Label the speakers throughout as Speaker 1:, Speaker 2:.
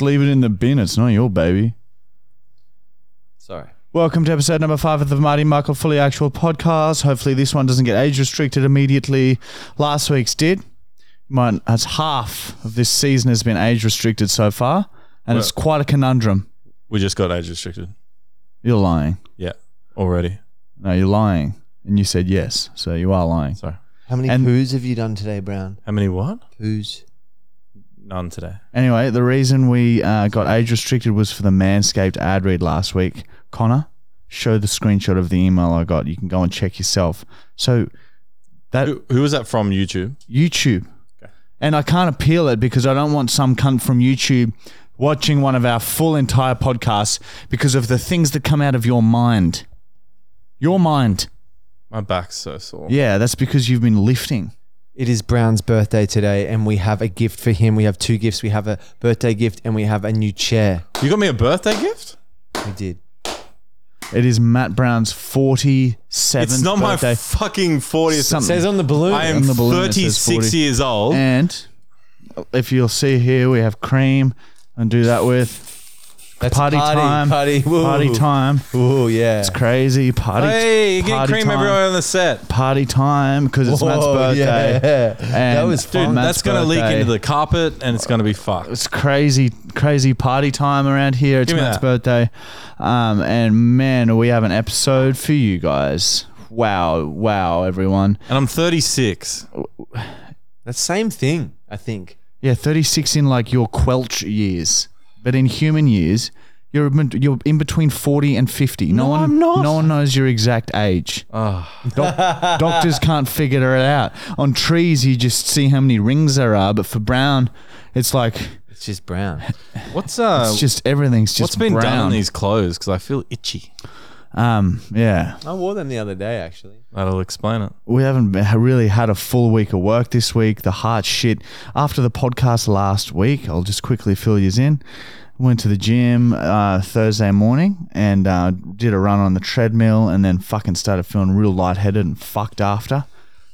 Speaker 1: leave it in the bin. It's not your baby.
Speaker 2: Sorry.
Speaker 1: Welcome to episode number five of the Marty Michael Fully Actual podcast. Hopefully, this one doesn't get age restricted immediately. Last week's did. Mine, that's half of this season has been age restricted so far, and it's quite a conundrum.
Speaker 3: We just got age restricted.
Speaker 1: You're lying.
Speaker 3: Yeah. Already.
Speaker 1: No, you're lying. And you said yes, so you are lying.
Speaker 3: Sorry.
Speaker 4: How many
Speaker 1: And-
Speaker 4: poos have you done today, Brown?
Speaker 3: How many what?
Speaker 4: Poos.
Speaker 3: None today.
Speaker 1: Anyway, the reason we uh, got age restricted was for the Manscaped ad read last week. Connor, show the screenshot of the email I got. You can go and check yourself. So that
Speaker 3: Who, who was that from YouTube?
Speaker 1: YouTube, and I can't appeal it because I don't want some cunt from YouTube watching one of our full entire podcasts because of the things that come out of your mind. Your mind.
Speaker 3: My back's so sore.
Speaker 1: Yeah, that's because you've been lifting.
Speaker 4: It is Brown's birthday today, and we have a gift for him. We have two gifts. We have a birthday gift, and we have a new chair.
Speaker 3: You got me a birthday gift?
Speaker 4: We did.
Speaker 1: It is Matt Brown's 47th
Speaker 3: it's not
Speaker 1: birthday.
Speaker 3: my fucking 40th.
Speaker 1: Something.
Speaker 4: Says on the balloon.
Speaker 3: I am
Speaker 1: on the balloon it says
Speaker 3: 36
Speaker 1: 40.
Speaker 3: years old.
Speaker 1: And if you'll see here, we have cream and do that with
Speaker 4: That's
Speaker 1: party, time.
Speaker 4: Party. Woo.
Speaker 1: Party time.
Speaker 4: Ooh, yeah.
Speaker 1: It's crazy. Party.
Speaker 3: hey, you get
Speaker 1: party
Speaker 3: cream
Speaker 1: time.
Speaker 3: everywhere on the set.
Speaker 1: Party time because it's Matt's
Speaker 4: Whoa,
Speaker 1: birthday.
Speaker 4: yeah. That was
Speaker 1: dude,
Speaker 4: fun.
Speaker 3: Dude,
Speaker 1: Matt's
Speaker 3: that's going to leak
Speaker 1: birthday.
Speaker 3: into the carpet and it's going to be fucked.
Speaker 1: It's crazy, crazy party time around here. It's
Speaker 3: Give me
Speaker 1: Matt's
Speaker 3: that.
Speaker 1: birthday, um, and man, we have an episode for you guys. Wow, wow, everyone.
Speaker 3: And I'm 36.
Speaker 4: That's same thing, I think.
Speaker 1: Yeah, 36 in like your quelch years, but in human years, you're in- you're in between 40 and 50. No, one, no one knows your exact age. Doc- doctors can't figure it out. On trees, you just see how many rings there are, but for brown, it's like
Speaker 4: It's just Brown.
Speaker 3: What's uh?
Speaker 1: it's just everything's just
Speaker 3: what's been
Speaker 1: brown.
Speaker 3: done on these clothes? Because I feel itchy.
Speaker 1: Um, yeah,
Speaker 4: I wore them the other day, actually.
Speaker 3: That'll explain it.
Speaker 1: we haven't been- really had a full week of work this week. The heart shit. After the podcast last week, I'll just quickly fill you in. Went to the gym uh, Thursday morning and uh, did a run on the treadmill, and then fucking started feeling real lightheaded and fucked after.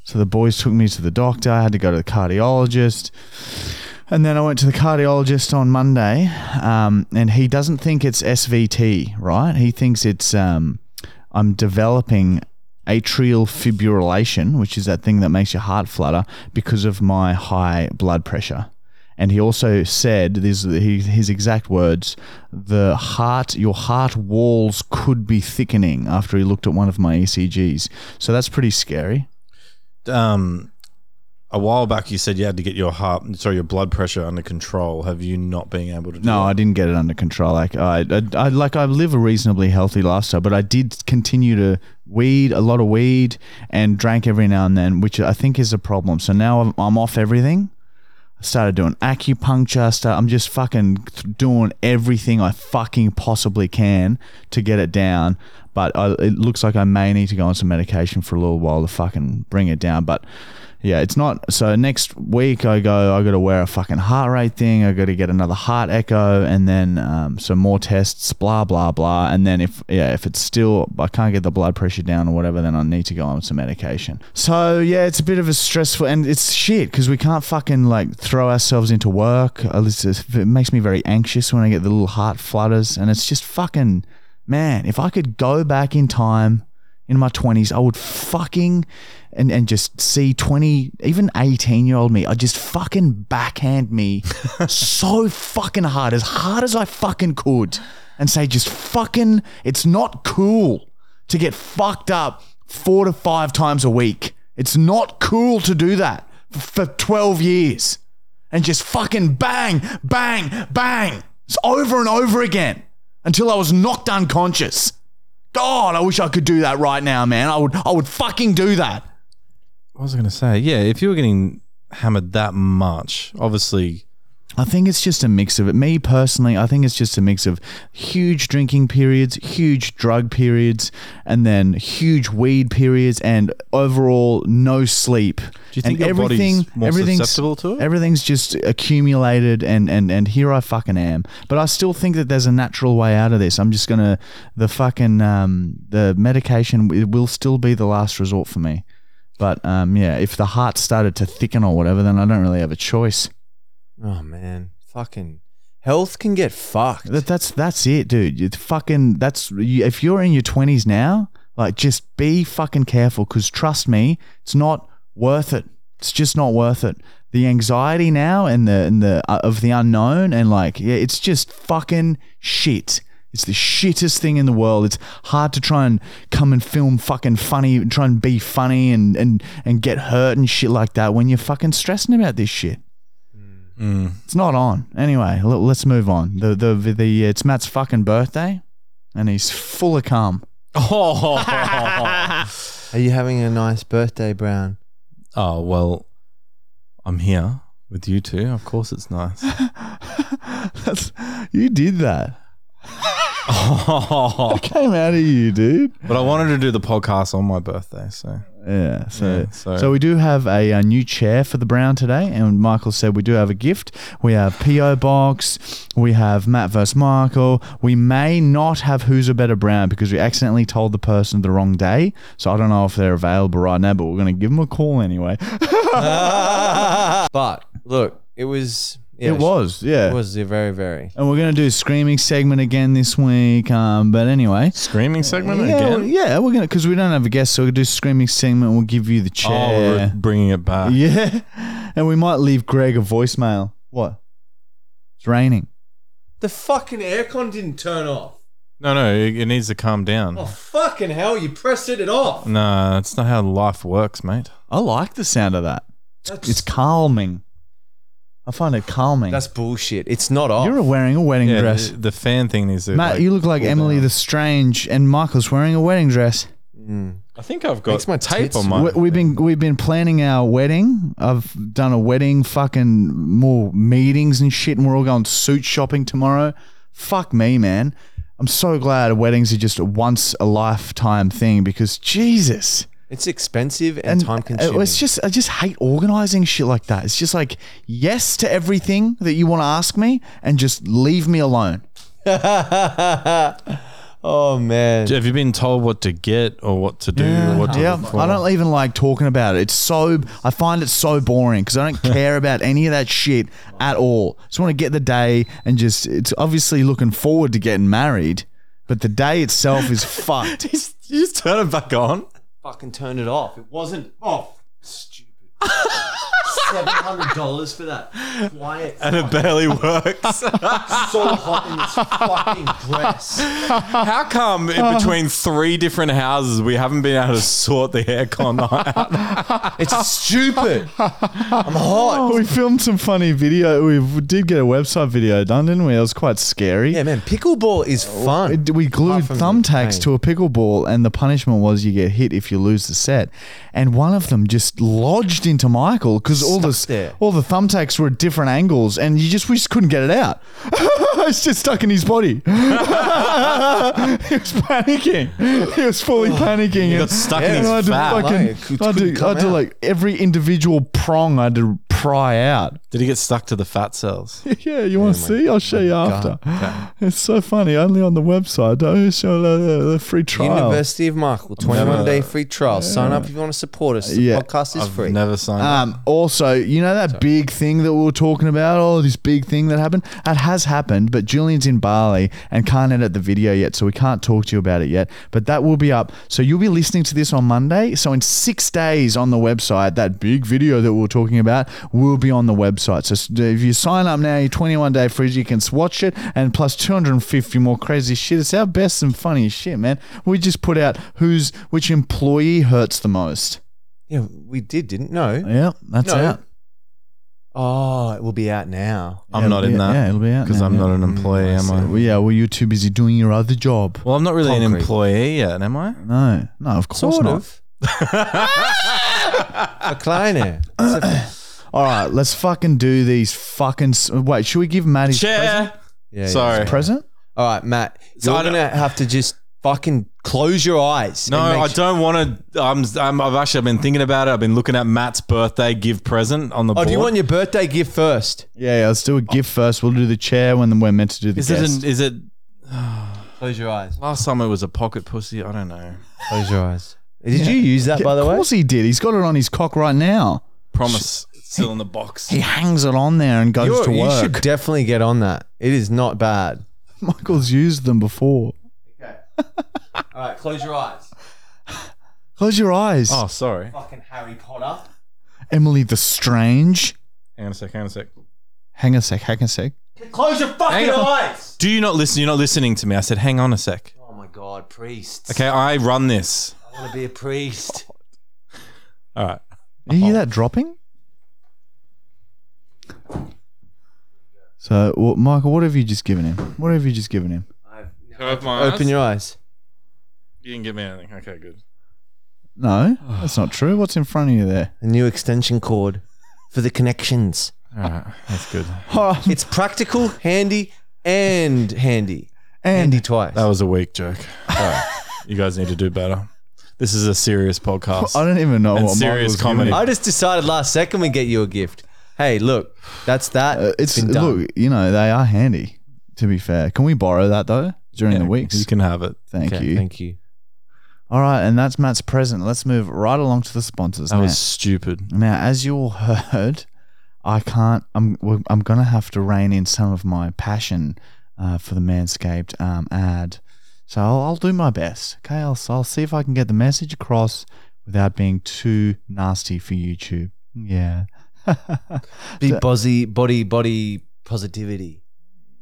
Speaker 1: So the boys took me to the doctor. I had to go to the cardiologist. And then I went to the cardiologist on Monday, um, and he doesn't think it's SVT, right? He thinks it's um, I'm developing atrial fibrillation, which is that thing that makes your heart flutter because of my high blood pressure. And he also said, "These are his, his exact words: the heart, your heart walls could be thickening." After he looked at one of my ECGs, so that's pretty scary.
Speaker 3: um a while back you said you had to get your heart sorry your blood pressure under control have you not been able to do
Speaker 1: No, I
Speaker 3: that?
Speaker 1: didn't get it under control. Like I, I, I like I live a reasonably healthy lifestyle, but I did continue to weed a lot of weed and drank every now and then, which I think is a problem. So now I'm, I'm off everything. I started doing acupuncture. Start, I'm just fucking th- doing everything I fucking possibly can to get it down. But I, it looks like I may need to go on some medication for a little while to fucking bring it down. But yeah, it's not. So next week I go. I got to wear a fucking heart rate thing. I got to get another heart echo, and then um, some more tests. Blah blah blah. And then if yeah, if it's still I can't get the blood pressure down or whatever, then I need to go on some medication. So yeah, it's a bit of a stressful, and it's shit because we can't fucking like throw ourselves into work. At least it's- It makes me very anxious when I get the little heart flutters, and it's just fucking man. If I could go back in time in my 20s, I would fucking and, and just see 20, even 18 year old me, I just fucking backhand me so fucking hard, as hard as I fucking could, and say, just fucking, it's not cool to get fucked up four to five times a week. It's not cool to do that for, for 12 years and just fucking bang, bang, bang. It's over and over again until I was knocked unconscious. God, I wish I could do that right now, man. I would I would fucking do that.
Speaker 3: what was i gonna say yeah if you were getting hammered that much obviously
Speaker 1: I think it's just a mix of it. Me personally, I think it's just a mix of huge drinking periods, huge drug periods, and then huge weed periods, and overall no sleep. Do
Speaker 3: you think your body's more susceptible to it?
Speaker 1: Everything's just accumulated, and and and here I fucking am. But I still think that there's a natural way out of this. I'm just gonna the fucking um, the medication it will still be the last resort for me. But um, yeah, if the heart started to thicken or whatever, then I don't really have a choice.
Speaker 4: Oh, man. Fucking. Health can get fucked.
Speaker 1: That, that's that's it, dude. It's fucking that's you, if you're in your twenties now, like just be fucking careful because trust me, it's not worth it. It's just not worth it. The anxiety now and the and the uh, of the unknown and like yeah, it's just fucking shit. It's the shittest thing in the world. It's hard to try and come and film fucking funny, try and be funny and and and get hurt and shit like that when you're fucking stressing about this shit. It's not on. Anyway, l- let's move on. The, the the the it's Matt's fucking birthday, and he's full of cum.
Speaker 3: Oh,
Speaker 4: Are you having a nice birthday, Brown?
Speaker 3: oh well, I'm here with you two. Of course, it's nice.
Speaker 1: That's you did that.
Speaker 3: but
Speaker 1: Came out of you, dude.
Speaker 3: I wanted to do the podcast on my birthday, so
Speaker 1: Yeah. So.
Speaker 3: yeah, so,
Speaker 1: So we do have a, uh new chair for the Brown today, and Michael said we do have a gift. We have PO box, we have Matt versus Michael. We may not have who's a better Brown because we accidentally told the person the wrong day, so I don't know if they're available right now. But we're gonna give them a call anyway.
Speaker 4: But look, it was. Yeah,
Speaker 1: it was, yeah.
Speaker 4: It was a very, very.
Speaker 1: And we're gonna do a screaming segment again this week. Um, but anyway,
Speaker 3: screaming segment
Speaker 1: yeah,
Speaker 3: again.
Speaker 1: we- yeah, we're gonna because we don't have a guest, so we'll do screaming segment. We'll give you the
Speaker 3: Oh, we're
Speaker 1: chair.
Speaker 3: bringing it back.
Speaker 1: yeah, and we might leave Greg a voicemail. What? It's raining.
Speaker 4: The fucking aircon didn't turn off. Oh,
Speaker 3: No, no, it, it needs to calm
Speaker 1: Oh,
Speaker 3: down.
Speaker 4: fucking hell! You pressed it, it off.
Speaker 3: Nah, that's not how life works, mate.
Speaker 1: I like the sound of that. It's, it's calming. I find it calming.
Speaker 4: That's bullshit. It's not off.
Speaker 1: You're wearing a wedding
Speaker 3: Yeah,
Speaker 1: dress.
Speaker 3: the, the fan thing needs to.
Speaker 1: Matt, you look like
Speaker 3: cool
Speaker 1: Emily
Speaker 3: down.
Speaker 1: the Strange, and Michael's wearing a wedding dress.
Speaker 4: Mm.
Speaker 3: I think I've got
Speaker 4: Makes my
Speaker 3: tape
Speaker 4: tits-
Speaker 3: on my.
Speaker 1: We, we've been we've been planning our wedding. I've done a wedding, fucking more meetings and shit, and we're all going suit shopping tomorrow. Fuck me, man. I'm so glad weddings are just a once a lifetime thing because Jesus.
Speaker 4: It's expensive and,
Speaker 1: And
Speaker 3: uh,
Speaker 4: time consuming.
Speaker 1: it's just I just hate organizing shit like that. It's just like yes to everything that you want to ask me and just leave me alone.
Speaker 4: oh man.
Speaker 3: Have you been told what to get or what to do? Or what to
Speaker 1: Yeah,
Speaker 3: look for?
Speaker 1: I don't even like talking about it. It's so I find it so boring because I don't care about any of that shit at all. Just want to get the day and just it's obviously looking forward to getting married, but the day itself is fucked.
Speaker 3: Just- you just turn it back on.
Speaker 4: fucking turned it off. It wasn't off. Stupid. Seven hundred dollars for that quiet.
Speaker 3: and it barely works.
Speaker 4: So hot in this fucking dress.
Speaker 3: How come in between three different houses we haven't been able to sort the aircon out?
Speaker 4: It's stupid. I'm hot.
Speaker 1: we filmed some funny video. We did get a website video done, didn't we? It was quite scary.
Speaker 4: Yeah, man. Pickleball is
Speaker 3: Oh,
Speaker 4: fun.
Speaker 1: It- we glued
Speaker 4: from
Speaker 1: thumbtacks
Speaker 4: pain.
Speaker 1: to a pickleball, and the punishment was you get hit if you lose the set. And one of them just lodged into Michael because all the s-
Speaker 4: there.
Speaker 1: all the thumbtacks were at different angles, and you just we just couldn't get it out. it's just stuck in his body. he was panicking. He was fully panicking.
Speaker 3: got
Speaker 1: and-
Speaker 3: stuck in
Speaker 1: and
Speaker 3: his
Speaker 1: I had to
Speaker 3: fat.
Speaker 1: fucking-
Speaker 4: Why? It could-
Speaker 1: I had to,
Speaker 4: couldn't
Speaker 1: I
Speaker 4: come
Speaker 1: had to
Speaker 4: out.
Speaker 1: like every individual prong. I had to pry out.
Speaker 3: Did he get stuck to the fat cells?
Speaker 1: Yeah, you want to see? I'll show you after. It's so funny. Only on the website. Don't show the, the uh, free trial.
Speaker 4: University of Michael, 21 day free trial. Sign up if you want to support us. The
Speaker 1: Yeah.
Speaker 4: podcast is
Speaker 3: I've
Speaker 4: free.
Speaker 3: never signed up.
Speaker 1: Um, also, you know that big thing that we were talking about? Oh, this big thing that happened? That has happened, but Julian's in Bali and can't edit the video yet, so we can't talk to you about it yet. But that will be up. So you'll be listening to this on Monday. So in six days on the website, that big video that we were talking about will be on the website. So s- if you sign up now, your 21 day free, you can watch it and plus 250 more crazy shit. It's our best and funniest shit, man. We just put out who's which employee hurts the most.
Speaker 4: yeah, we did, didn't know.
Speaker 1: Yeah, that's
Speaker 4: No.
Speaker 1: out.
Speaker 4: Oh, it will be out now.
Speaker 3: I'm
Speaker 1: It'll
Speaker 3: not
Speaker 1: be-
Speaker 3: in
Speaker 1: Yeah,
Speaker 3: that
Speaker 1: it'll be out
Speaker 3: because
Speaker 1: now,
Speaker 3: I'm
Speaker 1: yeah.
Speaker 3: not an employee, am Mm, I?
Speaker 1: Well, yeah, well, you're too busy doing your other job.
Speaker 3: Well, I'm not really an
Speaker 4: Concrete.
Speaker 3: employee yet, am I?
Speaker 1: No, no, of course
Speaker 4: Sort
Speaker 1: not.
Speaker 4: of. A kleiner.
Speaker 1: All right, let's fucking do these fucking. s- Wait, should we give Matt his
Speaker 3: Chair.
Speaker 4: Yeah,
Speaker 3: Sorry.
Speaker 4: yeah.
Speaker 1: present?
Speaker 4: All right, Matt.
Speaker 3: So
Speaker 4: you're
Speaker 3: I don't-
Speaker 4: gonna have to just fucking close your eyes.
Speaker 3: No,
Speaker 4: and make
Speaker 3: I
Speaker 4: sure-
Speaker 3: don't want to. I'm, I'm, I've actually been thinking about it. I've been looking at Matt's birthday give present on the
Speaker 4: Oh,
Speaker 3: board.
Speaker 4: do you want your birthday gift first?
Speaker 1: Yeah, yeah, let's do a gift first. We'll do the chair when we're meant to do the
Speaker 3: is it?
Speaker 1: guest.
Speaker 3: An, is it?
Speaker 4: Close your eyes.
Speaker 3: Last time it was a pocket pussy. I don't know.
Speaker 4: Close your eyes. Did you use that,
Speaker 1: Yeah,
Speaker 4: by the
Speaker 1: of
Speaker 4: way?
Speaker 1: course he did. He's got it on his cock right now.
Speaker 3: Promise. still in the box.
Speaker 1: He hangs it on there and goes
Speaker 4: You're-
Speaker 1: to
Speaker 4: you should
Speaker 1: work.
Speaker 4: definitely get on that. It is not bad.
Speaker 1: Michael's used them before.
Speaker 4: All right, close your eyes.
Speaker 1: Close your eyes.
Speaker 3: Oh, sorry.
Speaker 4: Fucking Harry Potter.
Speaker 1: Emily the Strange.
Speaker 3: Hang on a sec. Hang on a sec.
Speaker 1: Hang a sec, hang a sec.
Speaker 4: Close your fucking eyes.
Speaker 3: Do you not listen? You're not listening to me. I said, hang on a sec.
Speaker 4: Oh my god, priest.
Speaker 3: Okay, I run this.
Speaker 4: I want to be a priest.
Speaker 3: All right.
Speaker 1: You hear that dropping? So, well, Michael, what have you just given him? What have you just given him?
Speaker 3: open
Speaker 4: Open your eyes.
Speaker 3: You didn't give me anything. Okay, good.
Speaker 1: No, that's not true. What's in front of you there?
Speaker 4: A new extension cord for the connections.
Speaker 3: All right, that's good.
Speaker 1: Oh,
Speaker 4: It's practical, handy, and handy. Handy
Speaker 1: and
Speaker 4: twice.
Speaker 3: That was a weak joke. All right. you guys need to do better. This is a serious podcast.
Speaker 1: I don't even know
Speaker 3: And
Speaker 1: what
Speaker 3: serious
Speaker 1: Michael's given
Speaker 3: comedy.
Speaker 1: him.
Speaker 4: I just decided last second we get you a gift. Hey, look, that's that.
Speaker 1: Uh, it's
Speaker 4: it's been done.
Speaker 1: look, you know, they are handy. To be fair, can we borrow that though during
Speaker 3: Yeah,
Speaker 1: the weeks?
Speaker 3: You can have it.
Speaker 1: thank
Speaker 4: Okay,
Speaker 1: you.
Speaker 4: Thank you.
Speaker 1: All right, and that's Matt's present. Let's move right along to the sponsors.
Speaker 3: That
Speaker 1: now.
Speaker 3: was stupid.
Speaker 1: Now, as you all heard, I can't. I'm. we're- I'm gonna have to rein in some of my passion uh, for the Manscaped um, ad. So I'll, I'll do my best. Okay, I'll, I'll see if I can get the message across without being too nasty for YouTube. Yeah.
Speaker 4: Be bozzy, body, body positivity.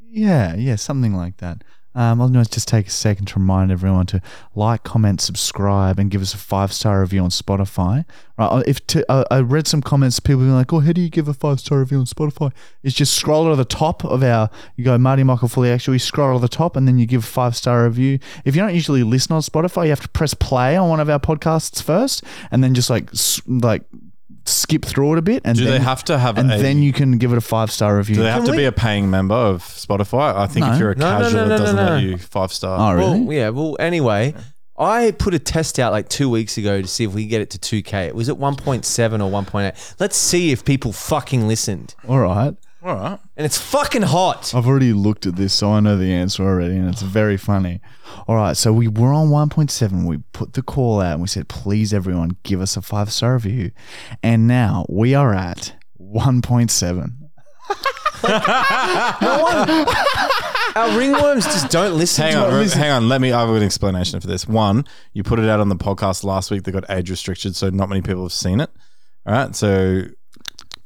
Speaker 1: Yeah, yeah, something like that. Um, I'll just just take a second to remind everyone to like, comment, subscribe, and give us a five star review on Spotify. Right? uh, If to, uh, I read some comments, people being like, "Oh, how do you give a five star review on Spotify?" It's just scroll to the top of our. You go Marty Michael Fully actually scroll to the top, and then you give a five star review. If you don't usually listen on Spotify, you have to press play on one of our podcasts first, and then just like s- like skip through it a bit, and
Speaker 3: Do
Speaker 1: then,
Speaker 3: they have to have
Speaker 1: and
Speaker 3: a?
Speaker 1: then you can give it a five star review.
Speaker 3: do they have
Speaker 4: Can
Speaker 3: to
Speaker 4: we-
Speaker 3: be a paying member of Spotify? I think
Speaker 1: No.
Speaker 3: if you're a
Speaker 4: No, no,
Speaker 3: casual,
Speaker 4: no, no,
Speaker 3: it doesn't
Speaker 4: no,
Speaker 3: let
Speaker 4: no.
Speaker 3: you five star.
Speaker 1: oh, really?
Speaker 4: Well, yeah. Well, anyway, I put a test out like two weeks ago to see if we could get it to 2K. It was at 1.7 or 1.8. Let's see if people fucking listened.
Speaker 1: all right.
Speaker 3: All right.
Speaker 4: And it's fucking hot.
Speaker 1: I've already looked at this, so I know the answer already, and it's very funny. All right, so we were on 1.7. We put the call out and we said, please, everyone, give us a five star review. And now we are at 1.7.
Speaker 4: Our ringworms just don't listen
Speaker 3: Hang
Speaker 4: to
Speaker 3: on,
Speaker 4: us.
Speaker 3: re- hang on. Let me. I have an explanation for this. One, you put it out on the podcast last week. They got age restricted, so not many people have seen it. All right, so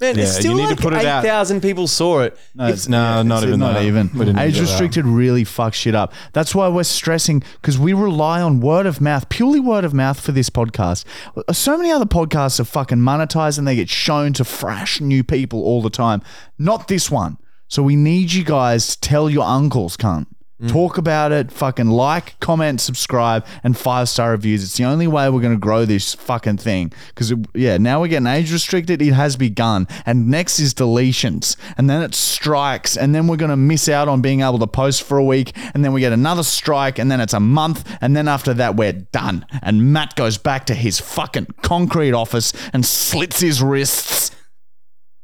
Speaker 4: Man, it's
Speaker 3: Yeah,
Speaker 4: still
Speaker 3: you need to
Speaker 4: like
Speaker 3: put it out.
Speaker 4: 8,000 people saw it.
Speaker 3: it's, no, not even
Speaker 1: Uh, not
Speaker 3: that.
Speaker 1: even.
Speaker 3: We didn't
Speaker 1: Age
Speaker 3: do that.
Speaker 1: restricted really fucks shit up. That's why we're stressing because we rely on word of mouth, purely word of mouth for this podcast. So many other podcasts are fucking monetized and they get shown to fresh new people all the time. Not this one. So we need you guys to tell your uncles, cunt. Mm. Talk about it, fucking like, comment, subscribe, and five star reviews. It's the only way we're going to grow this fucking thing. Because, yeah, now we're getting age restricted. It has begun. And next is deletions. And then it strikes. And then we're going to miss out on being able to post for a week. And then we get another strike. And then it's a month. And then after that, we're done. And Matt goes back to his fucking concrete office and slits his wrists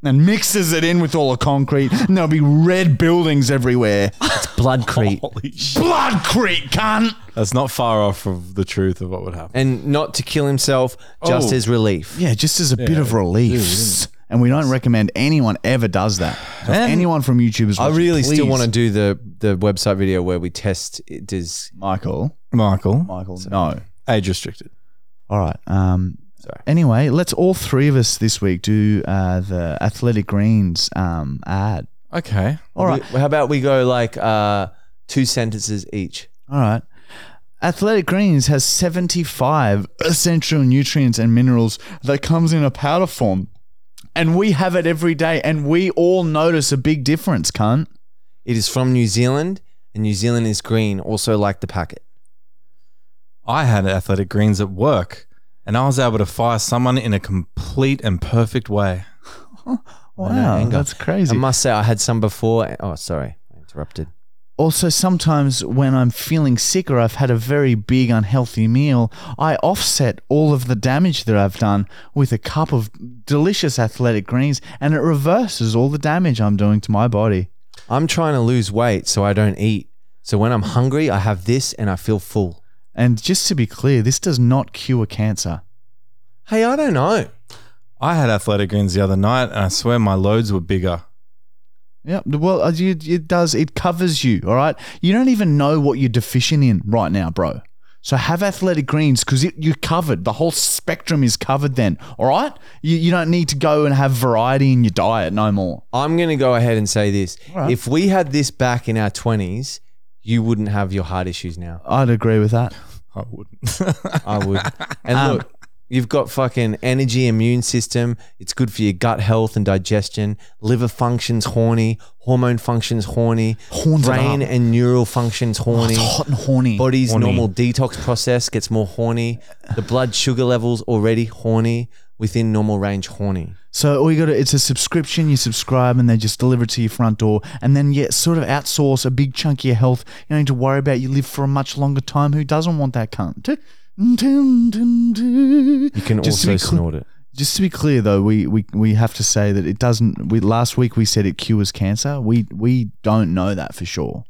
Speaker 1: and mixes it in with all the concrete. And there'll be red buildings everywhere.
Speaker 4: It's bloodcrete.
Speaker 3: Holy shit.
Speaker 1: Blood Creek, cunt.
Speaker 3: That's not far off of the truth of what would happen.
Speaker 4: and not to kill himself, just
Speaker 3: Oh.
Speaker 4: as relief.
Speaker 1: Yeah, just as a bit of relief. and we don't recommend anyone ever does that. So if anyone from YouTube is
Speaker 4: I
Speaker 1: watching,
Speaker 4: really still
Speaker 1: please,
Speaker 4: want to do the, the website video where we test it. Does
Speaker 1: Michael.
Speaker 3: Michael,
Speaker 1: Michael, no.
Speaker 3: age restricted.
Speaker 1: All right. Um,
Speaker 3: Sorry.
Speaker 1: Anyway, let's all three of us this week do uh, the Athletic Greens um, ad.
Speaker 3: Okay.
Speaker 1: All right.
Speaker 4: We- how about we go like uh, two sentences each?
Speaker 1: All right. Athletic Greens has 75 essential nutrients and minerals that comes in a powder form. And we have it every day and we all notice a big difference, cunt.
Speaker 4: It is from New Zealand, and New Zealand is green, also like the packet.
Speaker 3: I had athletic greens at work, and I was able to fire someone in a complete and perfect way.
Speaker 1: Wow,
Speaker 4: anger.
Speaker 1: that's crazy.
Speaker 4: I must say, I had some before. Oh, sorry, I interrupted.
Speaker 1: Also, sometimes when I'm feeling sick or I've had a very big unhealthy meal, I offset all of the damage that I've done with a cup of delicious athletic greens and it reverses all the damage I'm doing to my body.
Speaker 4: I'm trying to lose weight so I don't eat. So when I'm hungry, I have this and I feel full.
Speaker 1: And just to be clear, this does not cure cancer.
Speaker 4: Hey, I don't know.
Speaker 3: I had athletic greens the other night, and I swear my loads were bigger.
Speaker 1: Yeah, well, uh, you- it does. It covers you, all right? You don't even know what you're deficient in right now, bro. So have athletic greens because you're covered. The whole spectrum is covered then, all right? You, you don't need to go and have variety in your diet no more.
Speaker 4: I'm going to go ahead and say this.
Speaker 1: right.
Speaker 4: If we had this back in our 20s, you wouldn't have your heart issues now.
Speaker 1: I'd agree with that.
Speaker 3: I Oh, wouldn't.
Speaker 4: I would. And look,
Speaker 1: Um,
Speaker 4: you've got fucking energy, immune system. It's good for your gut health and digestion. Liver functions horny. Hormone functions horny.
Speaker 1: Horns it
Speaker 4: brain
Speaker 1: up. Oh,
Speaker 4: and neural functions horny.
Speaker 1: It's hot and horny.
Speaker 4: Body's normal detox process gets more horny. The blood sugar levels already horny within normal range horny.
Speaker 1: So all you got to, it's a subscription. You subscribe and they just deliver it to your front door. And then you sort of outsource a big chunk of your health. You don't need to worry about it. you live for a much longer time. Who doesn't want that cunt? You
Speaker 4: You can also snort it.
Speaker 1: Just to be clear, though, we, we, we have to say that it doesn't. We last week we said it cures cancer. We we don't know that for sure.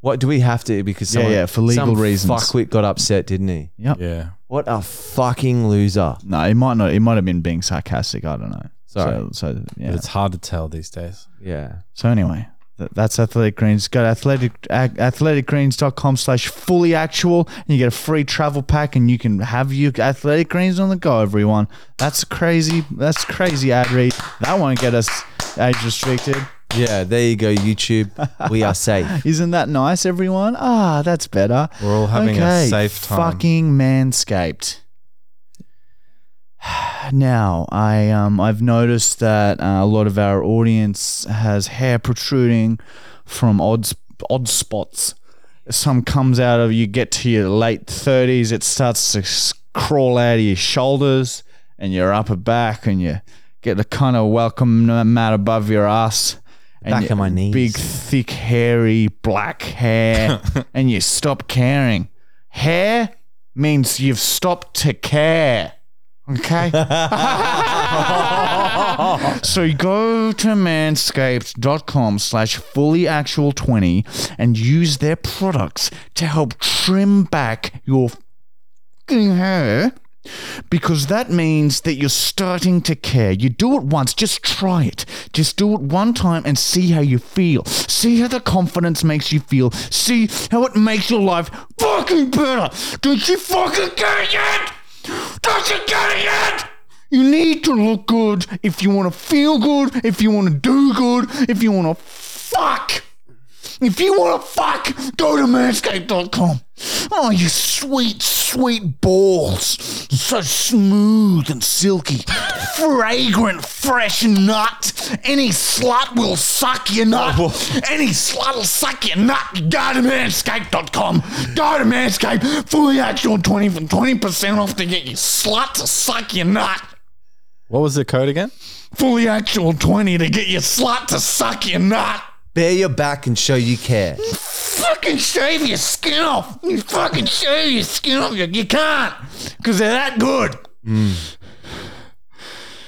Speaker 4: What do we have to? Because
Speaker 1: Yeah,
Speaker 4: someone,
Speaker 1: yeah, for legal
Speaker 4: some
Speaker 1: reasons.
Speaker 4: Fuckwit got upset, didn't he?
Speaker 3: yeah.
Speaker 4: What a fucking loser.
Speaker 1: No, it might not. It might have been being sarcastic. I don't know.
Speaker 4: Sorry.
Speaker 1: So, so yeah.
Speaker 3: But it's hard to tell these days.
Speaker 4: Yeah.
Speaker 1: So anyway, th- that's Athletic Greens. Go to athletic, a- athleticgreens.com slash fully actual and you get a free travel pack and you can have your Athletic Greens on the go, everyone. That's crazy. That's crazy ad read. That won't get us age restricted.
Speaker 4: Yeah, there you go, YouTube. We are safe.
Speaker 1: Isn't that nice, everyone? Ah, that's better.
Speaker 3: We're all having a
Speaker 1: Okay,
Speaker 3: safe time.
Speaker 1: Fucking manscaped. Now, I um, I've noticed that uh, a lot of our audience has hair protruding from odd sp- odd spots. Some comes out of you get to your late thirties, it starts to s- crawl out of your shoulders and your upper back, and you get the kind of welcome mat above your ass. and
Speaker 4: Back
Speaker 1: your
Speaker 4: of my knees.
Speaker 1: Big, thick, hairy, black hair, and you stop caring. Hair means you've stopped to care. Okay? so go to manscaped.com slash fullyactual20 and use their products to help trim back your fucking hair because that means that you're starting to care. You do it once, just try it. Just do it one time and see how you feel. See how the confidence makes you feel. See how it makes your life fucking better. Don't you fucking get it yet? Don't you get it yet? You need to look good if you want to feel good, if you want to do good, if you want to fuck. If you want to fuck, go to manscaped.com. Oh, you sweet, sweet balls. So smooth and silky. Fragrant, fresh nut. Any slut will suck your nut. Any slut will suck your nut. Go to manscaped.com. Go to manscaped. Fully actual 20 for 20% off to get your slut to suck your nut.
Speaker 3: What was the code again?
Speaker 1: Fully actual 20 to get your slut to suck your nut.
Speaker 4: Bare your back and show you care.
Speaker 1: fucking shave your skin off. You fucking shave your skin off. You, you can't because they're that good.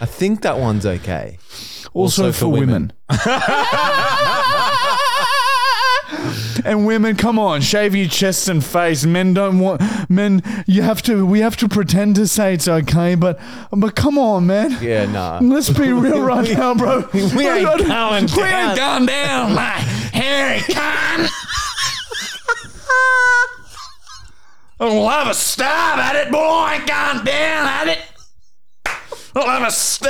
Speaker 4: I think that one's okay.
Speaker 1: Also,
Speaker 4: for women.
Speaker 1: and women, come on, shave your chest and face. Men don't want men. You have to. We have to pretend to say it's okay, but but come on, man.
Speaker 4: Yeah, nah.
Speaker 1: Let's be real right now, bro. We,
Speaker 4: ain't
Speaker 1: got-
Speaker 4: going
Speaker 1: We ain't going
Speaker 4: down.
Speaker 1: down, mate. Harry Khan. I'll have a stab at it, boy. I ain't going down at it. I'll have a stab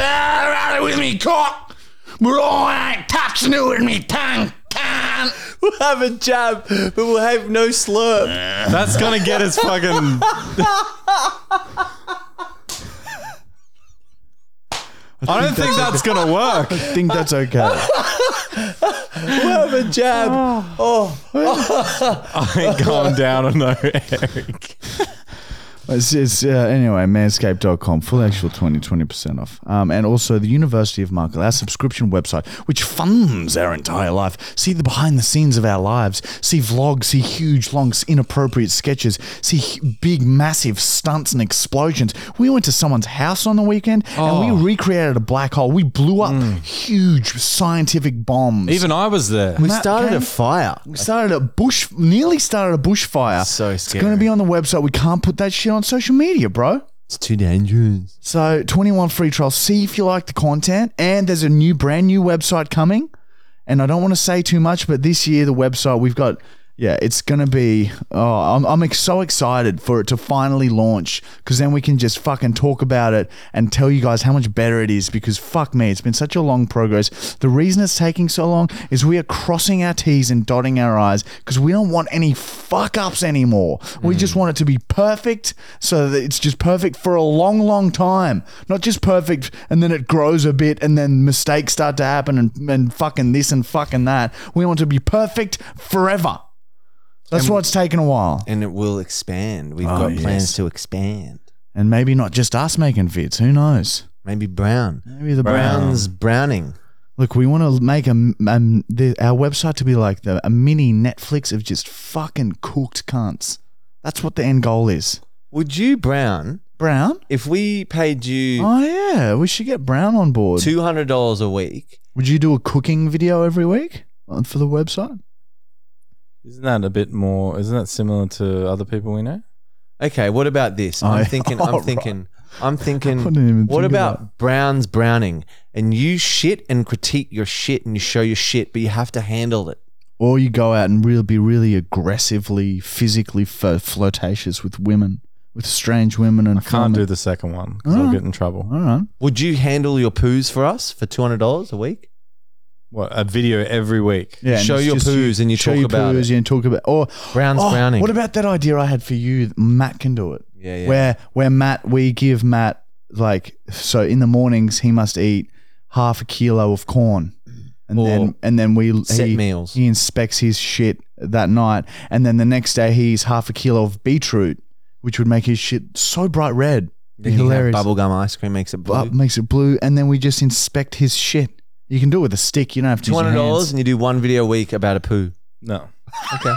Speaker 1: at it with me cock, but I ain't touching it with me tongue. Khan.
Speaker 4: We'll have a jab, but we'll have no slurp.
Speaker 3: That's gonna get us fucking. I don't think that's gonna work.
Speaker 1: I think that's okay.
Speaker 4: We'll have a jab. Oh,
Speaker 3: I ain't going down on no Eric.
Speaker 1: It's, it's uh, anyway, manscaped.com, full actual 20, 20% off. Um, and also the University of Markle, our subscription website, which funds our entire life. See the behind the scenes of our lives, see vlogs, see huge, long, s- inappropriate sketches, see hu- big, massive stunts and explosions. We went to someone's house on the weekend
Speaker 4: Oh.
Speaker 1: and we recreated a black hole. We blew up
Speaker 4: Mm.
Speaker 1: huge scientific bombs.
Speaker 3: Even I was there.
Speaker 4: we
Speaker 1: Matt
Speaker 4: started
Speaker 1: Cain?
Speaker 4: a fire.
Speaker 1: We started a bush, nearly started a bushfire.
Speaker 4: So
Speaker 1: It's going
Speaker 4: scary.
Speaker 1: to be on the website. We can't put that shit on social media, bro.
Speaker 4: It's too dangerous.
Speaker 1: So 21 free trials. See if you like the content. And there's a new brand new website coming. And I don't want to say too much, but this year the website we've got yeah, it's gonna be. Oh, I'm I'm ex- so excited for it to finally launch because then we can just fucking talk about it and tell you guys how much better it is. Because fuck me, it's been such a long progress. The reason it's taking so long is we are crossing our T's and dotting our I's because we don't want any fuck ups anymore. We just want it to be perfect so that it's just perfect for a long, long time, not just perfect and then it grows a bit and then mistakes start to happen and and fucking this and fucking that. We want it to be perfect forever. That's why it's taken a while.
Speaker 4: And it will expand. We've
Speaker 1: Oh,
Speaker 4: got plans to expand.
Speaker 1: And maybe not just us making fits. Who knows?
Speaker 4: Maybe Brown.
Speaker 1: Maybe the brown.
Speaker 4: Brown's Browning.
Speaker 1: Look, we want to make a, um, the, our website to be like the, a mini Netflix of just fucking cooked cunts. That's what the end goal is.
Speaker 4: Would you, Brown,
Speaker 1: Brown?
Speaker 4: if we paid you
Speaker 1: Oh, yeah. We should get Brown on board.
Speaker 4: $200 a week?
Speaker 1: Would you do a cooking video every week on- for the website?
Speaker 3: Isn't that a bit more? Isn't that similar to other people we know?
Speaker 4: Okay, what about this?
Speaker 1: Oh, yeah.
Speaker 4: I'm thinking, I'm
Speaker 1: Alright.
Speaker 4: thinking, I'm
Speaker 1: I
Speaker 4: thinking,
Speaker 1: didn't even
Speaker 4: what
Speaker 1: think of
Speaker 4: about Brown's Browning? And you shit and critique your shit and you show your shit, but you have to handle it.
Speaker 1: Or you go out and really be really aggressively, physically fo- flirtatious with women, with strange women and
Speaker 3: I can't do
Speaker 1: women.
Speaker 3: the second one because I'll
Speaker 1: Oh.
Speaker 3: get in trouble.
Speaker 1: All right.
Speaker 4: Would you handle your poos for us for $200 a week?
Speaker 3: What a video every week.
Speaker 1: Yeah, and
Speaker 4: Show
Speaker 1: it's
Speaker 4: your
Speaker 1: just
Speaker 4: poos and you
Speaker 1: show
Speaker 4: talk
Speaker 1: your
Speaker 4: about
Speaker 1: poos
Speaker 4: it.
Speaker 1: and talk about or
Speaker 4: Brown's
Speaker 1: oh,
Speaker 4: Browning.
Speaker 1: What about that idea I had for you? Matt can do it.
Speaker 4: yeah, yeah.
Speaker 1: Where where Matt we give Matt like so in the mornings he must eat half a kilo of corn, and
Speaker 4: Or
Speaker 1: then and then we
Speaker 4: set
Speaker 1: he,
Speaker 4: meals.
Speaker 1: He inspects his shit that night, and then the next day he eats half a kilo of beetroot, which would make his shit so bright red. Be
Speaker 4: Then you have
Speaker 1: hilarious.
Speaker 4: Bubblegum ice cream makes it blue.
Speaker 1: Up makes it blue, and then we just inspect his shit. You can do it with a stick. You don't have to.
Speaker 4: Two
Speaker 1: use your
Speaker 4: hundred dollars,
Speaker 1: hands.
Speaker 4: and you do one video a week about a poo.
Speaker 3: No,
Speaker 4: Okay.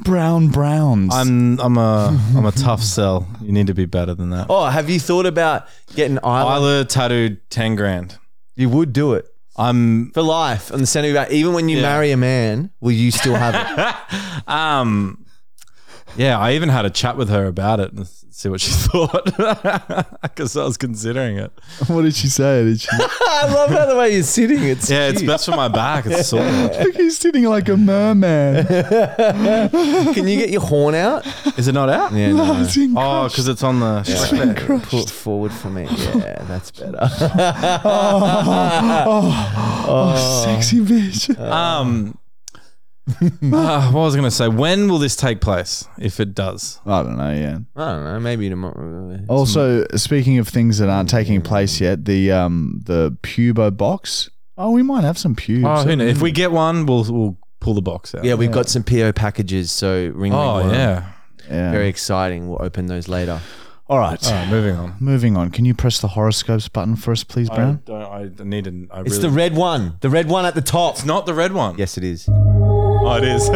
Speaker 1: Brown browns.
Speaker 3: I'm I'm a I'm a tough sell. You need to be better than that.
Speaker 4: oh, have you thought about getting Isla?
Speaker 3: Isla tattooed ten grand.
Speaker 4: You would do it
Speaker 3: I'm
Speaker 4: for life on the center of your back. Even when you
Speaker 3: Yeah.
Speaker 4: marry a man, will you still have it?
Speaker 3: um yeah i even had a chat with her about it and s- see what she thought because i was considering it
Speaker 1: what did she say? Did she?
Speaker 4: I love how the way you're sitting. It's
Speaker 3: yeah it's best for my back it's sore
Speaker 1: He's sitting like a merman.
Speaker 4: Can you get your horn out?
Speaker 3: is it not out
Speaker 4: Yeah, no, no.
Speaker 3: oh because it's on the
Speaker 4: Pull it forward for me. Yeah, that's better.
Speaker 1: Oh, sexy bitch.
Speaker 3: um ah, what was i going to say when will this take place if it does
Speaker 1: I don't know, yeah.
Speaker 4: I don't know. Maybe tomorrow.
Speaker 1: Also, speaking of things that aren't taking place yet, the um the pubo box. Oh, we might have some pubes.
Speaker 3: oh who knows if we get one we'll we'll pull the box out
Speaker 4: Yeah, we've got some PO packages. So ring.
Speaker 3: oh
Speaker 4: ringworm.
Speaker 3: yeah
Speaker 1: Yeah.
Speaker 4: Very exciting. We'll open those later.
Speaker 1: All right.
Speaker 3: all right moving on
Speaker 1: Moving on. Can you press the horoscopes button for us, please, Brown?
Speaker 3: I, don't, I need an I
Speaker 4: It's
Speaker 3: really,
Speaker 4: the red one. The red one at the top.
Speaker 3: it's not the red one
Speaker 4: Yes, it is.
Speaker 3: oh it is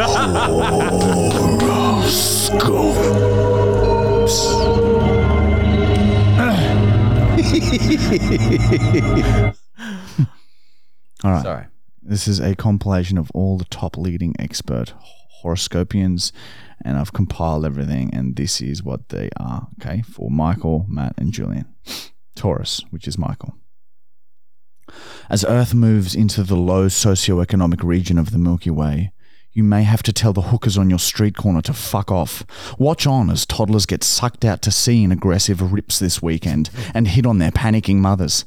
Speaker 1: All right.
Speaker 4: Sorry.
Speaker 1: This is a compilation of all the top leading expert horoscopians, and I've compiled everything, and this is what they are, okay, for Michael, Matt, and Julian. Taurus, which is Michael. As Earth moves into the low socioeconomic region of the Milky Way, you may have to tell the hookers on your street corner to fuck off. Watch on as toddlers get sucked out to sea in aggressive rips this weekend and hit on their panicking mothers.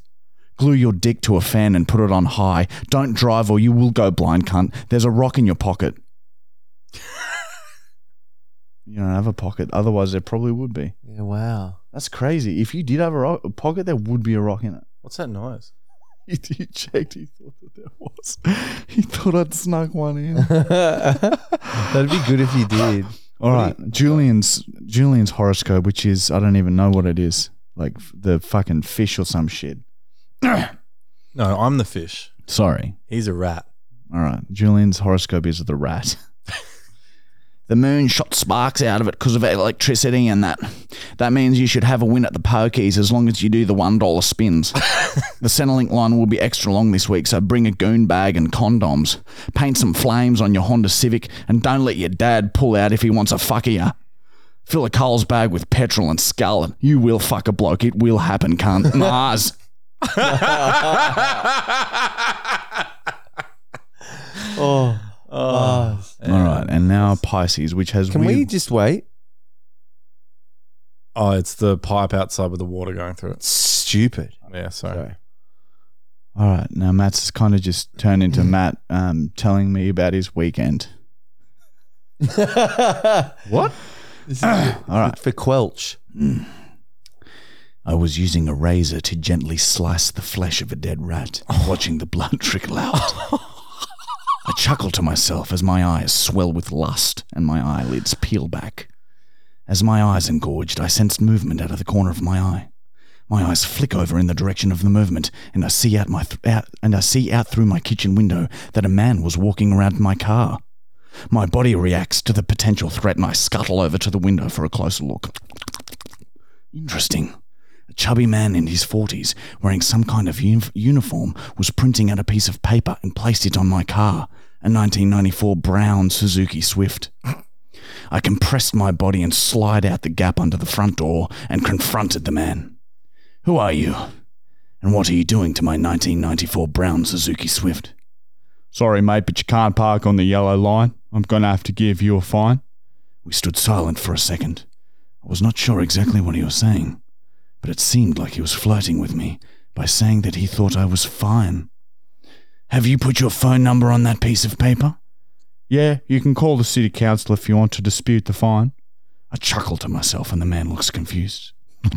Speaker 1: Glue your dick to a fan and put it on high. Don't drive or you will go blind, cunt. There's a rock in your pocket. you don't have a pocket, otherwise, there probably would be.
Speaker 4: Yeah. Wow.
Speaker 1: That's crazy. If you did have a, rock, a pocket, there would be a rock in it.
Speaker 3: what's that noise
Speaker 1: He, he checked. He thought that there was. He thought I'd snuck one in.
Speaker 4: That'd be good if you did.
Speaker 1: All right, Julian's Julian's horoscope, which is I don't even know what it is, like f- the fucking fish or some shit.
Speaker 3: no i'm the fish
Speaker 1: Sorry.
Speaker 3: he's a rat
Speaker 1: All right, Julian's horoscope is the rat. the moon shot sparks out of it because of electricity and that. That means you should have a win at the pokies as long as you do the one dollar spins. the Centrelink line will be extra long this week, so bring a goon bag and condoms. Paint some flames on your Honda Civic, and don't let your dad pull out if he wants a fuck of you. Fill a Carl's bag with petrol and scarlet. You will fuck a bloke. It will happen, cunt. Mars.
Speaker 4: Oh,
Speaker 1: All right, and now Pisces, which has
Speaker 4: can
Speaker 1: weird.
Speaker 4: we just wait?
Speaker 3: Oh, it's the pipe outside with the water going through it.
Speaker 4: Stupid.
Speaker 3: Yeah, sorry.
Speaker 4: Sorry.
Speaker 1: All right, now Matt's kind of just turned into Matt um, telling me about his weekend. What? All right.
Speaker 4: For Quelch.
Speaker 1: I was using a razor to gently slice the flesh of a dead rat, watching the blood trickle out. I chuckle to myself as my eyes swell with lust and my eyelids peel back. As my eyes engorged, I sensed movement out of the corner of my eye. My eyes flick over in the direction of the movement, and I see out my th- out, and I see out through my kitchen window that a man was walking around my car. My body reacts to the potential threat, and I scuttle over to the window for a closer look. Interesting. A chubby man in his 40s, wearing some kind of uni- uniform, was printing out a piece of paper and placed it on my car, a 1994 brown Suzuki Swift. I compressed my body and slide out the gap under the front door and confronted the man. Who are you? And what are you doing to my 1994 brown Suzuki Swift? Sorry, mate, but you can't park on the yellow line. I'm going to have to give you a fine. We stood silent for a second. I was not sure exactly what he was saying but it seemed like he was flirting with me by saying that he thought I was fine. Have you put your phone number on that piece of paper? Yeah, you can call the city council if you want to dispute the fine. I chuckle to myself, and the man looks confused.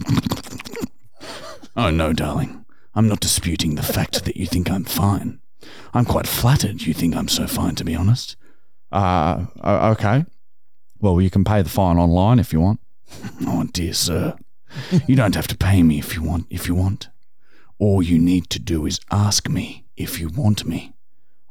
Speaker 1: oh, no, darling. I'm not disputing the fact that you think I'm fine. I'm quite flattered you think I'm so fine, to be honest. Uh, okay. Well, you can pay the fine online if you want. oh, dear sir. You don't have to pay me if you want if you want. All you need to do is ask me if you want me.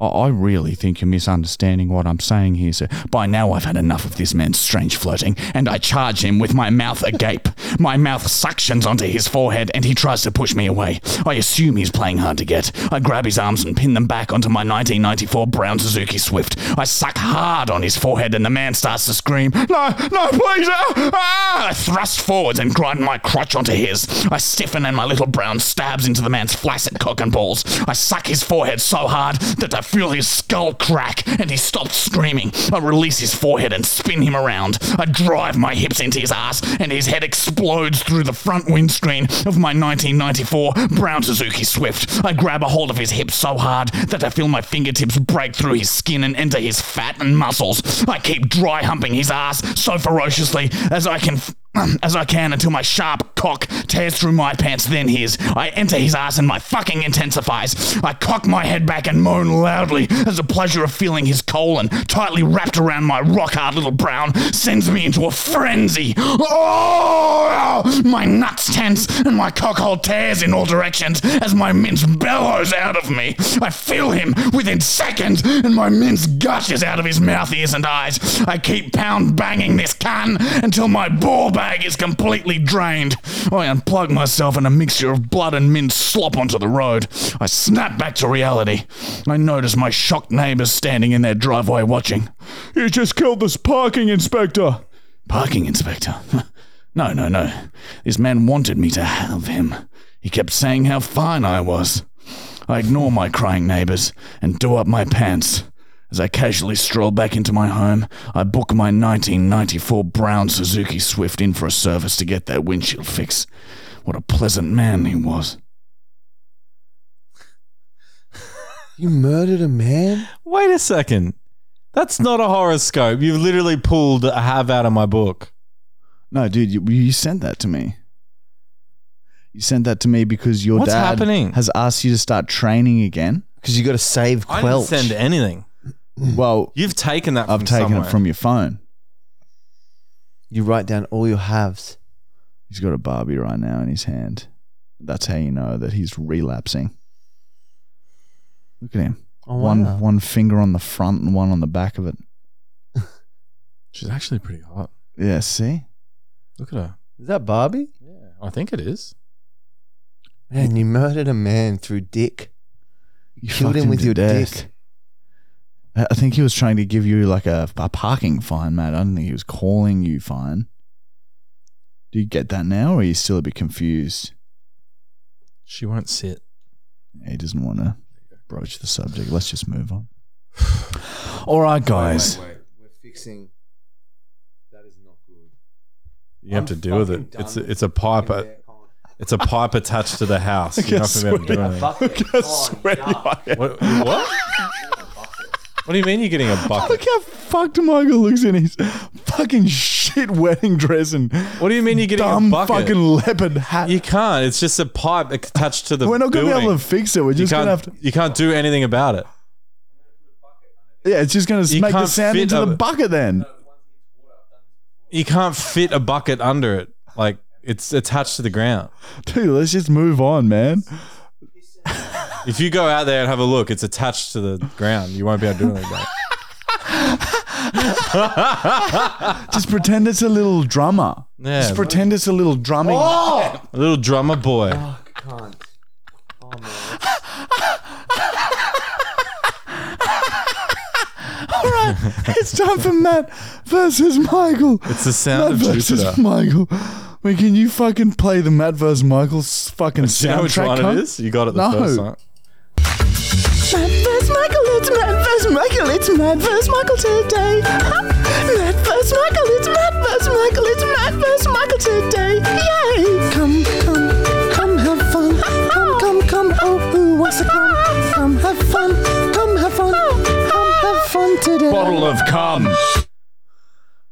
Speaker 1: I, I really think you're misunderstanding what I'm saying here, sir. By now I've had enough of this man's strange flirting, and I charge him with my mouth agape. My mouth suctions onto his forehead, and he tries to push me away. I assume he's playing hard to get. I grab his arms and pin them back onto my 1994 brown Suzuki Swift. I suck hard on his forehead, and the man starts to scream, No, no, please! ah, ah!" I thrust forwards and grind my crotch onto his. I stiffen, and my little brown stabs into the man's flaccid cock and balls. I suck his forehead so hard that I feel his skull crack, and he stops screaming. I release his forehead and spin him around. I drive my hips into his ass, and his head explodes through the front windscreen of my 1994 brown Suzuki Swift. I grab a hold of his hips so hard that I feel my fingertips break through his skin and enter his fat and muscles. I keep dry humping his ass so ferociously as I can. as I can until my sharp cock tears through my pants, then his. I enter his ass and my fucking intensifies. I cock my head back and moan loudly as the pleasure of feeling his colon tightly wrapped around my rock hard little brown sends me into a frenzy. Oh! My nuts tense and my cockhole tears in all directions as my mince bellows out of me. I feel him within seconds and my mince gushes out of his mouth, ears, and eyes. I keep pound banging this can until my ball bag is completely drained. I unplug myself and a mixture of blood and mince slop onto the road. I snap back to reality. I notice my shocked neighbors standing in their driveway watching. You just killed this parking inspector. Parking inspector? no, no, no. This man wanted me to have him. He kept saying how fine I was. I ignore my crying neighbors and do up my pants. As I casually stroll back into my home, I book my 1994 brown Suzuki Swift in for a service to get that windshield fix. What a pleasant man he was.
Speaker 4: You murdered a man?
Speaker 3: Wait a second. That's not a horoscope. You've literally pulled a have out of my book.
Speaker 1: No, dude, you, you sent that to me. You sent that to me because your
Speaker 3: What's
Speaker 1: dad
Speaker 3: happening?
Speaker 1: has asked you to start training again.
Speaker 4: Because you got to save
Speaker 3: I didn't
Speaker 4: Quelch.
Speaker 3: send anything.
Speaker 1: Well,
Speaker 3: You've taken that.
Speaker 1: I've
Speaker 3: Mm. from
Speaker 1: taken
Speaker 3: somewhere.
Speaker 1: it from your phone.
Speaker 4: you write down all your haves.
Speaker 1: He's got a Barbie right now in his hand. That's how you know that he's relapsing. Look at him.
Speaker 4: Oh,
Speaker 1: One
Speaker 4: wow.
Speaker 1: one finger on the front and one on the back of it.
Speaker 3: She's actually pretty hot.
Speaker 1: Yeah, see?
Speaker 3: Look at her.
Speaker 4: Is that Barbie?
Speaker 3: Yeah, I think it is.
Speaker 4: Man, you murdered a man through dick.
Speaker 1: You
Speaker 4: Killed
Speaker 1: fucked
Speaker 4: him with
Speaker 1: to
Speaker 4: your
Speaker 1: death.
Speaker 4: dick.
Speaker 1: I I think he was trying to give you like a, a parking fine, Matt. I don't think he was calling you fine. Do you get that now, or are you still a bit confused?
Speaker 5: She won't sit.
Speaker 1: He doesn't want to broach the subject. Let's just move on. All right, guys.
Speaker 4: Wait, wait, We're fixing. That is not good.
Speaker 5: You have
Speaker 4: I'm
Speaker 5: to deal with
Speaker 4: fucking
Speaker 5: it.
Speaker 4: done
Speaker 5: It's
Speaker 4: with
Speaker 5: a, it's a pipe. uh, It's a pipe attached to the house. You're not gonna be able
Speaker 1: swear.
Speaker 5: to do anything.
Speaker 1: Look how sweaty I am.
Speaker 5: What? What? What do you mean you're getting a
Speaker 1: Look
Speaker 5: bucket?
Speaker 1: how fucked Michael looks in his fucking shit wedding dress and
Speaker 5: What do you mean you're getting a
Speaker 1: dumb
Speaker 5: bucket?
Speaker 1: fucking leopard hat.
Speaker 5: you can't. It's just a pipe attached to the.
Speaker 1: We're not going to be
Speaker 5: building.
Speaker 1: able to fix it. We're
Speaker 5: You
Speaker 1: just going
Speaker 5: can't.
Speaker 1: to have to.
Speaker 5: You can't do anything about it.
Speaker 1: Yeah, it's just going to
Speaker 5: You
Speaker 1: make the
Speaker 5: can't
Speaker 1: sound
Speaker 5: fit
Speaker 1: into
Speaker 5: a-
Speaker 1: the bucket then.
Speaker 5: You can't fit a bucket under it. Like it's attached to the ground.
Speaker 1: Dude, let's just move on, man.
Speaker 5: If you go out there and have a look, it's attached to the ground. You won't be able to do anything about it.
Speaker 1: Just pretend it's a little drummer.
Speaker 5: Yeah.
Speaker 1: Just pretend it's a little drumming.
Speaker 5: a little drummer boy.
Speaker 4: I can't. Oh man.
Speaker 1: All right, it's time for Matt versus Michael.
Speaker 5: It's the
Speaker 1: Matt
Speaker 5: sound of
Speaker 1: versus
Speaker 5: Jupiter.
Speaker 1: Michael. Wait, can you fucking play the Matt versus Michael's fucking
Speaker 5: Do you know which
Speaker 1: soundtrack?
Speaker 5: one
Speaker 1: cunt?
Speaker 5: it is? You got it the
Speaker 1: No.
Speaker 5: first time.
Speaker 1: Matt versus Michael, it's Matt versus Michael, it's Matt versus Michael today. Ha! Matt versus Michael, it's Matt versus Michael, it's Matt versus Michael today. Yay! Come, come, come have fun. Come, come, come, oh, who wants to come? Come have fun, come have fun, come have fun today. Bottle of cum.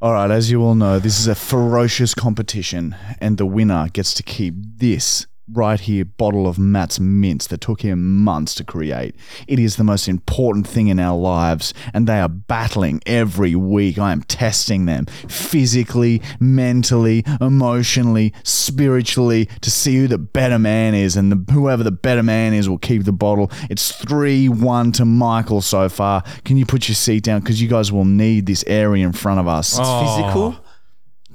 Speaker 1: All right, as you all know, this is a ferocious competition, and the winner gets to keep this right here bottle of Matt's mints that took him months to create. It is the most important thing in our lives, and they are battling every week. I am testing them physically, mentally, emotionally, spiritually to see who the better man is, and the, whoever the better man is will keep the bottle. It's 3 1 to Michael so far. Can you put your seat down? Because you guys will need this area in front of us.
Speaker 5: Oh.
Speaker 4: Physical?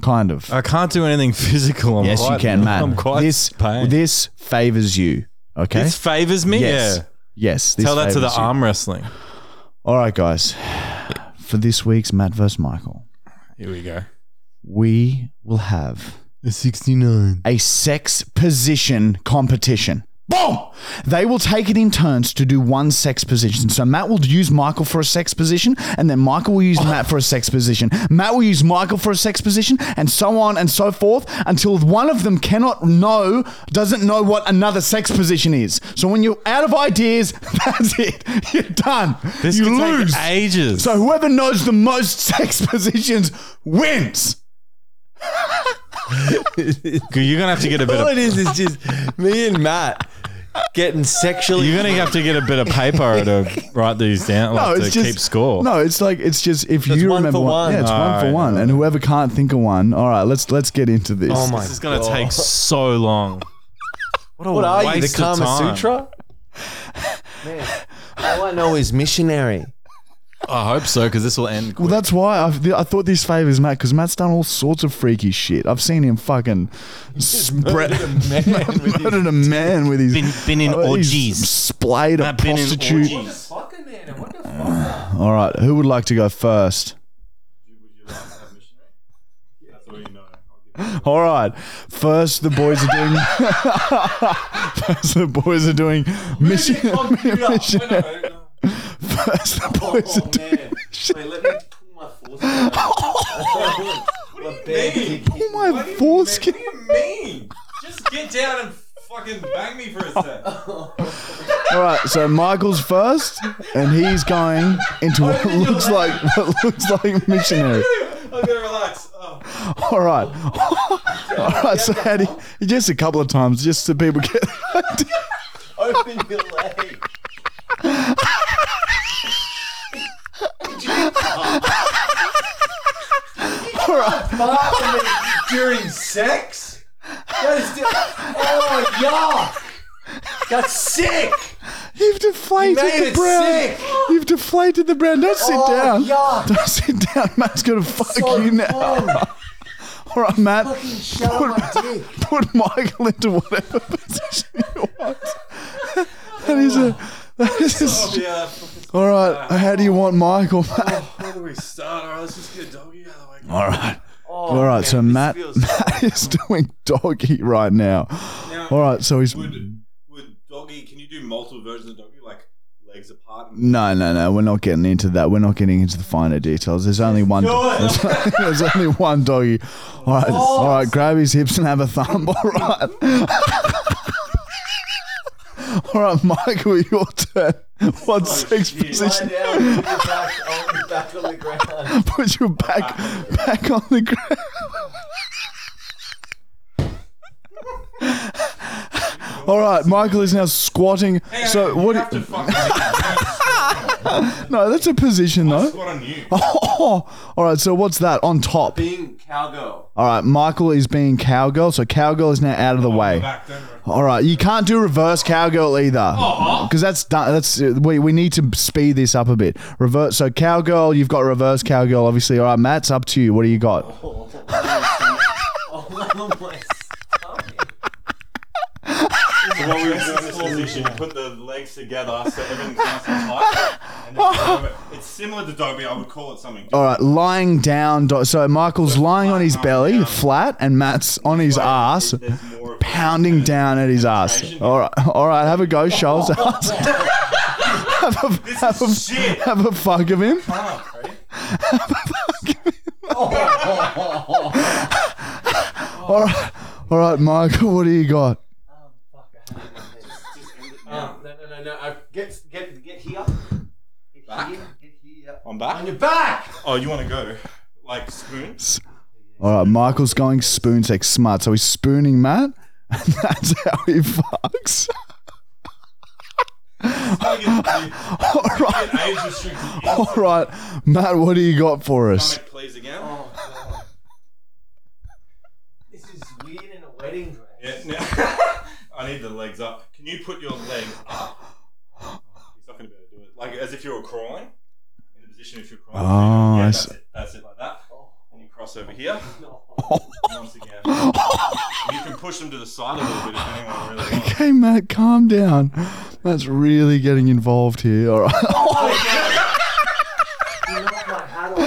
Speaker 1: Kind of.
Speaker 5: I can't do anything physical. I'm
Speaker 1: yes,
Speaker 5: Oh. quite,
Speaker 1: you can, man.
Speaker 5: I'm quite
Speaker 1: this
Speaker 5: pain.
Speaker 1: this favors you. Okay.
Speaker 5: This favors me.
Speaker 1: yes.
Speaker 5: Yeah.
Speaker 1: Yes. This
Speaker 5: Tell that to the
Speaker 1: favours you.
Speaker 5: arm wrestling.
Speaker 1: All right, guys. For this week's Matt vs. Michael,
Speaker 5: Here we go.
Speaker 1: we will have
Speaker 5: A 69.
Speaker 1: a sex position competition. Boom! They will take it in turns to do one sex position. So Matt will use Michael for a sex position, and then Michael will use Matt for a sex position. Matt will use Michael for a sex position, and so on and so forth until one of them cannot know, doesn't know what another sex position is. So when you're out of ideas, that's it. You're done.
Speaker 5: This
Speaker 1: you
Speaker 5: could
Speaker 1: lose.
Speaker 5: take ages.
Speaker 1: So whoever knows the most sex positions wins.
Speaker 5: You're gonna have to get a bit.
Speaker 4: All
Speaker 5: Of,
Speaker 4: it is is just me and Matt getting sexually.
Speaker 5: you're gonna have to get a bit of paper to write these down.
Speaker 1: No,
Speaker 5: like,
Speaker 1: it's
Speaker 5: to
Speaker 1: just
Speaker 5: keep score.
Speaker 1: No, it's like it's just if
Speaker 4: it's
Speaker 1: you
Speaker 4: one
Speaker 1: remember
Speaker 4: for
Speaker 1: one,
Speaker 4: one.
Speaker 1: yeah, it's one for
Speaker 5: Alright,
Speaker 1: one, and whoever can't think of one, all right, let's let's get into this.
Speaker 4: oh my
Speaker 5: This is gonna take so long. What, a
Speaker 4: What are you, the
Speaker 5: waste of
Speaker 4: Kama
Speaker 5: time.
Speaker 4: Sutra? Man, all I know is missionary.
Speaker 5: I hope so, because this will end.
Speaker 1: Well, that's why I've, I thought this favors Matt because Matt's done all sorts of freaky shit. I've seen him fucking spread murdered a man with his
Speaker 6: Been- been in
Speaker 1: uh, he's
Speaker 6: orgies.
Speaker 1: splayed a
Speaker 6: I've been in
Speaker 1: prostitute.
Speaker 6: orgies.
Speaker 1: All right, who would like to go first? All right. First, the boys are doing. first, the boys are doing mission. mission- First, the boys are doing. Oh my foreskin!
Speaker 5: mean? Just get down and fucking bang me for a sec.
Speaker 1: All right, so Michael's first, and he's going into what looks like what looks like missionary.
Speaker 5: I'm gonna relax. Oh.
Speaker 1: All right, all right. So how do you, just a couple of times, just so people get.
Speaker 4: Open your leg.
Speaker 1: All right,
Speaker 4: during sex? That is di- oh yuck! That's sick.
Speaker 1: you've deflated
Speaker 4: made
Speaker 1: the
Speaker 4: it
Speaker 1: brown.
Speaker 4: sick.
Speaker 1: You've deflated the brown. Don't sit
Speaker 4: Oh,
Speaker 1: down.
Speaker 4: yuck.
Speaker 1: Don't sit down. Matt's gonna fuck
Speaker 4: So
Speaker 1: you now.
Speaker 4: fun.
Speaker 1: All right, Matt.
Speaker 4: Fucking shut up my dick.
Speaker 1: Put Michael into whatever position you want. That is a. That is. a-
Speaker 5: Oh, Yeah. Oh,
Speaker 1: All right. How do you want Michael?
Speaker 5: Where do we start? All right, let's just get a doggy out of the way. Oh,
Speaker 1: All right. All right, so Matt, Matt is doing doggy right now. All right, so he's
Speaker 5: Would, would doggy? Can you do multiple versions of doggy, like legs apart? And
Speaker 1: no, no, no. We're not getting into that. We're not getting into the finer details. There's only one. There's, there's only one doggy. All
Speaker 5: Oh.
Speaker 1: right, all right. Grab his hips and have a thumb. All right. all right, Michael, your turn.
Speaker 5: Oh,
Speaker 1: What's sex position? Put your back back on the ground. All right, Michael is now squatting. So what?
Speaker 5: have to fucking
Speaker 1: No, that's a position though.
Speaker 5: squat on you.
Speaker 1: Oh, all right. So what's that on top?
Speaker 2: Being cowgirl.
Speaker 1: All right, Michael is being cowgirl. So cowgirl is now out of the way.
Speaker 5: Back, don't worry.
Speaker 1: All right, you can't do reverse cowgirl either, because that's done. That's we, we need to speed this up a bit. Reverse. So cowgirl, you've got reverse cowgirl, obviously. All right, Matt's up to you. What do you got?
Speaker 2: Oh my stomach.
Speaker 5: So what we would do in this position, you put the legs together so everything's nice and tight. And
Speaker 2: Oh.
Speaker 5: then you move it. it's similar to doggy. I would call it something.
Speaker 1: All right, lying down. do- So Michael's lying on his belly, flat, and Matt's on his ass,
Speaker 5: There's more of
Speaker 1: pounding down at his ass. All right, all right, have a go, Shoals. have a have a,
Speaker 5: shit.
Speaker 1: have a fuck of him. All right, all right, Michael, what do you got?
Speaker 2: No, no, no, no, no. I- Get, get, get here. Get here. Get here.
Speaker 5: I'm back.
Speaker 2: On your back.
Speaker 5: Oh, you want to go like spoons?
Speaker 1: All right, Michael's going spoon sex smart, so he's spooning Matt, and that's how he fucks.
Speaker 5: Like it's-
Speaker 1: All right,
Speaker 5: it's age restricted.
Speaker 2: Oh.
Speaker 1: all right, Matt, what do you got for us?
Speaker 5: Stomach, please again.
Speaker 2: Oh, God. This is weird in a wedding dress.
Speaker 5: Yeah. no. I need the legs up. Can you put your leg up? Oh, He's not going to be able to do it. Like as if you were crawling. In the position if you're crawling.
Speaker 1: Oh,
Speaker 5: yeah,
Speaker 1: I
Speaker 5: that's
Speaker 1: see.
Speaker 5: it. That's it like that. And you cross over here. And once again. you can push them to the side a little bit if anyone really wants.
Speaker 1: Okay, Matt, calm down. Matt's really getting involved here. All right.
Speaker 2: You knocked my hat off.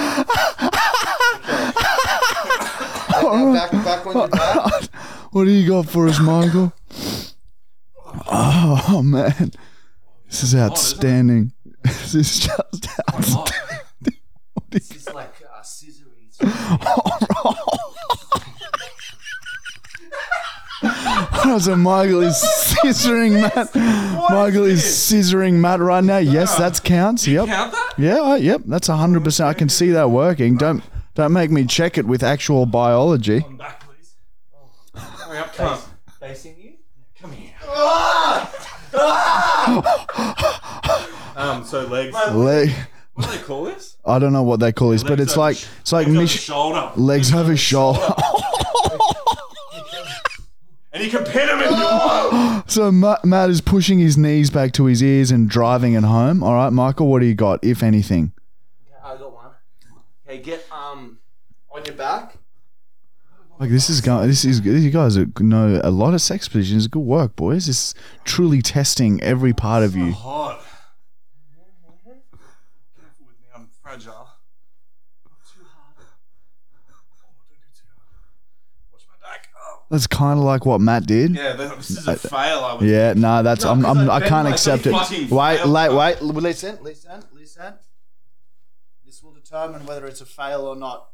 Speaker 7: Now back, back on your back.
Speaker 1: What do you got for us, Michael? Oh man, this is outstanding. This is just outstanding.
Speaker 2: It's just like uh, scissory.
Speaker 1: so Michael is scissoring Matt. Michael is scissoring Matt right now. Yes, that counts. Yep.
Speaker 5: Count that?
Speaker 1: Yeah. I- Yep. That's hundred percent. I can see that working. Don't don't make me check it with actual biology.
Speaker 5: Come back, please. Hurry up, come.
Speaker 2: Facing you?
Speaker 5: Come here. um, so legs.
Speaker 1: Leg.
Speaker 5: What do they call this?
Speaker 1: I don't know what they call this, but
Speaker 5: Legs
Speaker 1: it's
Speaker 5: over
Speaker 1: like
Speaker 5: sh-
Speaker 1: it's like
Speaker 5: legs over
Speaker 1: Mich-
Speaker 5: shoulder.
Speaker 1: legs over shoulder.
Speaker 5: And you can pin them if you want.
Speaker 1: So Matt, Matt is pushing his knees back to his ears and driving it home. All right, Michael, what do you got, if anything?
Speaker 2: I got one. Okay, get um on your back.
Speaker 1: Like this is going. This is you guys are- know a lot of sex positions. Good work, boys. This is truly testing every part of you.
Speaker 5: Hot. Careful with me, I'm fragile. Oh,
Speaker 1: That's kind of like what Matt did.
Speaker 5: Yeah, th- this is a fail. I would.
Speaker 1: Yeah, nah, that's I'm, I'm I can't accept it.
Speaker 5: fucking
Speaker 1: Wait,
Speaker 5: fail.
Speaker 1: wait, wait.
Speaker 7: Listen, listen, listen. This will determine whether it's a fail or not.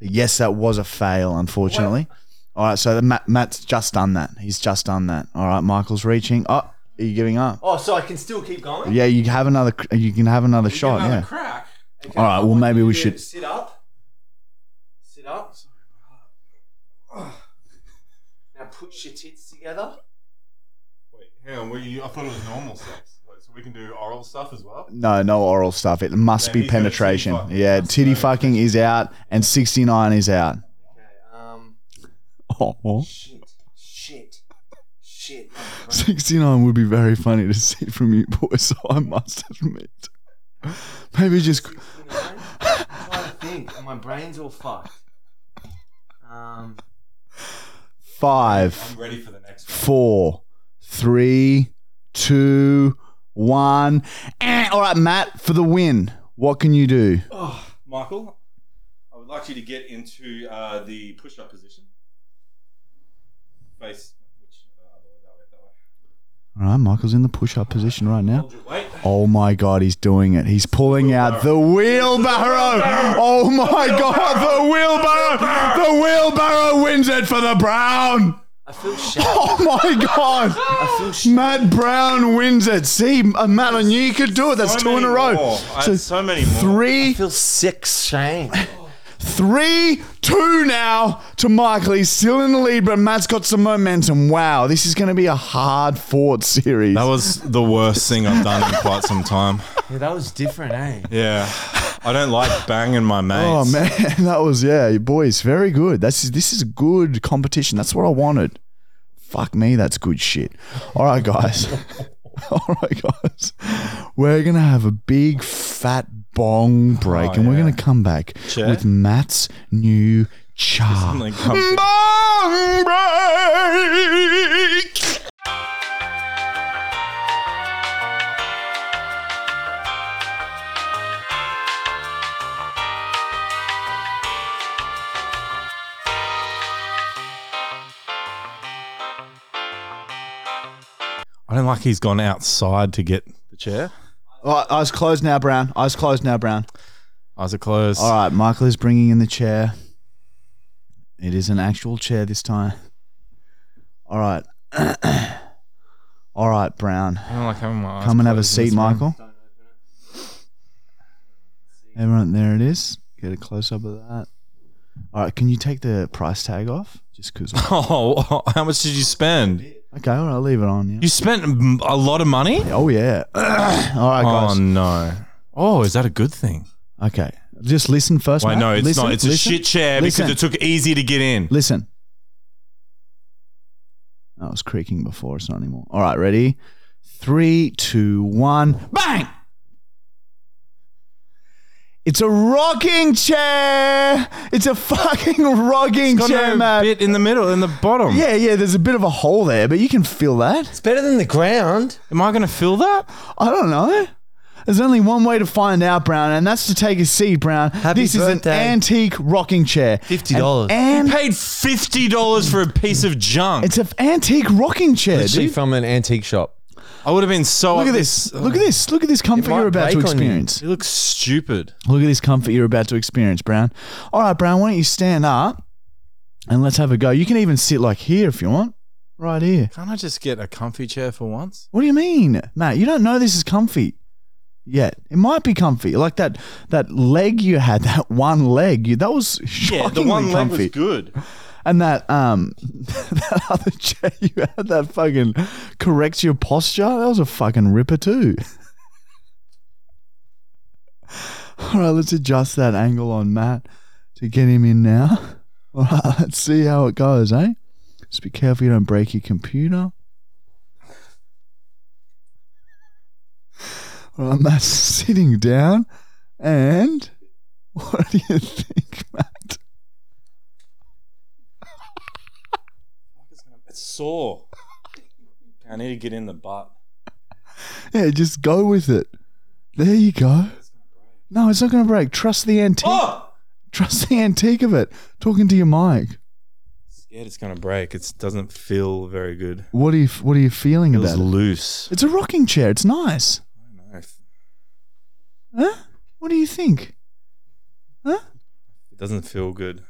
Speaker 1: Yes, that was a fail, unfortunately. All right, so the Matt, Matt's just done that. He's just done that. All right, Michael's reaching. Oh, are you giving up?
Speaker 2: Oh, so I can still keep going?
Speaker 1: Yeah, you have another. cr- You can have another
Speaker 5: You get
Speaker 1: shot.
Speaker 5: another
Speaker 1: yeah.
Speaker 5: Crack.
Speaker 2: Okay,
Speaker 1: All right,
Speaker 2: I
Speaker 1: well,
Speaker 2: want
Speaker 1: maybe
Speaker 2: you
Speaker 1: we
Speaker 2: to
Speaker 1: should-
Speaker 2: sit up. Sit up. Now push your tits together.
Speaker 5: Wait, hang on. Were you, I thought it was normal sex. Wait, so we can do oral stuff as well.
Speaker 1: No, no oral stuff. It must
Speaker 5: Yeah,
Speaker 1: be
Speaker 5: he's got a titty
Speaker 1: penetration.
Speaker 5: fuck.
Speaker 1: yeah, titty fucking is out, and sixty nine is out.
Speaker 2: Okay, um
Speaker 1: Oh,
Speaker 2: shit. Shit. Shit.
Speaker 1: sixty nine would be very funny to see from you boys. So I must admit, maybe just
Speaker 2: You know? I'm trying to think. and My brain's all fucked. Um
Speaker 1: five,
Speaker 5: I'm ready for the next one.
Speaker 1: four, three, two, one. Eh, all right, Matt, for the win. What can you do?
Speaker 5: Michael, I would like you to get into uh, the push up position. Face, which, uh, other way, that way, that way.
Speaker 1: All right, Michael's in the push-up position right now.
Speaker 5: Hold your weight.
Speaker 1: Oh my God, he's doing it. He's pulling out the wheelbarrow. Oh my God, the wheelbarrow. The wheelbarrow wins it for the Brown.
Speaker 2: I feel shattered.
Speaker 1: Oh my God.
Speaker 2: I feel shattered.
Speaker 1: Matt Brown wins it. See, uh, Matt, I knew you could do it. That's two in
Speaker 5: many
Speaker 1: a row.
Speaker 5: more. I had so many more.
Speaker 1: Three,
Speaker 2: feel sick shame.
Speaker 1: three, two now to Michael. He's still in the lead, but Matt's got some momentum. Wow, this is going to be a hard fought series.
Speaker 5: That was the worst thing I've done in quite some time.
Speaker 4: Yeah, that was different, eh?
Speaker 5: Yeah. I don't like banging my mates.
Speaker 1: Oh man, that was yeah, your boys, very good. That's this is good competition. That's what I wanted. Fuck me, that's good shit. All right, guys. All right, guys. We're gonna have a big fat bong break, and we're
Speaker 5: Oh, yeah.
Speaker 1: gonna come back
Speaker 5: Chair?
Speaker 1: with Matt's new chart.
Speaker 5: Something comfy.
Speaker 1: Bong break.
Speaker 5: I don't like he's gone outside to get the chair.
Speaker 1: All right, eyes closed now, Brown. Eyes closed now, Brown.
Speaker 5: Eyes are closed.
Speaker 1: All right, Michael is bringing in the chair. It is an actual chair this time. All right. All right, Brown.
Speaker 5: I don't like having my eyes
Speaker 1: Come and have a
Speaker 5: closed in
Speaker 1: seat,
Speaker 5: this room.
Speaker 1: Michael. Everyone, there it is. Get a close up of that. All right, can you take the price tag off? Just because.
Speaker 5: Oh, how much did you spend?
Speaker 1: okay, all right, I'll leave it on. Yeah.
Speaker 5: You spent m- a lot of money?
Speaker 1: Oh, yeah. All right,
Speaker 5: Oh,
Speaker 1: guys.
Speaker 5: no. Oh, is that a good thing?
Speaker 1: Okay. Just listen first.
Speaker 5: Wait,
Speaker 1: mate.
Speaker 5: no, it's
Speaker 1: listen,
Speaker 5: not. It's
Speaker 1: listen,
Speaker 5: a shit chair
Speaker 1: listen.
Speaker 5: because it took easy to get in.
Speaker 1: Listen. That was creaking before. It's not anymore. All right, ready? Three, two, one, bang! It's a rocking chair. It's a fucking rocking
Speaker 5: Got
Speaker 1: chair,
Speaker 5: no
Speaker 1: man.
Speaker 5: bit in the middle, in the bottom.
Speaker 1: Yeah, yeah. There's a bit of a hole there, but you can feel that.
Speaker 4: It's better than the ground.
Speaker 5: Am I going to fill that?
Speaker 1: I don't know. There's only one way to find out, Brown, and that's to take a seat, Brown.
Speaker 4: Happy
Speaker 1: this is an
Speaker 4: birthday.
Speaker 1: antique rocking chair.
Speaker 4: $50.
Speaker 1: And
Speaker 5: Paid $50 for a piece of junk.
Speaker 1: it's an antique rocking chair,
Speaker 4: Literally
Speaker 1: dude.
Speaker 4: from an antique shop.
Speaker 5: I would have been so
Speaker 1: Look
Speaker 5: up
Speaker 1: at this. Look at this. Look at this comfort
Speaker 4: might
Speaker 1: you're about to
Speaker 4: break on you.
Speaker 1: experience.
Speaker 5: It looks stupid.
Speaker 1: Look at this comfort you're about to experience, Brown. All right, Brown, why don't you stand up and let's have a go? You can even sit like here if you want. Right here.
Speaker 5: Can't I just get a comfy chair for once?
Speaker 1: What do you mean, Matt? You don't know this is comfy yet. It might be comfy. Like that that leg you had, that one leg, you, that was
Speaker 5: Yeah,
Speaker 1: shockingly
Speaker 5: the one leg
Speaker 1: comfy.
Speaker 5: was good.
Speaker 1: and that um that other chair you had that fucking corrects your posture that was a fucking ripper too all right let's adjust that angle on matt to get him in now all right let's see how it goes eh just be careful you don't break your computer all right matt's sitting down and what do you think matt
Speaker 5: It's sore. I need to get in the butt.
Speaker 1: Yeah, just go with it. There you go. No, it's not going to break. Trust the antique.
Speaker 5: Oh!
Speaker 1: Trust the antique of it. Talking to your mic.
Speaker 5: Scared it's gonna break. It doesn't feel very good.
Speaker 1: What are you What are you feeling
Speaker 5: Feels
Speaker 1: about it?
Speaker 5: loose.
Speaker 1: It's a rocking chair. It's nice.
Speaker 5: I don't know if-
Speaker 1: Huh? What do you think?
Speaker 5: It doesn't feel good.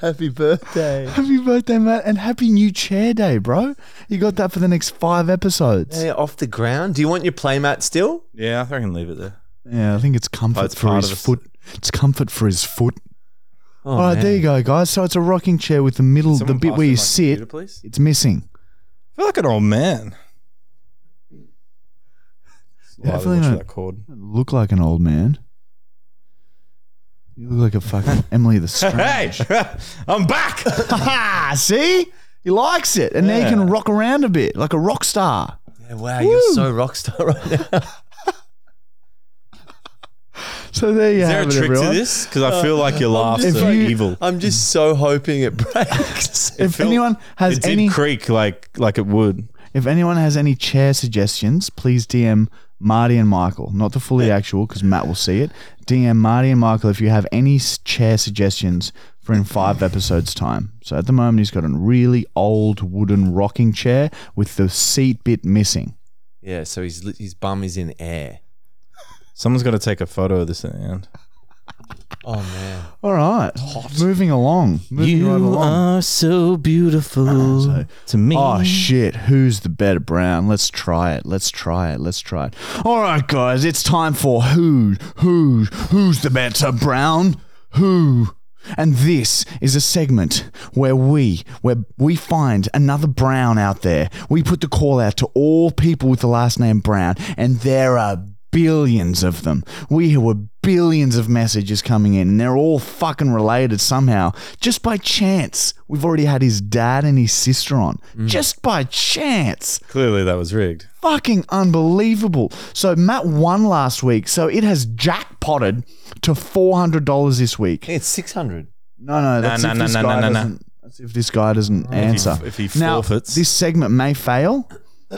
Speaker 4: Happy birthday.
Speaker 1: Happy birthday, Matt, and happy new chair day, bro. You got that for the next five episodes.
Speaker 4: Hey, off the ground. Do you want your playmat still?
Speaker 5: Yeah, I think I can leave it there.
Speaker 1: Yeah, I think it's comfort
Speaker 5: Oh, it's
Speaker 1: for
Speaker 5: part
Speaker 1: his
Speaker 5: of the-
Speaker 1: foot. It's comfort for his foot.
Speaker 4: Oh,
Speaker 1: All right,
Speaker 4: man.
Speaker 1: there you go, guys. So it's a rocking chair with the middle, the
Speaker 5: Someone
Speaker 1: bit
Speaker 5: pass
Speaker 1: where
Speaker 5: me
Speaker 1: you
Speaker 5: my
Speaker 1: sit.
Speaker 5: computer, please?
Speaker 1: It's missing.
Speaker 5: I feel like an old man.
Speaker 1: Yeah, I feel
Speaker 5: Slightly
Speaker 1: like
Speaker 5: watch
Speaker 1: a-
Speaker 5: that cord.
Speaker 1: Look like an old man. You look like a fucking Emily the Strange.
Speaker 5: Hey, I'm back.
Speaker 1: Ah, see? He likes it. And now you can rock around a bit like a rock star.
Speaker 4: Yeah, wow, you're so rock star right now.
Speaker 1: So there you
Speaker 5: Is there a
Speaker 1: have
Speaker 5: trick
Speaker 1: it, everyone.
Speaker 5: to this? Because I feel like your laughs
Speaker 1: just
Speaker 5: are
Speaker 1: like-
Speaker 5: evil.
Speaker 4: I'm just so hoping it breaks.
Speaker 1: If
Speaker 5: felt-
Speaker 1: anyone has
Speaker 5: It did
Speaker 1: any
Speaker 5: creak like like it would.
Speaker 1: If anyone has any chair suggestions, please DM Marty and Michael, not the fully actual because Matt will see it. DM Marty and Michael if you have any s- chair suggestions for in five episodes' time. So at the moment, he's got a really old wooden rocking chair with the seat bit missing.
Speaker 4: Yeah, so his li- his bum is in air.
Speaker 5: Someone's got to take a photo of this at the end.
Speaker 4: Oh man.
Speaker 1: All right, moving along, moving right along. Uh,
Speaker 5: so beautiful to me.
Speaker 1: Oh shit, who's the better brown? Let's try it. Let's try it. Let's try it. All right, guys, it's time for who who who's the better brown? Who? And this is a segment where we where we find another brown out there. We put the call out to all people with the last name Brown, and there are billions of them. We were billions of messages coming in, and they're all fucking related somehow. Just by chance, we've already had his dad and his sister on. Just by chance.
Speaker 5: Clearly that was rigged.
Speaker 1: Fucking unbelievable. So Matt won last week, so it has jackpotted to $400 this week.
Speaker 4: Hey, it's six hundred.
Speaker 1: No, no, that's
Speaker 5: no,
Speaker 1: if
Speaker 5: no,
Speaker 1: this
Speaker 5: no,
Speaker 1: guy
Speaker 5: no, no.
Speaker 1: doesn't. That's if this guy doesn't answer.
Speaker 5: if he
Speaker 1: now,
Speaker 5: forfeits.
Speaker 1: this segment may fail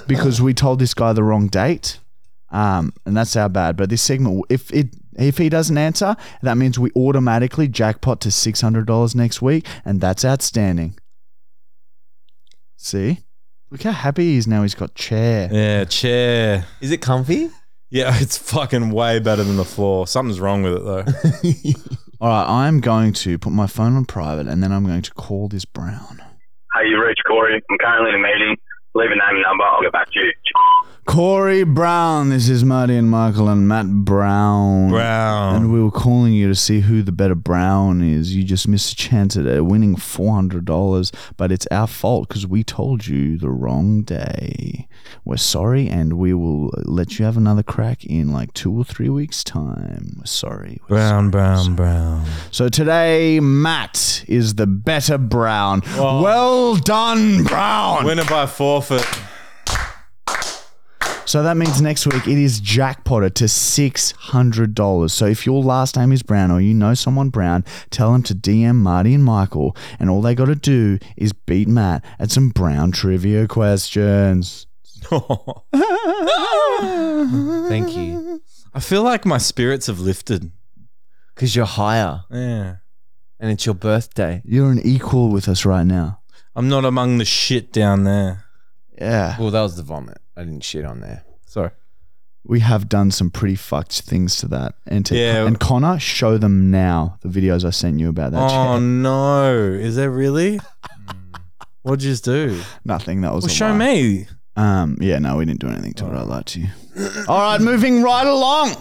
Speaker 1: because we told this guy the wrong date, um, and that's our bad. But this segment, if it if he doesn't answer, that means we automatically jackpot to six hundred dollars next week, and that's outstanding. See, look how happy he is now. He's got chair.
Speaker 5: Yeah, chair.
Speaker 4: Is it comfy?
Speaker 5: Yeah, it's fucking way better than the floor. Something's wrong with it though.
Speaker 1: All right, I'm going to put my phone on private, and then I'm going to call this Brown.
Speaker 8: Hey, you reached Corey. I'm currently in a meeting. Leave a name and number. I'll get back to you.
Speaker 1: Corey Brown. This is Marty and Michael and Matt Brown. And
Speaker 5: Brown.
Speaker 1: we were calling you to see who the better brown is. You just missed a chance at uh, winning $400, but it's our fault because we told you the wrong day. We're sorry, and we will let you have another crack in like two or three weeks' time. We're sorry. We're sorry.
Speaker 5: Brown, brown, brown.
Speaker 1: So today, Matt is the better brown. Well done, brown.
Speaker 5: Winner by forfeit.
Speaker 1: So that means next week it is jackpotted to six hundred dollars. So if your last name is Brown or you know someone Brown, tell them to DM Marty and Michael, and all they got to do is beat Matt at some Brown trivia questions.
Speaker 5: Mm-hmm.
Speaker 4: Thank you.
Speaker 5: I feel like my spirits have lifted.
Speaker 4: Because you're higher
Speaker 5: Yeah.
Speaker 4: and it's your birthday.
Speaker 1: You're an equal with us right now.
Speaker 5: I'm not among the shit down there.
Speaker 1: Yeah,
Speaker 4: Well, that was the vomit. I didn't shit on there.
Speaker 5: Sorry.
Speaker 1: we have done some pretty fucked things to that. And to,
Speaker 5: Yeah.
Speaker 1: and Connor, show them now the videos I sent you about that.
Speaker 5: oh
Speaker 1: chair.
Speaker 5: no. Is that really? Hmm. What'd you just do?
Speaker 1: Nothing. That was
Speaker 5: Well,
Speaker 1: a
Speaker 5: show
Speaker 1: lie.
Speaker 5: me.
Speaker 1: Um, yeah, no, we didn't do anything to it. I lied to you. All right, moving right along.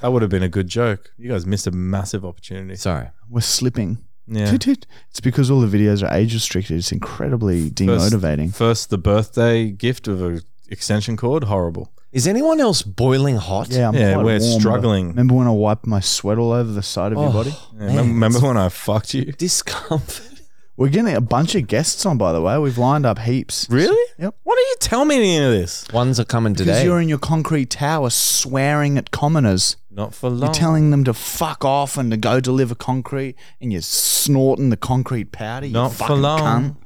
Speaker 5: That would have been a good joke. You guys missed a massive opportunity.
Speaker 4: Sorry.
Speaker 1: We're slipping.
Speaker 5: Yeah.
Speaker 1: Toot, toot. It's because all the videos are age restricted. It's incredibly demotivating.
Speaker 5: First, the birthday gift of a extension cord. Horrible.
Speaker 4: Is anyone else boiling hot?
Speaker 1: Yeah, I'm
Speaker 5: yeah,
Speaker 1: quite
Speaker 5: we're
Speaker 1: warm, but-
Speaker 5: struggling.
Speaker 1: Remember when I wiped my sweat all over the side of your
Speaker 4: Oh,
Speaker 1: body?
Speaker 5: Yeah,
Speaker 4: man,
Speaker 5: remem- remember
Speaker 4: it's
Speaker 5: when I fucked you?
Speaker 4: discomfort?
Speaker 1: We're getting a bunch of guests on, by the way. We've lined up heaps.
Speaker 5: Really?
Speaker 1: Yep.
Speaker 5: Why don't you tell me any of this?
Speaker 4: Ones are coming
Speaker 1: Because
Speaker 4: today.
Speaker 1: you're in your concrete tower swearing at commoners.
Speaker 5: Not for
Speaker 1: You're
Speaker 5: long.
Speaker 1: telling them to fuck off and to go deliver concrete, and you're snorting the concrete powder. You
Speaker 5: Not for
Speaker 1: fucking
Speaker 5: long.
Speaker 1: cunt.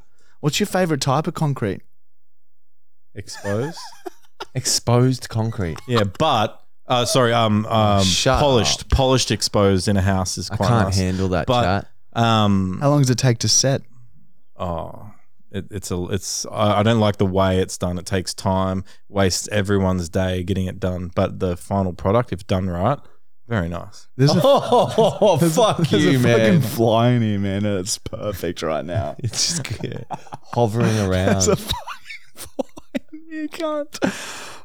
Speaker 1: What's your favorite type of concrete?
Speaker 5: Exposed.
Speaker 4: Exposed concrete.
Speaker 5: yeah, but uh, sorry. Um, um,
Speaker 4: Shut
Speaker 5: polished,
Speaker 4: up.
Speaker 5: polished, exposed in a house is
Speaker 4: I
Speaker 5: quite
Speaker 4: can't
Speaker 5: nice.
Speaker 4: handle that
Speaker 5: But-
Speaker 4: chat.
Speaker 5: Um,
Speaker 1: How long does it take to set?
Speaker 5: oh, it, it's a, it's. I, I don't like the way it's done. It takes time, wastes everyone's day getting it done. But the final product, if done right, very nice.
Speaker 1: There's a
Speaker 4: Oh, fuck
Speaker 1: There's
Speaker 4: you,
Speaker 1: a
Speaker 4: man.
Speaker 1: fucking fly in here, man, and it's perfect right now.
Speaker 4: It's just hovering around.
Speaker 1: There's a fucking fly in here, you can't.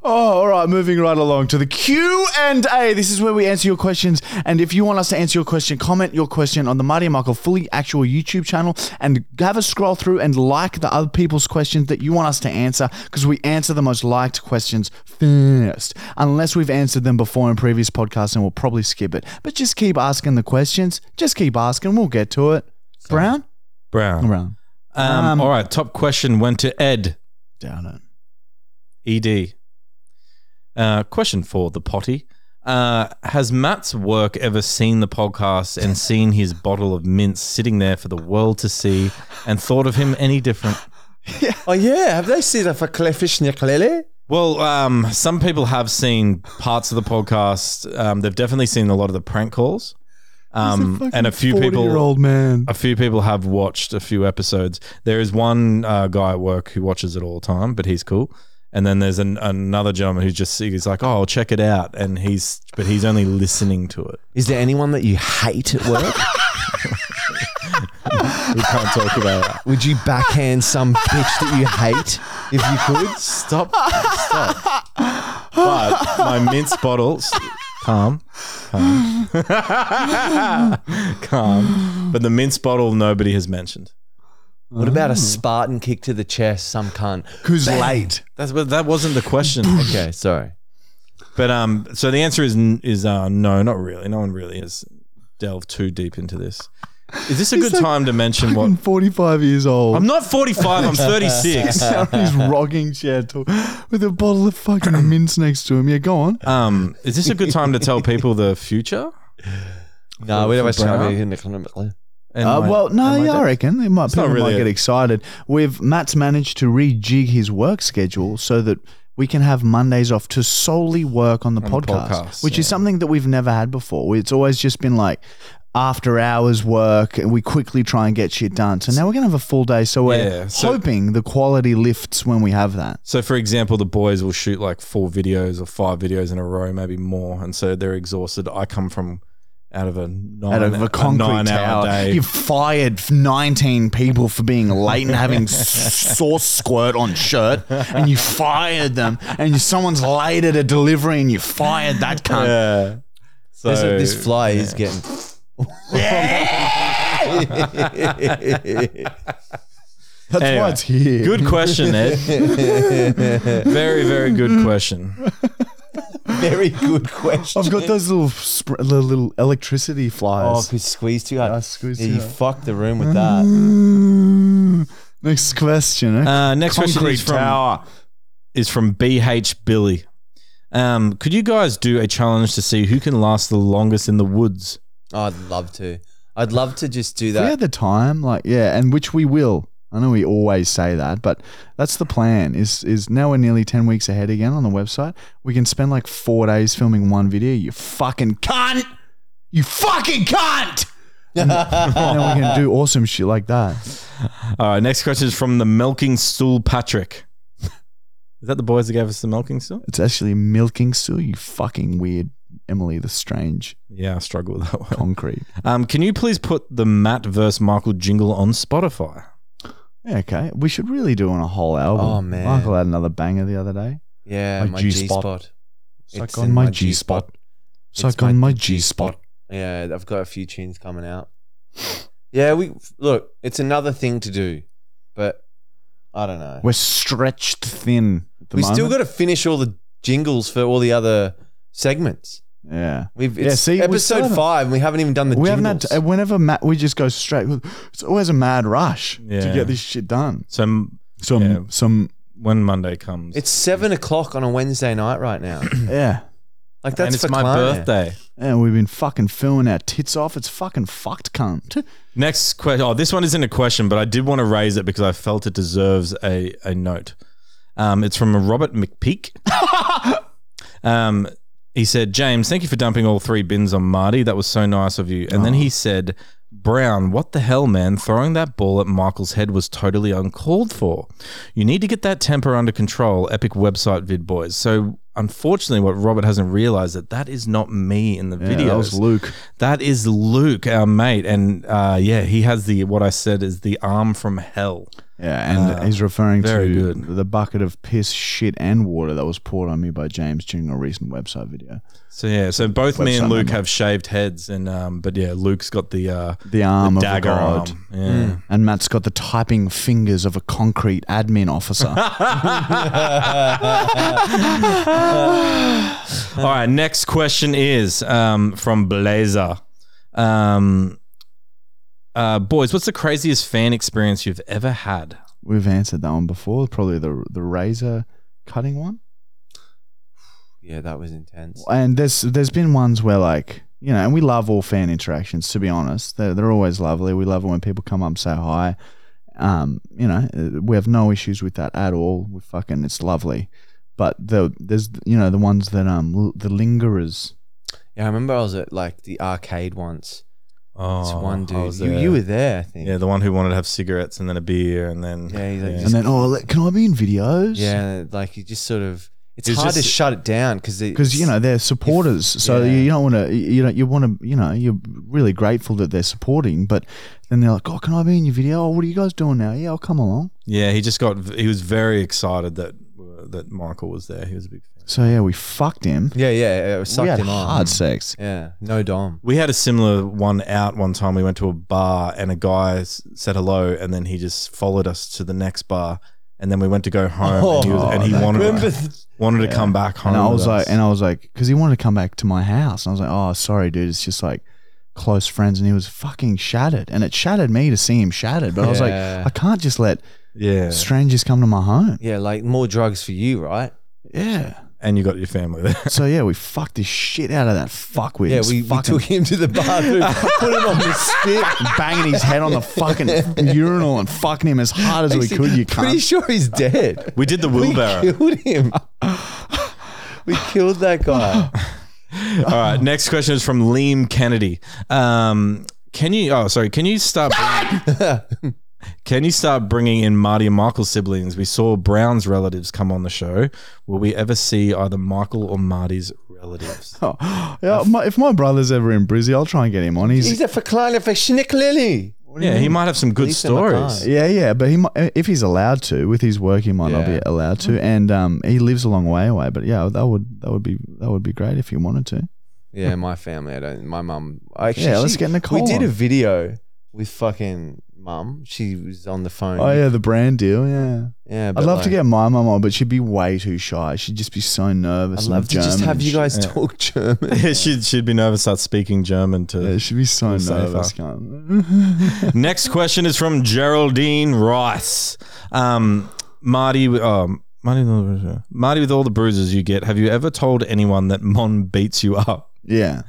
Speaker 1: Oh, all right. Moving right along to the Q and A. This is where we answer your questions, and if you want us to answer your question, comment your question on the Marty and Michael fully actual YouTube channel, and have a scroll through and like the other people's questions that you want us to answer, because we answer the most liked questions first, unless we've answered them before in previous podcasts, and we'll probably skip it. But just keep asking the questions. Just keep asking. We'll get to it. Brown.
Speaker 5: Brown.
Speaker 1: Brown.
Speaker 5: Um,
Speaker 1: Um,
Speaker 5: all right. Top question went to Ed.
Speaker 1: Down it.
Speaker 5: Ed. Uh, question for the potty. Uh, has Matt's work ever seen the podcast and seen his bottle of mints sitting there for the world to see and thought of him any different?
Speaker 4: Oh yeah, have they seen a faklefishniklele?
Speaker 5: Well, um, some people have seen parts of the podcast. Um, they've definitely seen a lot of the prank calls, um, and a few
Speaker 1: year
Speaker 5: people.
Speaker 1: old man.
Speaker 5: A few people have watched a few episodes. There is one uh, guy at work who watches it all the time, but he's cool. And then there's an, another gentleman who just he's like, "Oh, I'll check it out," and he's but he's only listening to it.
Speaker 4: Is there anyone that you hate at work?
Speaker 5: We can't talk about it.
Speaker 4: Would you backhand some bitch that you hate if you could?
Speaker 5: Stop, stop. But my mince bottles, calm, calm, calm. But the mince bottle nobody has mentioned.
Speaker 4: What
Speaker 1: Mm.
Speaker 4: about a Spartan kick to the chest, some cunt?
Speaker 1: Who's late?
Speaker 5: That's but that wasn't the question. okay.
Speaker 4: Okay, sorry.
Speaker 5: But um, so the answer is n- is uh no, not really. No one really has delved too deep into this. Is this a good time to mention what?
Speaker 1: I'm 45 years old.
Speaker 5: I'm not 45. I'm 36.
Speaker 1: He's rocking chair to- with a bottle of fucking mints next to him. Yeah, go on.
Speaker 5: Um, is this a good time to tell people the
Speaker 1: Uh,
Speaker 5: future?
Speaker 4: No, we don't have
Speaker 5: Brown?
Speaker 4: time to
Speaker 5: And
Speaker 1: Uh,
Speaker 5: my-
Speaker 1: well, no,
Speaker 5: and my
Speaker 1: yeah, I
Speaker 5: dad?
Speaker 1: reckon it might, people
Speaker 5: not really
Speaker 1: might
Speaker 5: a-
Speaker 1: get excited. We've Matt's managed to rejig his work schedule so that we can have Mondays off to solely work on the
Speaker 5: the
Speaker 1: podcast,
Speaker 5: podcast,
Speaker 1: which is
Speaker 5: yeah.
Speaker 1: something that we've never had before. It's always just been like after hours work, and we quickly try and get shit done. So now we're gonna have a full day. So we're
Speaker 5: Yeah, so-
Speaker 1: hoping the quality lifts when we have that.
Speaker 5: So, for example, the boys will shoot like four videos or five videos in a row, maybe more, and so they're exhausted. I come from out of a nine,
Speaker 1: Out of a concrete tower,
Speaker 5: nine-hour day.
Speaker 1: you fired 19 people for being late and having s- sauce squirt on shirt, and you fired them, and you, someone's late at a delivery, and you fired that cunt.
Speaker 5: yeah. So
Speaker 4: This, this fly is getting.
Speaker 1: That's
Speaker 5: Anyway,
Speaker 1: why it's here.
Speaker 5: good question, Ed. very, very good question.
Speaker 4: Very good question.
Speaker 1: I've got those little sp- the little electricity
Speaker 4: Oh,
Speaker 1: flyers.
Speaker 4: because squeeze too hard.
Speaker 1: I squeezed
Speaker 4: yeah,
Speaker 1: too
Speaker 4: you
Speaker 1: hard. Mm.
Speaker 4: fucked the room with that.
Speaker 1: Next question. eh?
Speaker 5: Uh, next question
Speaker 1: Concrete
Speaker 5: is from
Speaker 1: tower.
Speaker 5: is from BH Billy. Um, could you guys do a challenge to see who can last the longest in the woods?
Speaker 4: I'd love to. I'd love to just do
Speaker 1: If we
Speaker 4: that.
Speaker 1: had the time, like yeah, and which we will. I know we always say that, but that's the plan. Is is now we're nearly ten weeks ahead again on the website. We can spend like four days filming one video. You fucking cunt! You fucking cunt! And, and then we can do awesome shit like that.
Speaker 5: All right, Uh, next question is from the milking stool Patrick. Is that the boys that gave us the milking stool?
Speaker 1: It's actually milking still. You fucking weird Emily the Strange
Speaker 5: Yeah, I struggle with that one.
Speaker 1: concrete.
Speaker 5: Um, can you please put the Matt versus Michael jingle on Spotify?
Speaker 1: Yeah, okay, we should really do on a whole album.
Speaker 4: Oh, man.
Speaker 1: Michael had another banger the other day.
Speaker 4: Yeah,
Speaker 1: My
Speaker 4: my G
Speaker 1: G-spot.
Speaker 4: spot.
Speaker 1: Suck on my G spot. Suck
Speaker 4: my
Speaker 1: on my G spot.
Speaker 4: Yeah, I've got a few tunes coming out. Yeah, we look. It's another thing to do, but I don't know.
Speaker 1: We're stretched thin. At the
Speaker 4: we
Speaker 1: moment.
Speaker 4: still got to finish all the jingles for all the other segments.
Speaker 1: Yeah.
Speaker 4: We've
Speaker 1: Yeah,
Speaker 4: it's
Speaker 1: see, we still
Speaker 4: episode
Speaker 1: haven't-
Speaker 4: five. And we haven't even done the
Speaker 1: we haven't
Speaker 4: jingles.
Speaker 1: had to, whenever Matt we just go straight it's always a mad rush to
Speaker 5: Yeah.
Speaker 1: get this shit done.
Speaker 5: So m-
Speaker 1: Some
Speaker 5: Yeah.
Speaker 1: some
Speaker 5: when Monday
Speaker 1: uh,
Speaker 5: comes,
Speaker 4: it's seven o'clock on a Wednesday night right now.
Speaker 1: yeah.
Speaker 4: Like that's
Speaker 5: and it's
Speaker 4: for
Speaker 5: my
Speaker 4: Klarna.
Speaker 5: birthday.
Speaker 1: Yeah, we've been fucking filming our tits off. It's fucking fucked cunt.
Speaker 5: Next question. Oh, this one isn't a question, but I did want to raise it because I felt it deserves a, a note. Um, it's from Robert McPeak. um, he said, James, thank you for dumping all three bins on Marty. That was so nice of you. And then
Speaker 1: Oh.
Speaker 5: he said, Brown, what the hell, man? Throwing that ball at Michael's head was totally uncalled for. You need to get that temper under control. Epic website vid boys. So unfortunately, what Robert hasn't realized that that is not me in the
Speaker 1: Yeah,
Speaker 5: video.
Speaker 1: that was Luke.
Speaker 5: That is Luke, our mate, and uh, yeah, he has the what I said is the arm from hell.
Speaker 1: Yeah, and he's referring
Speaker 5: very
Speaker 1: to
Speaker 5: good.
Speaker 1: the bucket of piss, shit, and water that was poured on me by James during a recent website video.
Speaker 5: So yeah, so both me
Speaker 1: Website
Speaker 5: and Luke
Speaker 1: number.
Speaker 5: have shaved heads, and um, but yeah, Luke's got the uh,
Speaker 1: The arm of a
Speaker 5: dagger
Speaker 1: god.
Speaker 5: arm. Yeah.
Speaker 1: And Matt's got the typing fingers of a concrete admin officer. Mm.
Speaker 5: All right, next question is um, from Blazer. Um, uh, boys, what's the craziest fan experience you've ever had?
Speaker 1: We've answered that one before. Probably the the razor cutting one.
Speaker 4: Yeah, that was intense.
Speaker 1: And there's there's been ones where like you know, and we love all fan interactions. To be honest, they're, they're always lovely. We love it when people come up and say hi. Um, you know, uh, we have no issues with that at all. We fucking it's lovely. But the there's you know the ones that um l- the lingerers.
Speaker 4: Yeah, I remember I was at like the arcade once.
Speaker 5: Oh,
Speaker 4: This one
Speaker 5: I
Speaker 4: dude.
Speaker 5: was
Speaker 4: You,
Speaker 5: there.
Speaker 4: you were there, I think.
Speaker 5: yeah, the one who wanted to have cigarettes and then a beer and then
Speaker 4: Yeah, he's like,
Speaker 1: And then oh, let- can I be in videos?
Speaker 4: Yeah, like you just sort of. It's
Speaker 5: It's
Speaker 4: hard
Speaker 5: just-
Speaker 4: to shut it down because
Speaker 1: because you know they're supporters. so
Speaker 4: yeah.
Speaker 1: you don't want to, you know, you want to, you know, you're really grateful that they're supporting. But then they're like, "Oh, can I be in your video? Oh, what are you guys doing now? Yeah, I'll come along."
Speaker 5: yeah, he just got he was very excited that uh, that Michael was there. He was a big fan.
Speaker 1: So yeah, we fucked him.
Speaker 4: Yeah, yeah, it sucked
Speaker 1: we had
Speaker 4: him on.
Speaker 1: hard sex.
Speaker 4: Yeah, no dom.
Speaker 5: We had a similar one out one time. We went to a bar and a guy s- said hello, and then he just followed us to the next bar, and then we went to go home, Oh, and he, was, and he
Speaker 1: that
Speaker 5: wanted
Speaker 1: guy.
Speaker 5: wanted to come back home.
Speaker 1: And I
Speaker 5: with
Speaker 1: was like,
Speaker 5: us.
Speaker 1: and I was like, because he wanted to come back to my house, and I was like, "Oh, sorry, dude. It's just like." Close friends, and he was fucking shattered, and it shattered me to see him shattered. But I was like,
Speaker 4: Yeah.
Speaker 1: I can't just let
Speaker 5: yeah,
Speaker 1: strangers come to my home.
Speaker 4: Yeah, like more drugs for you, right?
Speaker 1: Yeah.
Speaker 5: and you got your family there.
Speaker 1: So yeah, we fucked the shit out of that fuckwit.
Speaker 4: Yeah,
Speaker 1: It's
Speaker 4: we, we
Speaker 1: fucking
Speaker 4: took him to the bathroom, put him on the spit.
Speaker 1: banging his head on the fucking urinal and fucking him as hard as we could. You
Speaker 4: Pretty
Speaker 1: can't.
Speaker 4: sure he's dead.
Speaker 5: We did the
Speaker 4: We
Speaker 5: wheelbarrow.
Speaker 4: killed him. we killed that guy.
Speaker 5: All right. Next question is from Liam Kennedy. Um, can you? Oh, sorry. Can you start? bringing- can you start bringing in Marty and Michael's siblings? We saw Brown's relatives come on the show. Will we ever see either Michael or Marty's relatives?
Speaker 1: Oh, Yeah, my, if my brother's ever in Brizzy, I'll try and get him on. He's,
Speaker 4: He's a verkleiner for Schnicklily.
Speaker 5: yeah, he might have some good
Speaker 4: Lisa McCann.
Speaker 5: stories.
Speaker 1: yeah, yeah, but he mi- if he's allowed to, with his work, he might not
Speaker 4: Yeah.
Speaker 1: be allowed to. And um, he lives a long way away. But yeah, that would that would be that would be great if he wanted to.
Speaker 4: Yeah, my family. I don't. My mum. Actually,
Speaker 1: Yeah, let's
Speaker 4: she-
Speaker 1: get Nicole
Speaker 4: We did a
Speaker 1: on.
Speaker 4: video with fucking mum. She was on the phone.
Speaker 1: Oh yeah, the brand deal. Yeah,
Speaker 4: yeah.
Speaker 1: I'd love to get my mum on, but she'd be way too shy. She'd just be so nervous.
Speaker 4: I'd
Speaker 1: and
Speaker 4: love to just
Speaker 1: German
Speaker 4: have
Speaker 1: and
Speaker 4: you
Speaker 1: shit.
Speaker 4: guys
Speaker 5: Yeah.
Speaker 4: talk German.
Speaker 5: Yeah, she'd, she'd be nervous, start speaking German
Speaker 1: Yeah,
Speaker 5: to.
Speaker 1: she'd be so
Speaker 5: Safer.
Speaker 1: nervous. cunt.
Speaker 5: Next question is from Geraldine Rice. Um, Marty, um, Marty, Marty, with all the bruises you get, have you ever told anyone that Mon beats you up?
Speaker 1: yeah,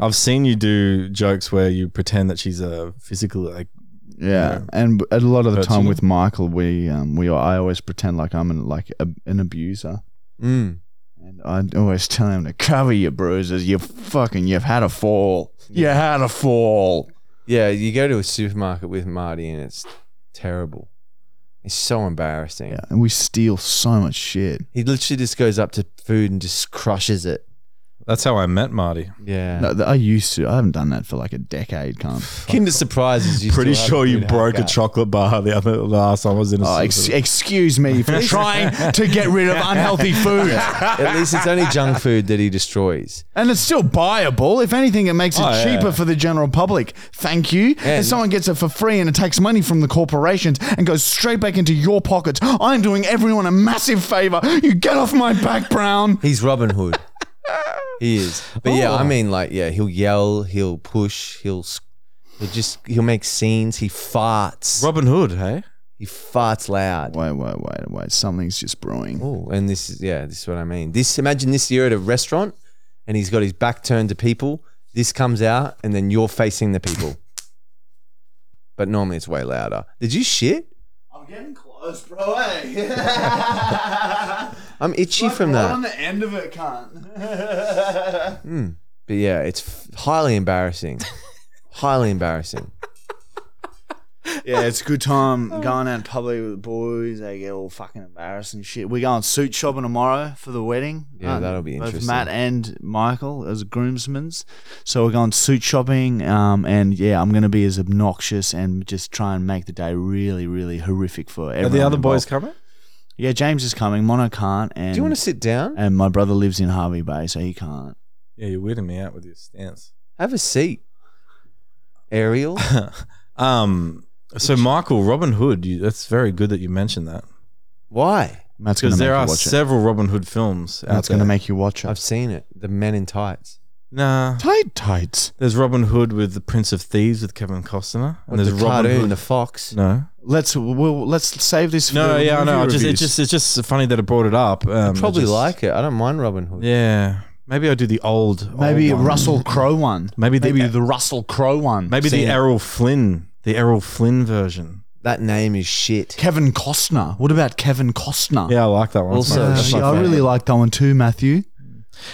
Speaker 5: I've seen you do jokes where you pretend that she's a physical like
Speaker 1: Yeah, and b- a lot of the
Speaker 5: Hurts
Speaker 1: time
Speaker 5: you?
Speaker 1: with Michael, we um, we I always pretend like I'm an, like a, an abuser,
Speaker 4: Mm.
Speaker 1: and I always tell him to cover your bruises. You fucking, you've had a fall. You had a fall.
Speaker 4: Yeah, you go to a supermarket with Marty and it's terrible. It's so embarrassing.
Speaker 1: Yeah, and we steal so much shit.
Speaker 4: He literally just goes up to food and just crushes it.
Speaker 5: that's how I met Marty.
Speaker 4: Yeah.
Speaker 1: No, th- I used to. I haven't done that for like a decade, can't.
Speaker 4: Kinder surprises you.
Speaker 5: Pretty
Speaker 4: still have
Speaker 5: sure you
Speaker 4: food hanging
Speaker 5: broke a
Speaker 4: out.
Speaker 5: chocolate bar the other the last time I was in a
Speaker 1: Oh, ex- excuse me for trying to get rid of unhealthy food,
Speaker 4: At least it's only junk food that he destroys.
Speaker 1: and it's still buyable. If anything, it makes it
Speaker 5: Oh, yeah.
Speaker 1: cheaper for the general public. Thank you. If someone gets it for free and it takes money from the corporations and goes straight back into your pockets, I'm doing everyone a massive favor. You get off my back, Brown.
Speaker 4: He's Robin Hood. he is. But yeah,
Speaker 5: Oh.
Speaker 4: I mean, like, yeah, he'll yell, he'll push, he'll, s- he'll just, he'll make scenes. He farts.
Speaker 5: Robin Hood, hey?
Speaker 4: he farts loud.
Speaker 1: Wait, wait, wait, wait. Something's just brewing.
Speaker 4: Oh, and this is yeah, this is what I mean. This imagine this year at a restaurant, and he's got his back turned to people. This comes out, and then you're facing the people. But normally it's way louder. Did you shit?
Speaker 9: I'm getting close, bro. Hey.
Speaker 4: I'm itchy from
Speaker 9: On
Speaker 4: that.
Speaker 9: the end of it, cunt.
Speaker 4: But yeah, it's f- highly embarrassing. highly embarrassing.
Speaker 1: Yeah, it's a good time going out in public with the boys. They get all fucking embarrassed and shit. We're going suit shopping tomorrow for the wedding. Um,
Speaker 4: Yeah, that'll be
Speaker 1: Both
Speaker 4: interesting.
Speaker 1: Matt and Michael as groomsmen. So we're going suit shopping. Um, and yeah, I'm going to be as obnoxious and just try and make the day really, really horrific for
Speaker 5: Are
Speaker 1: everyone.
Speaker 5: the other boys
Speaker 1: involved.
Speaker 5: coming?
Speaker 1: Yeah, James is coming. Mono can't. And,
Speaker 4: Do you want to sit down?
Speaker 1: and my brother lives in Harvey Bay, so he can't.
Speaker 5: Yeah, you're weirding me out with your stance.
Speaker 4: Have a seat. Ariel.
Speaker 5: Um so Michael, Robin Hood, you, that's very good that you mentioned that.
Speaker 4: Why?
Speaker 1: Matt's going to
Speaker 5: Because
Speaker 1: make
Speaker 5: there are
Speaker 1: you watch it.
Speaker 5: several Robin Hood films out
Speaker 1: Matt's going to
Speaker 5: there.
Speaker 1: make you watch
Speaker 4: I've
Speaker 1: it.
Speaker 4: seen it. The Men in Tights.
Speaker 5: Nah.
Speaker 1: Tight tights.
Speaker 5: There's Robin Hood with the Prince of Thieves with Kevin Costner. And
Speaker 4: What,
Speaker 5: there's
Speaker 4: the
Speaker 5: Robin
Speaker 4: cartoon,
Speaker 5: Hood. Mm,
Speaker 4: the fox.
Speaker 5: no.
Speaker 1: Let's we'll, let's save this. For
Speaker 5: No,
Speaker 1: the
Speaker 5: yeah, I
Speaker 1: movie
Speaker 5: know. I Just, it's
Speaker 1: reviews.
Speaker 5: just it's just funny that it brought it up. Um,
Speaker 4: Probably
Speaker 5: just-
Speaker 4: like it. I don't mind Robin Hood.
Speaker 5: Yeah. Maybe I'll do the old
Speaker 1: Maybe
Speaker 5: old one.
Speaker 1: Russell Crowe one.
Speaker 5: Maybe the-
Speaker 1: maybe the Russell Crowe one.
Speaker 5: Maybe
Speaker 1: Seen
Speaker 5: the
Speaker 1: it.
Speaker 5: Errol Flynn, the Errol Flynn version.
Speaker 4: That name is shit.
Speaker 1: Kevin Costner. What about Kevin Costner?
Speaker 5: Yeah, I like that one.
Speaker 4: Also-
Speaker 1: Uh,
Speaker 4: That's my
Speaker 1: yeah, I
Speaker 4: favorite.
Speaker 1: really like that one too, Matthew.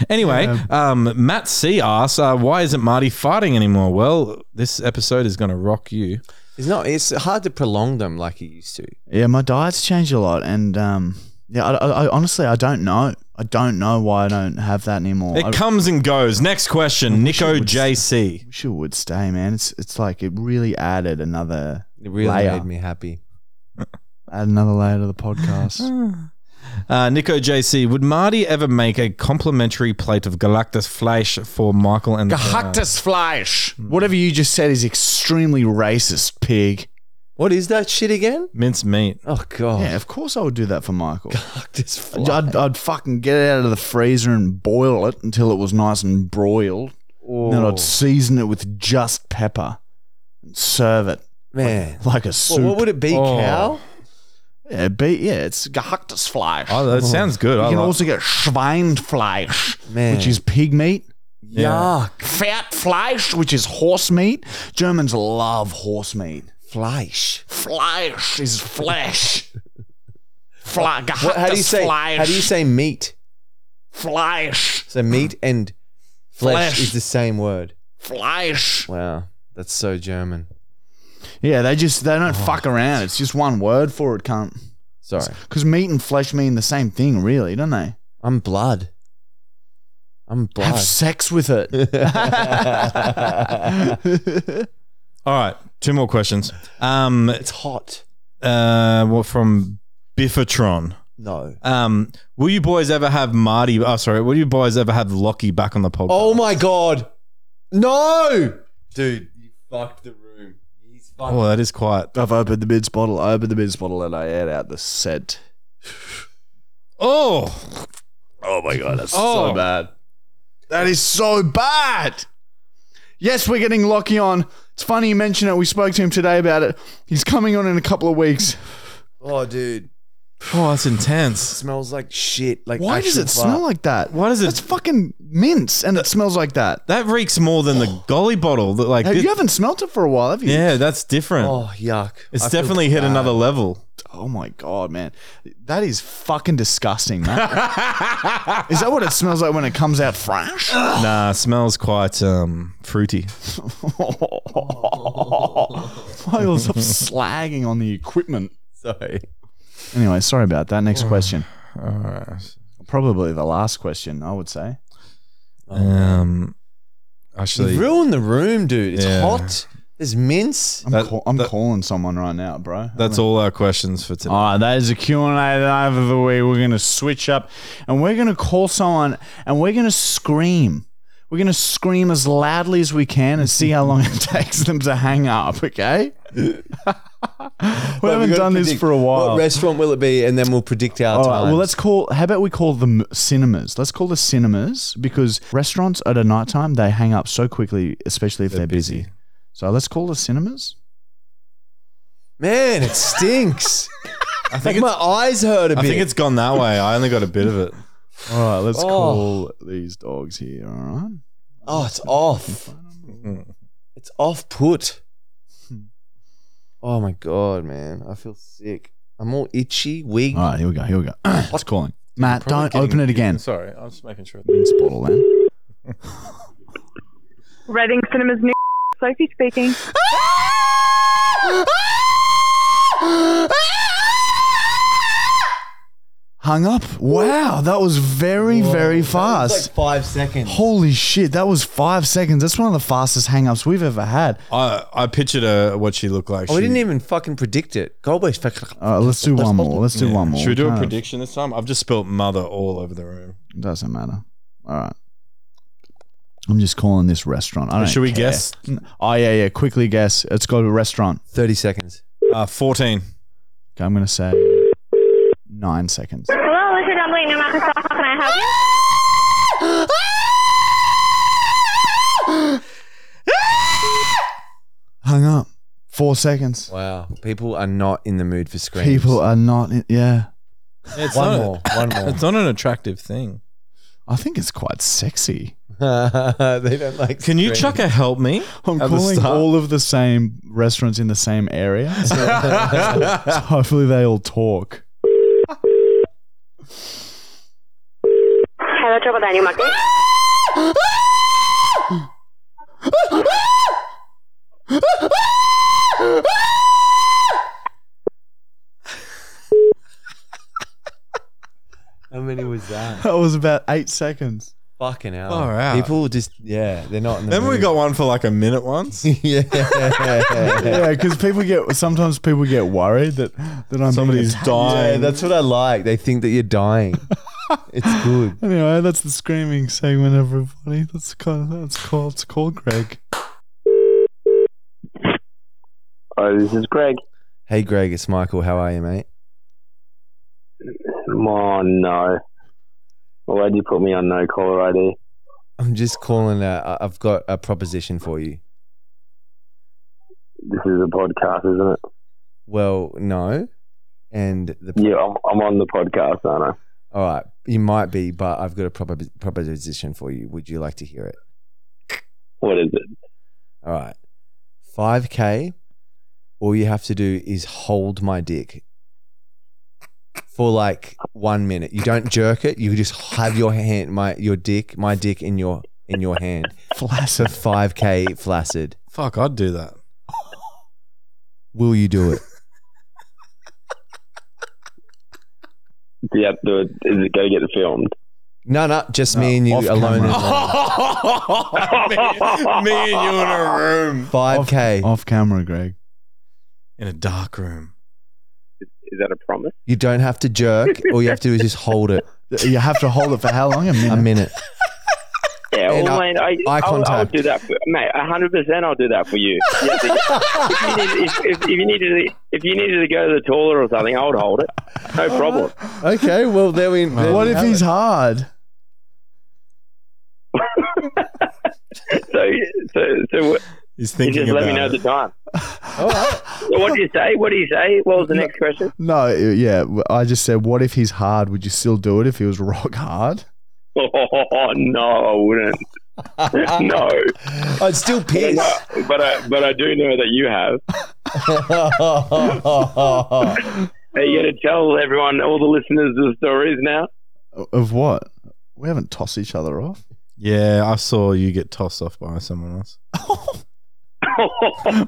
Speaker 5: Anyway, um, Matt C asks, uh, why isn't Marty fighting anymore? Well, this episode is going to rock you.
Speaker 4: It's not. It's hard to prolong them like it used to.
Speaker 1: Yeah, my diet's changed a lot, and um, yeah, I, I, I honestly I don't know. I don't know why I don't have that anymore.
Speaker 5: It
Speaker 1: Oh, I
Speaker 5: comes and goes. Next question,
Speaker 1: wish it
Speaker 5: Nico
Speaker 1: would-
Speaker 5: JC.
Speaker 1: wish it would stay, man. It's it's like it really added another
Speaker 4: It really
Speaker 1: Liar.
Speaker 4: made me happy.
Speaker 1: add another layer to the podcast.
Speaker 5: Uh, Nico JC, would Marty ever make a complimentary plate of Galactus Flash for Michael and uh, the Brown?
Speaker 1: Fleisch. Whatever you just said is extremely racist, pig.
Speaker 4: What is that shit again?
Speaker 5: Mince meat.
Speaker 4: Oh god.
Speaker 1: Yeah, of course I would do that for Michael.
Speaker 4: Fuck this fly.
Speaker 1: I'd, I'd fucking get it out of the freezer and boil it until it was nice and broiled. And then
Speaker 4: Oh,
Speaker 1: I'd season it with just pepper and serve it
Speaker 4: man.
Speaker 1: like a
Speaker 4: Well,
Speaker 1: soup.
Speaker 4: what would it be,
Speaker 5: Oh.
Speaker 4: cow?
Speaker 1: Yeah, be, yeah it's gehacktes Fleisch.
Speaker 5: Oh, that sounds good.
Speaker 1: you
Speaker 5: I
Speaker 1: can
Speaker 5: like-
Speaker 1: also get Schweinfleisch,
Speaker 4: Man.
Speaker 1: which is pig meat.
Speaker 5: Yeah.
Speaker 4: Yuck.
Speaker 1: Fatfleisch, which is horse meat. Germans love horse meat.
Speaker 4: Fleisch.
Speaker 1: Fleisch is flesh. Fle-
Speaker 4: What, how do you say?
Speaker 1: Fleisch.
Speaker 4: How do you say meat?
Speaker 1: Fleisch.
Speaker 4: So meat and flesh,
Speaker 1: Flesh.
Speaker 4: is the same word.
Speaker 1: Fleisch.
Speaker 4: Wow, that's so German.
Speaker 1: Yeah, they just they
Speaker 5: Oh,
Speaker 1: don't fuck around. It's just one word for it, cunt.
Speaker 4: Sorry,
Speaker 1: Because meat and flesh mean the same thing, really, don't they?
Speaker 4: I'm blood. I'm
Speaker 1: Have
Speaker 4: blood.
Speaker 1: sex with it.
Speaker 5: All right, two more questions. Um,
Speaker 4: It's hot.
Speaker 5: uh, what from Biffatron?
Speaker 4: No.
Speaker 5: Um, will you boys ever have Marty? Oh, sorry. Will you boys ever have Lockie back on the podcast?
Speaker 4: Oh my god. No, dude, you fucked the room. He's fucked.
Speaker 5: Oh, that is quiet.
Speaker 1: I've opened the bits bottle. I opened the bits bottle and I aired out the scent.
Speaker 5: Oh,
Speaker 1: Oh my god, that's
Speaker 5: Oh.
Speaker 1: so bad. That is so bad. Yes, we're getting Lockie on. It's funny you mention it. We spoke to him today about it. He's coming on in a couple of weeks.
Speaker 4: Oh, dude,
Speaker 5: oh, that's intense.
Speaker 4: smells like shit. Like
Speaker 1: Why does
Speaker 4: actual
Speaker 1: it smell
Speaker 4: fart.
Speaker 1: like that?
Speaker 5: Why does it-
Speaker 1: It's fucking mince, and it smells like that.
Speaker 5: That reeks more than
Speaker 4: Oh.
Speaker 5: the golly bottle. That like,
Speaker 1: Hey,
Speaker 5: thi-
Speaker 1: you haven't smelt it for a while, have you?
Speaker 5: yeah, that's different.
Speaker 4: Oh yuck!
Speaker 5: it's
Speaker 4: I feel
Speaker 5: definitely hit
Speaker 4: bad.
Speaker 5: another level.
Speaker 1: Oh my god, man, that is fucking disgusting, man. is that what it smells like when it comes out fresh?
Speaker 5: Nah, smells quite um fruity.
Speaker 1: Miles, stop slagging on the equipment.
Speaker 4: Sorry.
Speaker 1: Anyway, sorry about that. Next question.
Speaker 5: All right.
Speaker 1: Probably the last question, I would say.
Speaker 5: Um,
Speaker 4: You
Speaker 5: actually,
Speaker 4: ruined the room, dude. It's
Speaker 5: Yeah.
Speaker 4: hot. There's mints.
Speaker 1: I'm,
Speaker 5: That-
Speaker 1: call- I'm
Speaker 5: that-
Speaker 1: calling someone right now, bro.
Speaker 5: that's all our questions for today.
Speaker 1: Ah, that is a Q&A live of the week. We're going to switch up and we're going to call someone and we're going to scream. We're going to scream as loudly as we can and see how long it takes them to hang up, okay? we haven't
Speaker 4: gotta
Speaker 1: done this
Speaker 4: predict
Speaker 1: for a while.
Speaker 4: What restaurant will it be? And then we'll predict our
Speaker 1: All
Speaker 4: time.
Speaker 1: right, well, let's call, how about we call them cinemas? Let's call the cinemas because restaurants at a nighttime, they hang up so quickly, especially if they're, busy. So let's call the cinemas.
Speaker 4: Man, it stinks. I think my eyes hurt a
Speaker 5: I
Speaker 4: bit.
Speaker 5: think it's gone that way. I only got a bit of it.
Speaker 1: All right, let's
Speaker 4: Oh.
Speaker 1: call these dogs here, all right?
Speaker 4: oh, it's off. It's off put. Oh my god, man, I feel sick. I'm all itchy, weak.
Speaker 1: All right, here we go. Here we go. What's calling? Matt,
Speaker 5: Probably
Speaker 1: don't
Speaker 5: getting-
Speaker 1: open it again.
Speaker 5: Sorry, I'm just making sure.
Speaker 1: Rinse bottle then.
Speaker 10: Reading Cinemas New. Sophie speaking.
Speaker 1: Hung up. Wow, that was very, very
Speaker 4: It's
Speaker 1: fast.
Speaker 4: like five seconds.
Speaker 1: Holy shit, that was five seconds. That's one of the fastest hang ups we've ever had.
Speaker 5: I I pictured her what she looked like.
Speaker 4: Oh, we
Speaker 5: She-
Speaker 4: didn't even fucking predict it. Goldberg's fucking.
Speaker 1: All right, let's do one more. Let's do
Speaker 5: Yeah.
Speaker 1: one more.
Speaker 5: Should we do a
Speaker 1: Kind of-
Speaker 5: prediction this time? I've just spelt mother all over the room.
Speaker 1: Doesn't matter. All right. I'm just calling this restaurant. I don't
Speaker 5: Should we
Speaker 1: care.
Speaker 5: guess?
Speaker 1: Oh, yeah, yeah. Quickly guess. It's got a restaurant.
Speaker 4: Thirty seconds.
Speaker 5: Uh, 14.
Speaker 1: Okay, I'm going to say nine seconds.
Speaker 11: Hello, this is Emily New Microsoft. How can I help you?
Speaker 1: Hung up. Four seconds.
Speaker 4: Wow, people are not in the mood for screams.
Speaker 1: People are not. In, yeah.
Speaker 5: It's
Speaker 4: One
Speaker 5: not,
Speaker 4: more. One more.
Speaker 5: It's not an attractive thing.
Speaker 1: I think it's quite sexy.
Speaker 4: they don't like.
Speaker 5: Can you chuck a help me?
Speaker 1: I'm
Speaker 5: At the
Speaker 1: calling
Speaker 5: start?
Speaker 1: all of the same restaurants in the same area. So, so hopefully they all talk.
Speaker 10: Hello, Trouble Daniel Market.
Speaker 4: How many was that?
Speaker 1: That was about eight seconds.
Speaker 4: Fucking hell!
Speaker 5: Far out.
Speaker 4: People just yeah, they're not in the.
Speaker 5: Remember we
Speaker 4: mood.
Speaker 5: got one for like a minute once?
Speaker 4: yeah.
Speaker 1: Yeah, because people get sometimes people get worried that that I'm
Speaker 5: Somebody's
Speaker 4: Yeah,
Speaker 5: dying.
Speaker 4: that's what I like. They think that you're dying. it's good.
Speaker 1: Anyway, that's the screaming segment, everybody. That's kind of, that's called it's called Greg.
Speaker 12: Oh, this is Greg.
Speaker 4: Hey, Greg, it's Michael. How are you, mate?
Speaker 12: Oh, no. Why'd you put me on no caller ID?
Speaker 4: I'm just calling. Uh, I- I've got a proposition for you.
Speaker 12: This is a podcast, isn't it?
Speaker 4: Well, no, and the
Speaker 12: Yeah, I'm, I'm on the podcast, aren't
Speaker 4: all right. You might be, but I've got a proper proposition for you. Would you like to hear it?
Speaker 12: I? What is it?
Speaker 4: All right, five k. All you have to do is hold my dick for like one minute. You don't jerk it. You just have your hand, my your dick, my dick in your in your hand for
Speaker 1: Flaccid.
Speaker 4: five k flaccid.
Speaker 5: Fuck, I'd do that.
Speaker 4: Will you do it?
Speaker 12: Do you have to, is it going to get filmed?
Speaker 4: No, no, just me and you
Speaker 1: off
Speaker 4: alone.
Speaker 1: camera.
Speaker 5: me, me and you in a room.
Speaker 4: Five k.
Speaker 1: Off camera, Greg.
Speaker 5: In a dark room.
Speaker 12: Is that a promise?
Speaker 4: You don't have to jerk. All you have to do is just hold it
Speaker 1: You have to hold it for how long? A minute.
Speaker 4: a minute.
Speaker 12: Yeah,
Speaker 4: And
Speaker 12: well,
Speaker 4: eye-
Speaker 12: mate, I,
Speaker 4: eye
Speaker 12: I'll, I'll
Speaker 4: contact.
Speaker 12: do that for mate. hundred percent, I'll do that for you. Yeah, but if, you need, if, if, if you needed, to- if you needed to go to the toilet or something, I would hold it. No problem.
Speaker 4: Okay, well there we. there
Speaker 1: What
Speaker 4: we
Speaker 1: if
Speaker 4: have
Speaker 1: he's
Speaker 4: it.
Speaker 1: hard?
Speaker 12: So, so, so
Speaker 5: He's
Speaker 12: you
Speaker 5: thinking
Speaker 12: just let me know
Speaker 5: about
Speaker 12: the
Speaker 5: it.
Speaker 12: time.
Speaker 4: All right.
Speaker 12: So what do you say? What do you say? What was the next question?
Speaker 1: No, yeah. I just said, what if he's hard? Would you still do it if he was rock hard?
Speaker 12: Oh no, I wouldn't. no,
Speaker 4: I'd still piss.
Speaker 12: but I, but I do know that you have. Are you going to tell everyone, all the listeners, the stories now?
Speaker 1: Of what? We haven't tossed each other off.
Speaker 5: Yeah, I saw you get tossed off by someone else.
Speaker 1: What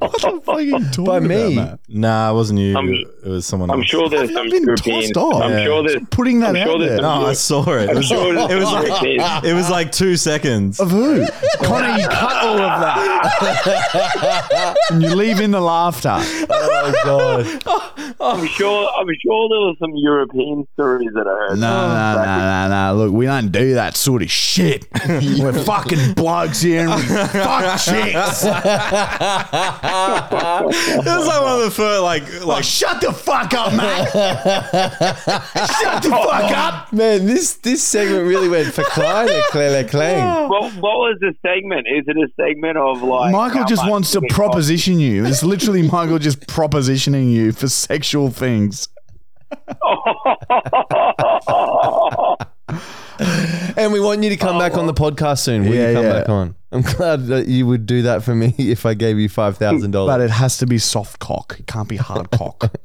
Speaker 1: the fuck are you talking
Speaker 4: By me.
Speaker 1: about, Matt?
Speaker 5: Nah, it wasn't you.
Speaker 12: I'm-
Speaker 5: it was someone
Speaker 12: I'm
Speaker 5: else.
Speaker 12: sure
Speaker 1: I've
Speaker 12: there's
Speaker 1: not
Speaker 12: some
Speaker 1: been
Speaker 12: European.
Speaker 1: tossed off.
Speaker 12: I'm
Speaker 5: Yeah.
Speaker 12: sure there's.
Speaker 1: Putting that
Speaker 12: I'm
Speaker 1: out
Speaker 12: sure there's
Speaker 1: there.
Speaker 12: some-
Speaker 5: No, I saw it. It was,
Speaker 12: sure there's
Speaker 5: it was
Speaker 12: some
Speaker 5: like
Speaker 12: European-
Speaker 5: it was like two seconds.
Speaker 1: Of who? Connor, you cut all of that. and you leave in the laughter.
Speaker 4: oh god.
Speaker 12: I'm sure. I'm sure there were some European stories that I
Speaker 1: No, no,
Speaker 12: heard.
Speaker 1: no, no, no. Look, we don't do that sort of shit. We're fucking blokes here and we fuck chicks.
Speaker 5: It was like one of the first like
Speaker 1: Oh,
Speaker 5: like
Speaker 1: shut the fuck up, mate. shut the fuck up.
Speaker 4: Man, this this segment really went for Klein, Claire Clang.
Speaker 12: What, what was the segment? Is it a segment of like
Speaker 1: Michael
Speaker 12: how
Speaker 1: just
Speaker 12: much
Speaker 1: wants
Speaker 12: you
Speaker 1: to
Speaker 12: can
Speaker 1: proposition you. It's literally Michael just propositioning you for sexual things.
Speaker 12: cost?
Speaker 4: And we want you to come back on the podcast soon.
Speaker 1: Oh,
Speaker 4: Will
Speaker 1: Yeah,
Speaker 4: you come
Speaker 1: yeah.
Speaker 4: back on? I'm glad that you would do that for me if I gave you five thousand
Speaker 1: But
Speaker 4: dollars.
Speaker 1: it has to be soft cock. It can't be hard cock.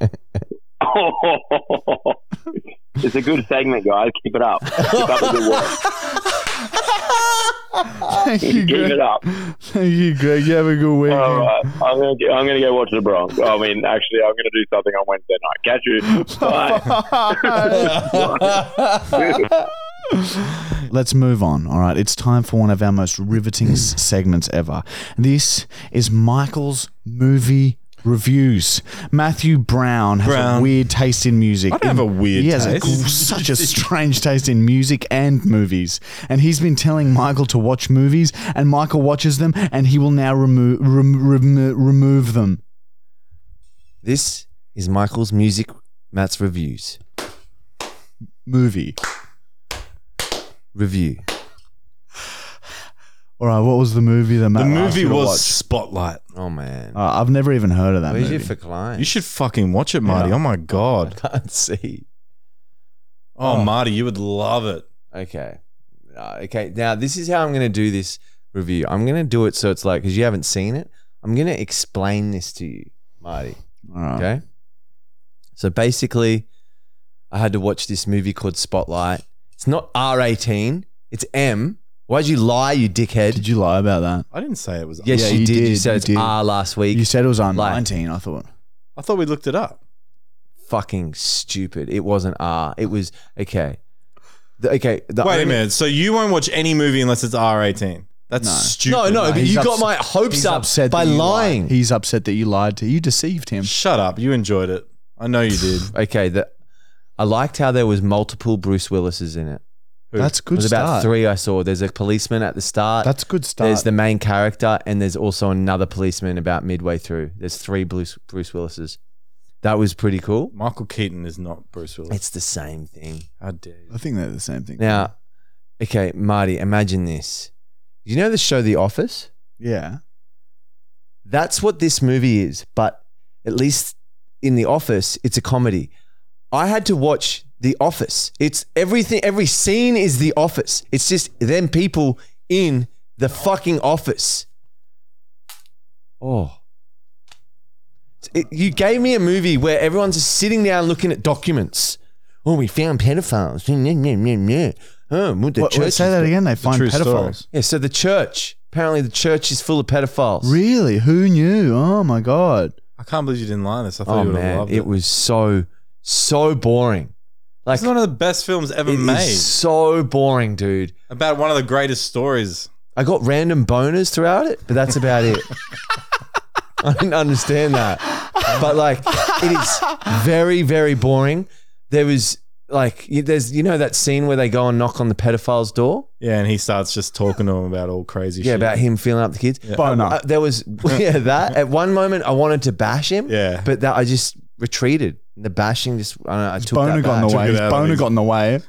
Speaker 12: it's a good segment, guys. Keep it up. Keep up the good work.
Speaker 1: Thank you,
Speaker 12: Keep
Speaker 1: Greg.
Speaker 12: it up.
Speaker 1: Thank you, Greg. You have a good weekend.
Speaker 12: All right, I'm gonna go- I'm gonna go watch the Bronx. I mean, actually, I'm gonna do something on Wednesday night. Catch you. Bye.
Speaker 1: Let's move on. All right. It's time for one of our most riveting s- segments ever. This is Michael's movie reviews. Matthew Brown has a
Speaker 5: Brown.
Speaker 1: weird taste in music.
Speaker 5: I don't have a weird
Speaker 1: He has a
Speaker 5: taste.
Speaker 1: gr- such a strange taste in music and movies. And he's been telling Michael to watch movies, and Michael watches them, and he will now remove rem- rem- remove them.
Speaker 4: This is Michael's music. Matt's reviews
Speaker 1: Movie.
Speaker 4: review.
Speaker 1: All right. What was the movie that Matt
Speaker 5: the
Speaker 1: asked
Speaker 5: movie
Speaker 1: you to
Speaker 5: was
Speaker 1: watch?
Speaker 5: Spotlight.
Speaker 4: Oh man,
Speaker 1: Uh, I've never even heard of that
Speaker 4: where's your
Speaker 1: movie.
Speaker 4: for Klein?
Speaker 5: You should fucking watch it, Marty. Oh my god.
Speaker 4: can't see.
Speaker 5: Oh, Marty, you would love it.
Speaker 4: Okay, Uh, okay, now this is how I'm going to do this review. I'm going to do it so it's like, because you haven't seen it, I'm going to explain this to you, Marty.
Speaker 1: All right.
Speaker 4: Okay. So basically, I had to watch this movie called Spotlight. It's not R18, it's M. Why'd you lie, you dickhead?
Speaker 1: Did you lie about that?
Speaker 5: I didn't say it was.
Speaker 4: yes,
Speaker 1: Yeah,
Speaker 4: you,
Speaker 1: you
Speaker 4: did. You
Speaker 1: did,
Speaker 4: said
Speaker 1: you
Speaker 4: it's
Speaker 1: did.
Speaker 4: R last week.
Speaker 1: You said it was on
Speaker 4: Lie.
Speaker 1: 19, I thought.
Speaker 5: I thought we looked it up.
Speaker 4: fucking stupid. It wasn't R. It was, okay. The- okay. The
Speaker 5: Wait
Speaker 4: only-
Speaker 5: a minute. So you won't watch any movie unless it's R18. That's
Speaker 1: No.
Speaker 5: stupid.
Speaker 4: No, no, but
Speaker 1: he's
Speaker 4: you got
Speaker 1: ups-
Speaker 4: my hopes
Speaker 1: He's
Speaker 4: up
Speaker 1: upset
Speaker 4: by
Speaker 1: that you lied.
Speaker 4: lying.
Speaker 1: He's upset that you lied to you deceived him.
Speaker 5: Shut up. You enjoyed it. I know you did.
Speaker 4: okay, the, I liked how there was multiple Bruce Willises in it.
Speaker 1: That's a good
Speaker 4: There's about
Speaker 1: start.
Speaker 4: three I saw. There's a policeman at the start.
Speaker 1: That's a good start.
Speaker 4: There's the main character, and there's also another policeman about midway through. There's three Bruce, Bruce Willises. That was pretty cool.
Speaker 5: Michael Keaton is not Bruce Willis.
Speaker 4: It's the same thing.
Speaker 5: How dare you?
Speaker 1: I think they're the same thing.
Speaker 4: Now, okay, Marty, imagine this. You know the show The Office?
Speaker 1: yeah.
Speaker 4: That's what this movie is, but at least in The Office, it's a comedy. I had to watch The Office. It's everything, every scene is The Office. It's just them people in the fucking office. Oh. It- you gave me a movie where everyone's just sitting down looking at documents. Oh, we found pedophiles. Yeah, yeah, yeah, yeah. Oh, what the
Speaker 1: What,
Speaker 4: church
Speaker 1: wait, say
Speaker 4: is-
Speaker 1: that again. They find
Speaker 5: true
Speaker 1: pedophiles.
Speaker 5: story.
Speaker 4: Yeah, so the church. Apparently, the church is full of pedophiles.
Speaker 1: Really? Who knew? Oh my god.
Speaker 5: I can't believe you didn't like this. I thought
Speaker 4: Oh
Speaker 5: you would have
Speaker 4: man,
Speaker 5: loved
Speaker 4: it
Speaker 5: it.
Speaker 4: was so so boring. Like
Speaker 5: It's one of the best films ever
Speaker 4: it is
Speaker 5: made
Speaker 4: so boring, dude.
Speaker 5: about one of the greatest stories.
Speaker 4: I got random boners throughout it, but that's about it. I didn't understand that. But like it is very very boring. There was like you- there's you know that scene where they go and knock on the pedophile's door?
Speaker 5: Yeah, and he starts just talking to him about all crazy
Speaker 4: Yeah,
Speaker 5: shit.
Speaker 4: about him feeling up the kids.
Speaker 1: Boner.
Speaker 4: Uh, there was yeah, that at one moment I wanted to bash him,
Speaker 5: Yeah.
Speaker 4: but that I just retreated. The bashing just I, don't know, I took
Speaker 1: Boner
Speaker 4: that
Speaker 1: got
Speaker 4: back.
Speaker 1: in the
Speaker 5: Took
Speaker 1: way.
Speaker 5: it out of
Speaker 1: Boner
Speaker 5: his-
Speaker 1: got in the way.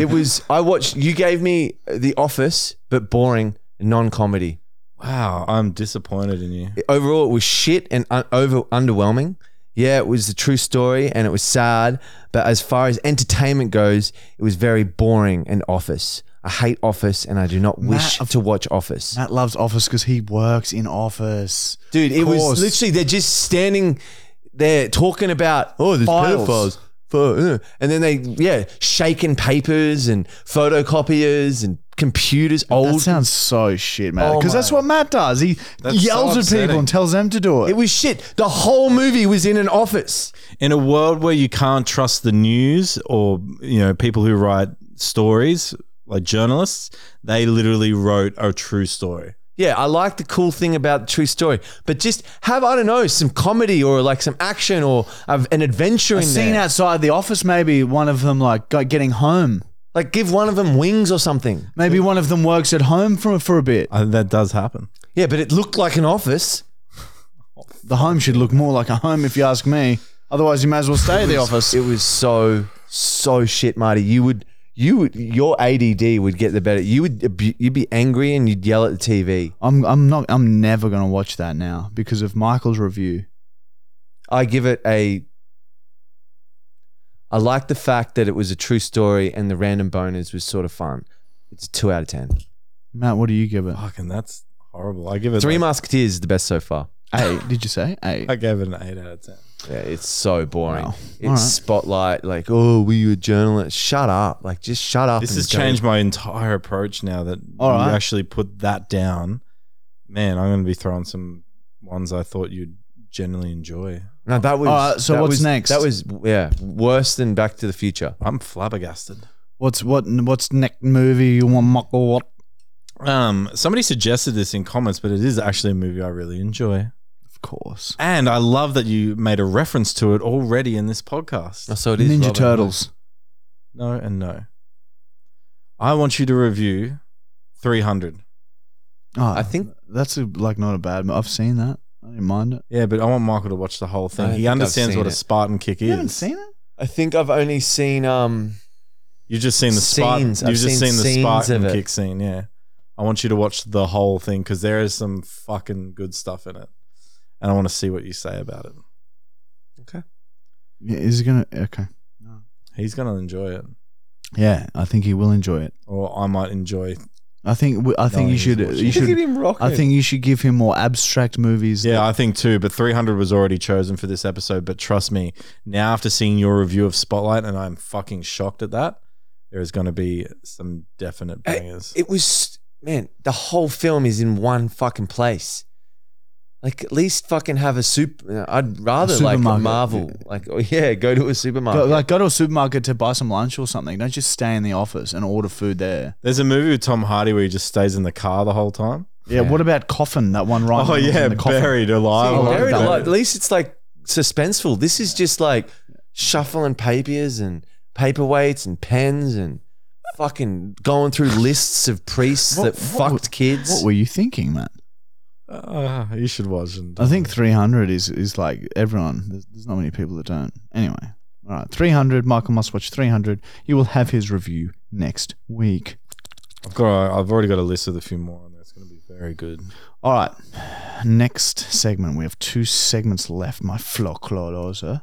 Speaker 4: it was I watched you gave me The Office but boring non-comedy.
Speaker 5: Wow, I'm disappointed in you.
Speaker 4: Overall it was shit and un- over underwhelming. Yeah, it was the true story and it was sad, but as far as entertainment goes, it was very boring and Office. I hate Office and I do not wish
Speaker 1: Matt,
Speaker 4: to watch Office.
Speaker 1: Matt loves office because he works in office.
Speaker 4: Dude, it
Speaker 1: course.
Speaker 4: was literally they're just standing there talking about oh there's
Speaker 1: Files.
Speaker 4: pedophiles. Fo- uh," And then they yeah, shaking papers and photocopiers and computers
Speaker 1: That
Speaker 4: old
Speaker 1: sounds so shit, Matt.
Speaker 4: Oh
Speaker 1: Because that's
Speaker 4: my-
Speaker 1: what Matt does. He
Speaker 5: That's
Speaker 1: yells
Speaker 5: so
Speaker 1: at people
Speaker 5: upsetting.
Speaker 1: and tells them to do it.
Speaker 4: It was shit. The whole movie was in an office.
Speaker 5: In a world where you can't trust the news or you know people who write stories like journalists, they literally wrote a true story.
Speaker 4: Yeah, I like the cool thing about the true story, but just have I don't know some comedy or like some action or of an adventure
Speaker 1: a
Speaker 4: in
Speaker 1: scene
Speaker 4: there.
Speaker 1: outside the office, maybe one of them like got getting home.
Speaker 4: like give one of them wings or something.
Speaker 1: Maybe one of them works at home for for a bit.
Speaker 5: I, that does happen.
Speaker 4: Yeah, but it looked like an office.
Speaker 1: The home should look more like a home, if you ask me. Otherwise, you may as well stay at the office.
Speaker 4: It was so so shit, Marty. You would you would your ADD would get the better. You would abu- you'd be angry and you'd yell at the TV.
Speaker 1: I'm I'm not I'm never gonna watch that now because of Michael's review.
Speaker 4: I give it a. I like the fact that it was a true story and the random boners was sort of fun. It's a two out of ten.
Speaker 1: Matt, what do you give it?
Speaker 5: Fucking, that's horrible. I give it
Speaker 4: Three
Speaker 5: like-
Speaker 4: Musketeers is the best so far.
Speaker 1: Eight? Did you say eight?
Speaker 5: I gave it an eight out of ten.
Speaker 4: Yeah, it's so boring.
Speaker 1: Wow.
Speaker 4: It's
Speaker 1: All right.
Speaker 4: spotlight, like, oh, were you a journalist? Shut up. Like, just shut up.
Speaker 5: This
Speaker 4: and
Speaker 5: has
Speaker 4: go.
Speaker 5: changed my entire approach now that
Speaker 1: All
Speaker 5: you
Speaker 1: right.
Speaker 5: actually put that down. Man, I'm going to be throwing some ones I thought you'd generally enjoy.
Speaker 4: No, that was.
Speaker 1: All right, so
Speaker 4: that
Speaker 1: what's
Speaker 4: was-
Speaker 1: next?
Speaker 4: That was, yeah, worse than Back to the Future.
Speaker 5: I'm flabbergasted.
Speaker 1: What's what what's next movie you want Michael? What?
Speaker 5: Um, somebody suggested this in comments, but it is actually a movie I really enjoy,
Speaker 1: Of course.
Speaker 5: and I love that you made a reference to it already in this podcast.
Speaker 4: Oh, so it is
Speaker 1: Ninja
Speaker 4: Robin.
Speaker 1: Turtles.
Speaker 5: No and no. I want you to review 300.
Speaker 1: Oh,
Speaker 4: I think-
Speaker 1: that's a, like not a bad. mo- I've seen that. I didn't mind it.
Speaker 5: Yeah, but I want Michael to watch the whole
Speaker 4: I
Speaker 5: thing.
Speaker 4: don't
Speaker 5: He
Speaker 4: think I've
Speaker 5: understands
Speaker 4: seen
Speaker 5: what a
Speaker 4: it.
Speaker 5: Spartan kick
Speaker 1: You haven't
Speaker 5: is.
Speaker 1: seen it?
Speaker 4: I think I've only seen. um.
Speaker 5: You've just seen the spot. You've
Speaker 4: Scenes. I've
Speaker 5: just
Speaker 4: seen
Speaker 5: seen, the
Speaker 4: scenes
Speaker 5: Spartan
Speaker 4: of it.
Speaker 5: kick scene. Yeah, I want you to watch the whole thing because there is some fucking good stuff in it, and I want to see what you say about it.
Speaker 1: Yeah, is it gonna? Okay.
Speaker 5: He's gonna enjoy it.
Speaker 1: Yeah, I think he will enjoy it.
Speaker 5: or I might enjoy.
Speaker 1: I think w- I think
Speaker 5: No,
Speaker 1: you
Speaker 5: he's
Speaker 1: should
Speaker 5: watching.
Speaker 1: you
Speaker 4: Look at
Speaker 1: should
Speaker 4: him rocking.
Speaker 1: I think you should give him more abstract movies.
Speaker 5: Yeah, I think too. But 300 was already chosen for this episode. But trust me, now after seeing your review of Spotlight, and I'm fucking shocked at that, there is going to be some definite
Speaker 1: Eh,
Speaker 4: Hey,
Speaker 5: bangers.
Speaker 4: It was man, the whole film is in one fucking place. Like at least fucking have a super. I'd rather like a
Speaker 1: supermarket.
Speaker 4: Marvel. Like oh yeah, go to a
Speaker 1: Go,
Speaker 4: supermarket.
Speaker 1: like go to a supermarket to buy some lunch or something. Don't just stay in the office and order food there.
Speaker 5: There's a movie with Tom Hardy where he just stays in the car the whole time.
Speaker 1: Yeah. What about Coffin? That one right?
Speaker 5: Oh
Speaker 1: in the-
Speaker 5: yeah,
Speaker 1: in the coffin.
Speaker 5: buried alive.
Speaker 1: See,
Speaker 5: I love
Speaker 4: Buried
Speaker 5: that.
Speaker 4: alive. At least it's like suspenseful. This is just like shuffling papers and paperweights and pens and fucking going through lists of priests
Speaker 1: What-
Speaker 4: that
Speaker 1: what
Speaker 4: fucked
Speaker 1: would-
Speaker 4: kids.
Speaker 1: What were you thinking, man?
Speaker 5: Ah, you should watch it.
Speaker 1: I think 300 is is like everyone. There's, there's not many people that don't. Anyway, all right, 300. Michael must watch 300. You will have his review next week.
Speaker 5: I've got. I've already got a list of a few more on there. It's going to be very good.
Speaker 1: All right, next segment. We have two segments left. My flocklolosa.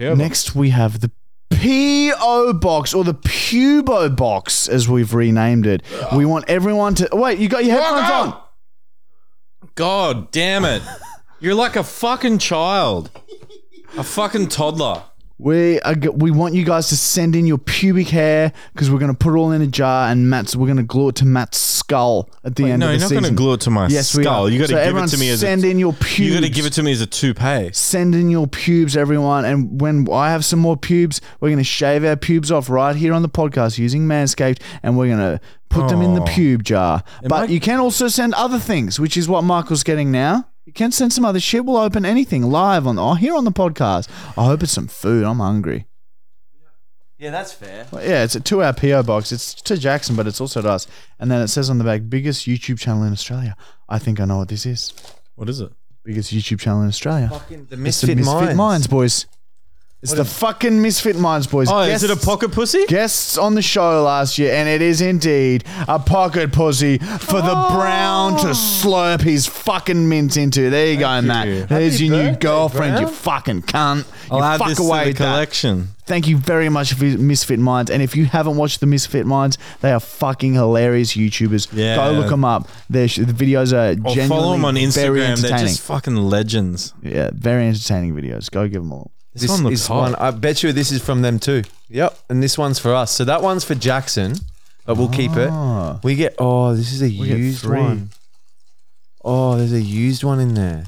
Speaker 1: Next, we have the PO box or the Pubo box, as we've renamed it. We want everyone to wait. You got your headphones on.
Speaker 5: God damn it! You're like a fucking child, a fucking toddler.
Speaker 1: We are, go- we want you guys to send in your pubic hair because we're going to put it all in a jar and Matt's we're going to glue it to Matt's skull at the end
Speaker 5: no,
Speaker 1: of
Speaker 5: you're
Speaker 1: the
Speaker 5: not
Speaker 1: season.
Speaker 5: going to glue it to my
Speaker 1: Yes, we
Speaker 5: skull.
Speaker 1: are.
Speaker 5: You got to
Speaker 1: So
Speaker 5: give
Speaker 1: everyone
Speaker 5: it to me as
Speaker 1: send
Speaker 5: a,
Speaker 1: in your
Speaker 5: You got to
Speaker 1: pubes.
Speaker 5: give it to me as a toupee.
Speaker 1: Send in your pubes, everyone, and when I have some more pubes, we're going to shave our pubes off right here on the podcast using Manscaped, and we're going to put them in the
Speaker 5: Oh.
Speaker 1: pube jar. but
Speaker 5: might-
Speaker 1: you can also send other things, which is what Michael's getting now. You can send some other shit. We'll open anything live on oh, here on the podcast. I hope it's some food. I'm hungry.
Speaker 2: Yeah, that's fair.
Speaker 1: Well, yeah, it's a two hour PO box. It's to Jackson, but it's also to us. And then it says on the back, biggest YouTube channel in Australia. I think I know what this is.
Speaker 5: What is it?
Speaker 1: Biggest YouTube channel in Australia.
Speaker 4: the
Speaker 1: It's the
Speaker 4: misfit, minds.
Speaker 1: boys. It's the fucking Misfit Minds, boys.
Speaker 5: Oh, is it a
Speaker 1: Guests-
Speaker 5: pocket pussy?
Speaker 1: Guests on the show last year, and it is indeed a pocket pussy for the
Speaker 5: Oh.
Speaker 1: Brown to slurp his fucking mint into. There you go, Matt.
Speaker 5: you.
Speaker 1: There's
Speaker 4: Happy
Speaker 1: your new
Speaker 4: birthday,
Speaker 1: girlfriend, you
Speaker 4: Brown.
Speaker 1: fucking cunt.
Speaker 5: I'll
Speaker 1: you
Speaker 5: add
Speaker 1: fuck
Speaker 5: this
Speaker 1: away
Speaker 5: to the
Speaker 1: with that.
Speaker 5: collection.
Speaker 1: Thank you very much for Misfit Minds. And if you haven't watched the Misfit Minds, they are fucking hilarious YouTubers.
Speaker 5: Yeah.
Speaker 1: Go look them up. Their sh- the videos are
Speaker 5: Or
Speaker 1: genuinely
Speaker 5: follow them on
Speaker 1: very
Speaker 5: Instagram. They're
Speaker 1: entertaining.
Speaker 5: just fucking legends.
Speaker 1: yeah, very entertaining videos. Go give them a look.
Speaker 5: This,
Speaker 4: This
Speaker 5: one looks
Speaker 4: is
Speaker 5: hot.
Speaker 4: one. I bet you this is from them too. Yep. And this one's for us. So that one's for Jackson, but we'll keep it. We get. Oh, this is a
Speaker 1: get
Speaker 4: used
Speaker 1: three.
Speaker 4: one. Oh, there's a used one in there.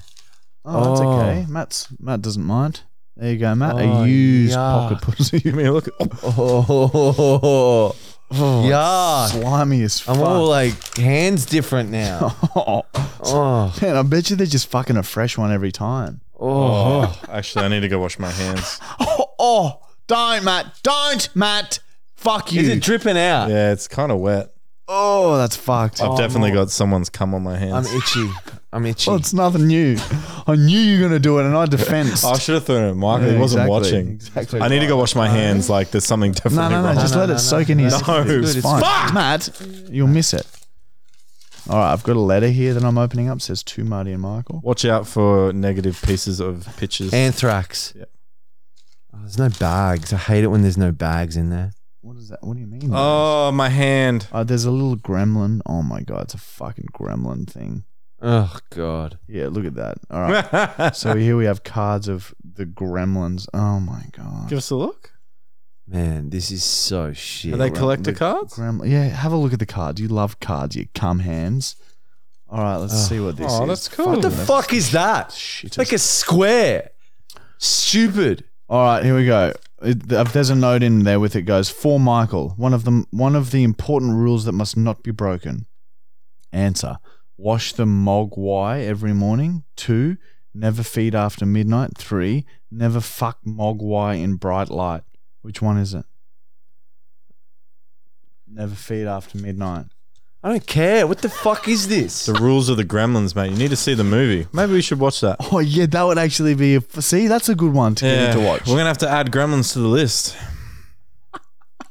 Speaker 1: Oh, that's
Speaker 4: Oh.
Speaker 1: okay. Matt's Matt doesn't mind. There you go, Matt.
Speaker 4: Oh,
Speaker 1: a used
Speaker 4: yuck.
Speaker 1: pocket pussy.
Speaker 5: Give me a look. Oh,
Speaker 4: Oh,
Speaker 1: Oh, it's
Speaker 4: Yuck.
Speaker 1: slimy as fuck.
Speaker 4: I'm all like hands different now.
Speaker 1: oh,
Speaker 4: Oh,
Speaker 1: man, I bet you they're just fucking a fresh one every time.
Speaker 5: oh, actually, I need to go wash my hands.
Speaker 1: Oh, oh, don't, Matt. Don't, Matt. Fuck you.
Speaker 4: is it dripping out?
Speaker 5: Yeah, it's kind of wet.
Speaker 1: oh, that's fucked.
Speaker 5: I've definitely got someone's cum on my
Speaker 4: I'm
Speaker 5: hands.
Speaker 4: itchy. I'm itchy.
Speaker 1: Well, Oh, it's nothing new. I knew you were going to do it, and I defensed.
Speaker 5: Oh, I should have thrown it at Michael.
Speaker 1: Yeah,
Speaker 5: he wasn't
Speaker 1: exactly,
Speaker 5: watching.
Speaker 1: exactly
Speaker 5: I need to go wash my hands. Like there's something definitely
Speaker 1: no, no, no.
Speaker 5: wrong.
Speaker 1: Just
Speaker 4: No,
Speaker 1: let
Speaker 4: no,
Speaker 1: it
Speaker 4: no,
Speaker 1: soak
Speaker 4: no,
Speaker 1: in
Speaker 4: no.
Speaker 1: his.
Speaker 5: No,
Speaker 1: it's,
Speaker 4: it's
Speaker 1: fine. Matt, you'll miss it. All right, I've got a letter here that I'm opening up. It says to Marty and Michael.
Speaker 5: Watch out for negative pieces of pictures.
Speaker 4: Anthrax.
Speaker 5: Yeah.
Speaker 4: Oh, there's no bags. I hate it when there's no bags in there.
Speaker 1: What is that? What do you mean?
Speaker 5: oh, my hand.
Speaker 1: Uh, there's a little gremlin. Oh my god, it's a fucking gremlin thing.
Speaker 4: Oh God.
Speaker 1: Yeah, look at that. All right. so here we have cards of the gremlins. Oh my god.
Speaker 5: Give us a look.
Speaker 4: Man, this is so shit.
Speaker 5: Are they
Speaker 1: Grem-
Speaker 5: collector
Speaker 1: the
Speaker 5: cards?
Speaker 1: Gremlin. Yeah, have a look at the cards. You love cards, you cum hands. All right, let's see what this
Speaker 5: Oh,
Speaker 1: is.
Speaker 5: that's cool.
Speaker 1: Fucking
Speaker 4: What the
Speaker 1: that's
Speaker 4: fuck is that?
Speaker 1: shit.
Speaker 4: It's like a square. Stupid.
Speaker 1: All right, here we go. It, th- uh, there's a note in there with it goes for Michael. One of the one of the important rules that must not be broken. Answer: Wash the mogwai every morning. Two, never feed after midnight. Three, never fuck mogwai in bright light. Which one is it? Never feed after midnight.
Speaker 4: I don't care. What the fuck is this?
Speaker 5: The rules of the gremlins, mate. You need to see the movie. Maybe we should watch that.
Speaker 1: Oh yeah, that would actually be. A, see, that's a good one to get into watch.
Speaker 5: We're gonna have to add gremlins to the list.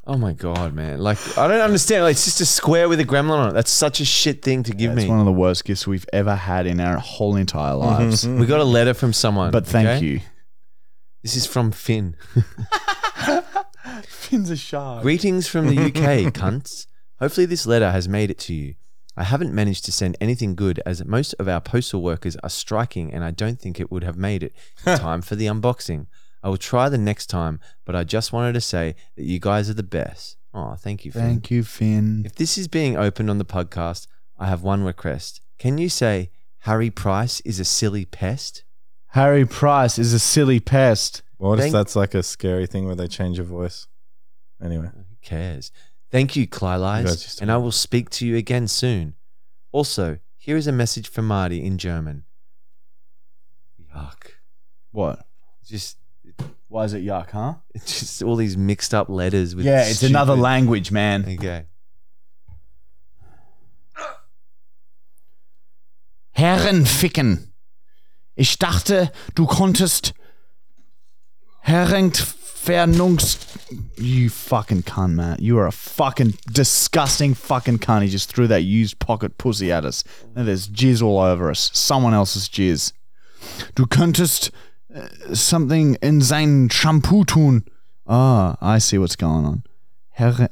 Speaker 4: Oh my god, man! Like I don't understand. Like it's just a square with a gremlin on it. That's such a shit thing to give
Speaker 1: It's
Speaker 4: me.
Speaker 1: one of the worst gifts we've ever had in our whole entire lives.
Speaker 4: We got a letter from someone.
Speaker 1: But thank
Speaker 4: okay?
Speaker 1: you.
Speaker 4: This is from Finn.
Speaker 1: Finn's a shark.
Speaker 4: Greetings from the UK, cunts. Hopefully, this letter has made it to you. I haven't managed to send anything good as most of our postal workers are striking, and I don't think it would have made it in time for the unboxing. I will try the next time, but I just wanted to say that you guys are the best. Oh, thank you, Finn.
Speaker 1: Thank you, Finn.
Speaker 4: If this is being opened on the podcast, I have one request. Can you say Harry Price is a silly pest?
Speaker 1: Harry Price is a silly pest.
Speaker 5: What if
Speaker 4: Thank-
Speaker 5: that's like a scary thing where they change your voice? Anyway,
Speaker 4: Who cares? Thank you,
Speaker 5: You guys just-
Speaker 4: Clylies, and I will speak to you again soon. Also, here is a message from Marty in German. Yuck.
Speaker 1: What?
Speaker 4: Just,
Speaker 1: Why is it yuck, huh?
Speaker 4: it's just all these mixed up letters with
Speaker 1: yeah, it's
Speaker 4: stupid-
Speaker 1: another language, man.
Speaker 4: Okay.
Speaker 1: Herrenficken. Ich dachte, du konntest Herrentvernungs. You fucking cunt, Matt. You are a fucking disgusting fucking cunt. He just threw that used pocket pussy at us. And there's jizz all over us. Someone else's jizz. Du könntest äh, something in sein Shampoo tun. Ah, I see what's going on. Herren.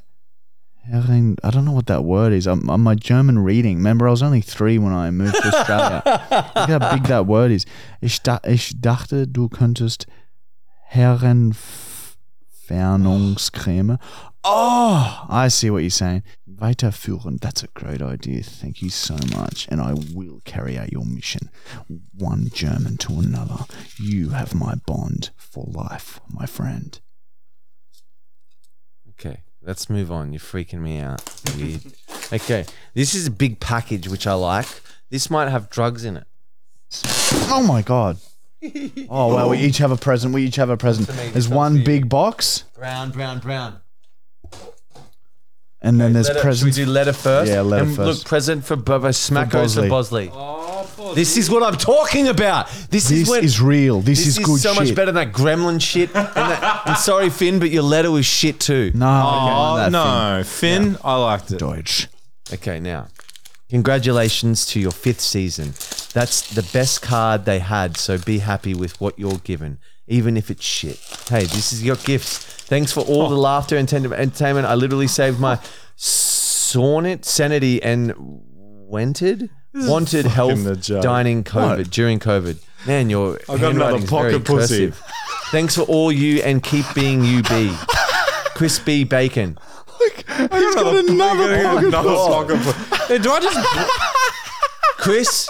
Speaker 1: Herren, I don't know what that word is. I'm, I'm my German reading. Remember, I was only three when I moved to Australia. Look how big that word is. Ich, da, ich dachte, du könntest Herrenfernungscreme. Oh, I see what you're saying. Weiterführen. That's a great idea. Thank you so much. And I will carry out your mission. One German to another. You have my bond for life, my friend.
Speaker 4: Okay, let's move on. You're freaking me out. Weird. okay, this is a big package which I like. This might have drugs in it.
Speaker 1: Oh my god. Oh well, we each have a present. We each have a present. There's one big box,
Speaker 4: Brown, brown, brown.
Speaker 1: and then there's
Speaker 4: Letter-
Speaker 1: presents.
Speaker 4: Should we do letter first?
Speaker 1: Yeah, letter
Speaker 4: and
Speaker 1: first.
Speaker 4: Look, present for Bubba Smackos
Speaker 1: Bosley.
Speaker 4: and Bosley. this is what I'm talking about. This,
Speaker 1: This
Speaker 4: is when.
Speaker 1: is real. This,
Speaker 4: this
Speaker 1: is good
Speaker 4: so
Speaker 1: shit.
Speaker 4: much better than that gremlin shit. And that, I'm sorry, Finn, but your letter was shit too.
Speaker 1: No,
Speaker 5: oh
Speaker 1: okay,
Speaker 5: no, Finn, I liked it.
Speaker 1: Deutsch.
Speaker 4: Okay, now. Congratulations to your fifth season. That's the best card they had, so be happy with what you're given, even if it's shit. Hey, this is your gifts. Thanks for all the
Speaker 5: Oh.
Speaker 4: laughter and tender entertainment. I literally saved my sonnet, sanity, and wanted, wanted
Speaker 5: the
Speaker 4: health
Speaker 5: joke.
Speaker 4: dining COVID during COVID. Man, your I
Speaker 5: got another pocket pussy.
Speaker 4: Thanks for all you and keep being you be. Crispy bacon.
Speaker 1: He's got another pocket
Speaker 5: Another pocket book. Hey, do I just?
Speaker 4: Chris,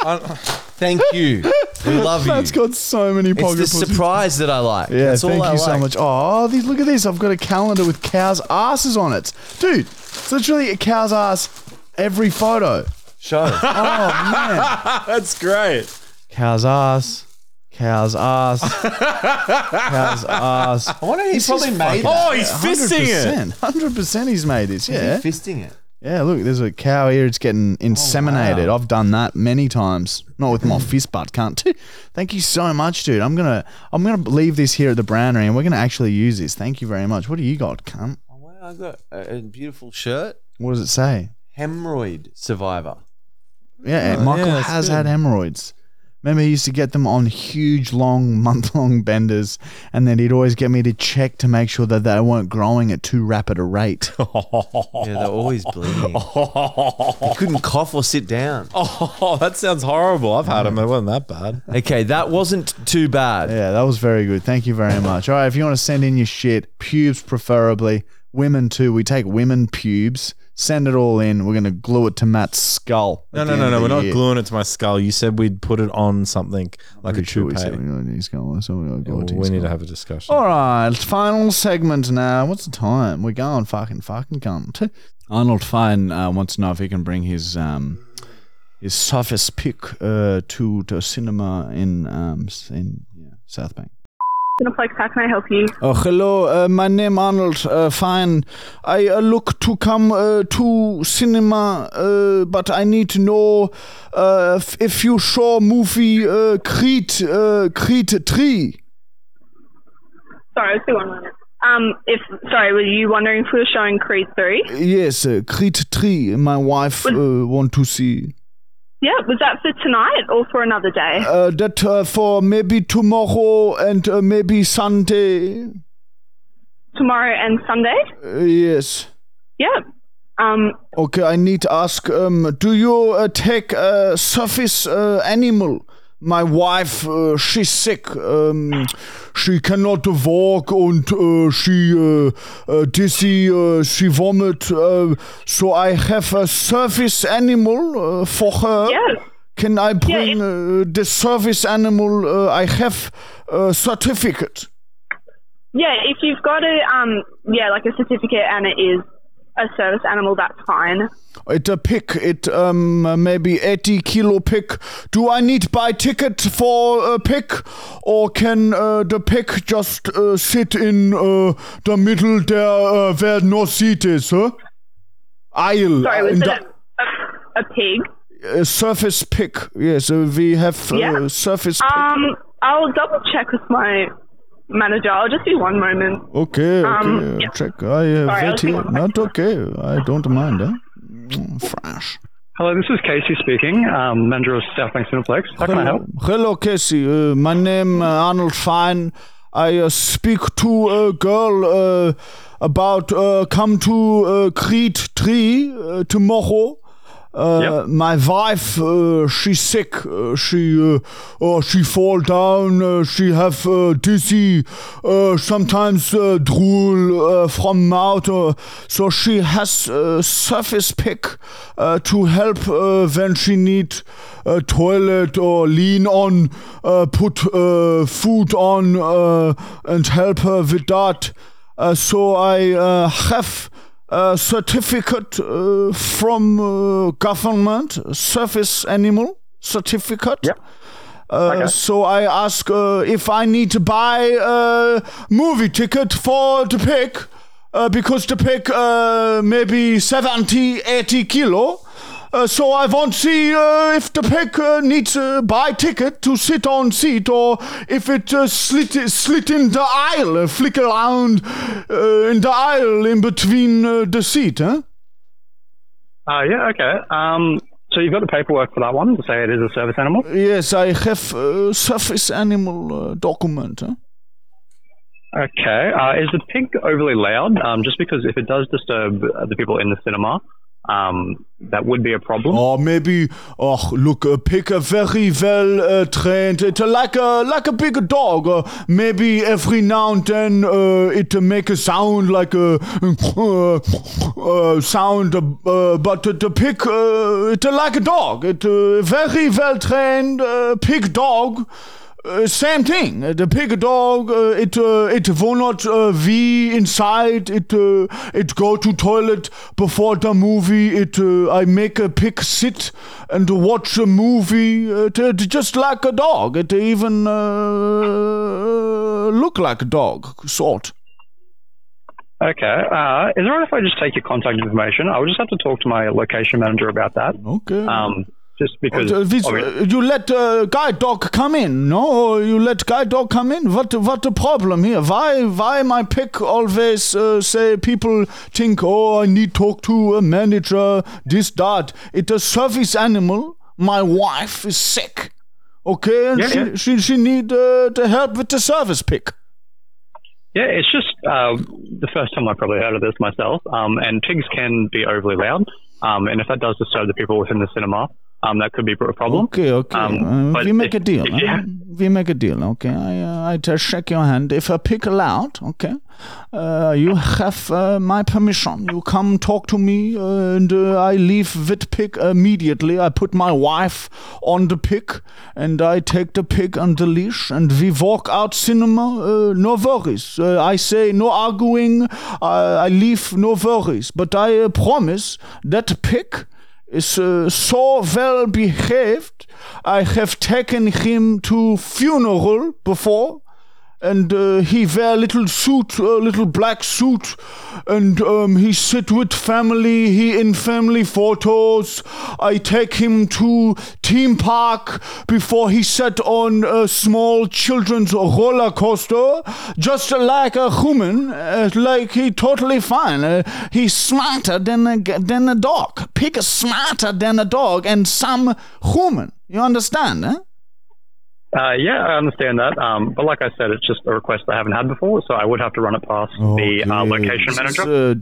Speaker 4: thank you. We love you.
Speaker 1: That's got so many
Speaker 4: It's
Speaker 1: pocket
Speaker 4: the
Speaker 1: pussies.
Speaker 4: surprise that I like.
Speaker 1: Yeah,
Speaker 4: That's all
Speaker 1: thank
Speaker 4: I
Speaker 1: you
Speaker 4: like.
Speaker 1: so much. Oh, these, look at this. I've got a calendar with cows' asses on it. Dude, it's literally a cow's ass every photo.
Speaker 4: Show.
Speaker 1: Oh, man.
Speaker 5: That's great.
Speaker 1: cow's ass. Cow's ass. cow's ass.
Speaker 4: I wonder if he probably made
Speaker 5: Oh, he's fisting
Speaker 1: 100%.
Speaker 5: it.
Speaker 1: 100% he's made this, yeah.
Speaker 4: fisting it.
Speaker 1: Yeah, look, there's a cow here. It's getting
Speaker 4: Oh,
Speaker 1: inseminated. I've done that many times. Not with my fist, but can't. Thank you so much, dude. I'm gonna I'm gonna leave this here at the brownery, and we're gonna actually use this. Thank you very much. What do you got, cunt?
Speaker 4: Oh, wow, I got a, a beautiful shirt.
Speaker 1: What does it say?
Speaker 4: Hemorrhoid survivor.
Speaker 1: Yeah, Michael
Speaker 5: Uh, yeah, that's
Speaker 1: has
Speaker 5: good.
Speaker 1: had hemorrhoids. Remember, he used to get them on huge, long, month long benders, and then he'd always get me to check to make sure that they weren't growing at too rapid a rate.
Speaker 4: Yeah, they're always bleeding. They couldn't cough or sit down.
Speaker 5: Oh, that sounds horrible. I've had him. It wasn't that bad.
Speaker 4: Okay, that wasn't too bad.
Speaker 1: Yeah, that was very good. Thank you very much. All right, if you want to send in your shit, pubes preferably, women too. We take women pubes. Send it all in. We're gonna glue it to Matt's skull.
Speaker 5: No, no, no, no. We're not gluing it to my skull. You said we'd put it on something like a
Speaker 1: Sure, we
Speaker 5: toupee.
Speaker 1: said we're gonna do his skull, so we're gonna glue
Speaker 5: Well,
Speaker 1: it to
Speaker 5: we
Speaker 1: his
Speaker 5: need to
Speaker 1: skull.
Speaker 5: have a discussion.
Speaker 1: All right, final segment now. What's the time? We're going fucking fucking cunt. Arnold Fine uh, wants to know if he can bring his um his softest pick uh, to the cinema in um s- in yeah, South Bank.
Speaker 10: Cineplex, how can I help you?
Speaker 1: Oh, hello. Uh, my name Arnold. Uh, fine. I uh, look to come uh, to cinema, uh, but I need to know uh, f- if you saw movie uh, Creed, uh, Creed 3.
Speaker 10: Sorry, I still one minute. Um, if sorry, were you wondering if we were showing Creed three?
Speaker 1: Yes, uh, Creed 3. My wife uh, want to see.
Speaker 10: Yeah, was that for tonight or for another day?
Speaker 1: Uh, that uh, for maybe tomorrow and uh, maybe Sunday.
Speaker 10: tomorrow and Sunday?
Speaker 1: Uh, yes.
Speaker 10: Yeah. Um,
Speaker 1: Okay, I need to ask. Um, do you uh, take a surface uh, animal? My wife, uh, she's sick. Um, she cannot walk, and uh, she uh, uh, dizzy. Uh, she vomit. Uh, so I have a surface animal uh, for her.
Speaker 10: Yeah.
Speaker 1: Can I bring uh, the service animal? Uh, I have a certificate.
Speaker 10: yeah, if you've got a um, yeah, like a certificate and it is a service animal, that's fine.
Speaker 1: It a pick. It um maybe eighty kilo pick. Do I need buy ticket for a pick, or can uh, the pick just uh, sit in uh, the middle there uh, where no seat is? Huh? Aisle.
Speaker 10: Sorry,
Speaker 1: uh,
Speaker 10: was
Speaker 1: in
Speaker 10: it
Speaker 1: the,
Speaker 10: a, a, a pig?
Speaker 1: uh, surface pick. Yes, uh, we have uh,
Speaker 10: Yeah.
Speaker 1: surface. pick.
Speaker 10: Um, I'll double check with my manager. I'll just be one moment.
Speaker 1: Okay,
Speaker 10: um,
Speaker 1: okay. uh,
Speaker 10: yeah.
Speaker 1: Check. I have
Speaker 10: Sorry, I
Speaker 1: wait
Speaker 10: was being
Speaker 1: here.
Speaker 10: quite
Speaker 1: Not okay. I don't mind. Huh? Mm, Fresh.
Speaker 12: Hello, this is Casey speaking, um, manager of South Bank Cineplex. How can I help?
Speaker 1: Hello, Casey. Uh, my name uh, Arnold Fine. I uh, speak to a girl uh, about uh, come to uh, Crete 3 uh, tomorrow. Uh,
Speaker 12: Yep.
Speaker 1: My wife, uh, she's sick. Uh, she, uh, oh, she fall down. Uh, she have uh, dizzy. Uh, sometimes uh, drool uh, from mouth. Uh, so she has uh, surface pick uh, to help uh, when she need a toilet or lean on, uh, put uh, food on, uh, and help her with that. Uh, so I uh, have a certificate uh, from uh, government, service animal certificate.
Speaker 12: Yep.
Speaker 1: Uh, So I ask uh, if I need to buy a movie ticket for the pig uh, because the pig uh, maybe 70, 80 kilo. Uh, so I want to see uh, if the pig uh, needs uh, buy ticket to sit on seat or if it uh, slit slit in the aisle, uh, flick around uh, in the aisle in between uh, the seat. Huh?
Speaker 12: Uh, yeah, okay. Um, so you've got the paperwork for that one to say it is a service animal?
Speaker 1: Yes, I have uh, surface animal uh, document. Huh?
Speaker 12: Okay. Uh, is the pig overly loud? Um, just because if it does disturb uh, the people in the cinema, um, that would be a problem.
Speaker 1: Or Oh, maybe, oh look, a pig are very well uh, trained. It uh, like a like a big dog. Uh, maybe every now and then uh, it uh, make a sound like a uh, uh, sound, uh, uh, but the, the pig uh, it uh, like a dog. It uh, very well trained uh, pig dog. Uh, same thing. Uh, The pig dog. Uh, it uh, it will not uh, be inside. It uh, it go to toilet before the movie. It uh, I make a pig sit and watch a movie. It, uh, it just like a dog. It even uh, look like a dog sort.
Speaker 12: Okay. Uh, is it all right if I just take your contact information? I would just have to talk to my location manager about that.
Speaker 1: Okay.
Speaker 12: Um, just because.
Speaker 1: Uh, this-
Speaker 12: obvi-
Speaker 1: uh, you let uh, guide dog come in? No, you let guide dog come in. What what the problem here? Why why my pick always uh, say people think oh I need talk to a manager this that it's a service animal. My wife is sick, okay, and
Speaker 12: Yeah,
Speaker 1: she,
Speaker 12: yeah.
Speaker 1: she she need uh, the help with the service pick.
Speaker 12: Yeah, it's just uh, the first time I probably heard of this myself. Um, and pigs can be overly loud, um, and if that does disturb the people within the cinema, um, that could be a problem.
Speaker 1: Okay, okay.
Speaker 12: Um,
Speaker 1: Uh,
Speaker 12: but
Speaker 1: we make
Speaker 12: if-
Speaker 1: a deal. uh-huh. huh?
Speaker 12: if you have-
Speaker 1: We make a deal. Okay, I, uh, I just shake your hand. If I pick aloud, okay, uh, you have uh, my permission. You come talk to me, uh, and uh, I leave with pig immediately. I put my wife on the pig, and I take the pig on the leash, and we walk out cinema. Uh, no worries. Uh, I say no arguing. Uh, I I leave no worries. But I uh, promise that pig is uh, so well behaved. I have taken him to funeral before, and uh, he wear little suit, uh, little black suit, and um, he sit with family. He in family photos. I take him to theme park before he sat on a small children's roller coaster, just like a human, uh, like he totally fine. Uh, he's smarter than a g- than a dog. Pig is smarter than a dog and some human. You understand, eh?
Speaker 12: Uh, yeah, I understand that. Um, but like I said, it's just a request I haven't had before, so I would have to run it past the uh, location
Speaker 1: This is
Speaker 12: manager.
Speaker 1: uh,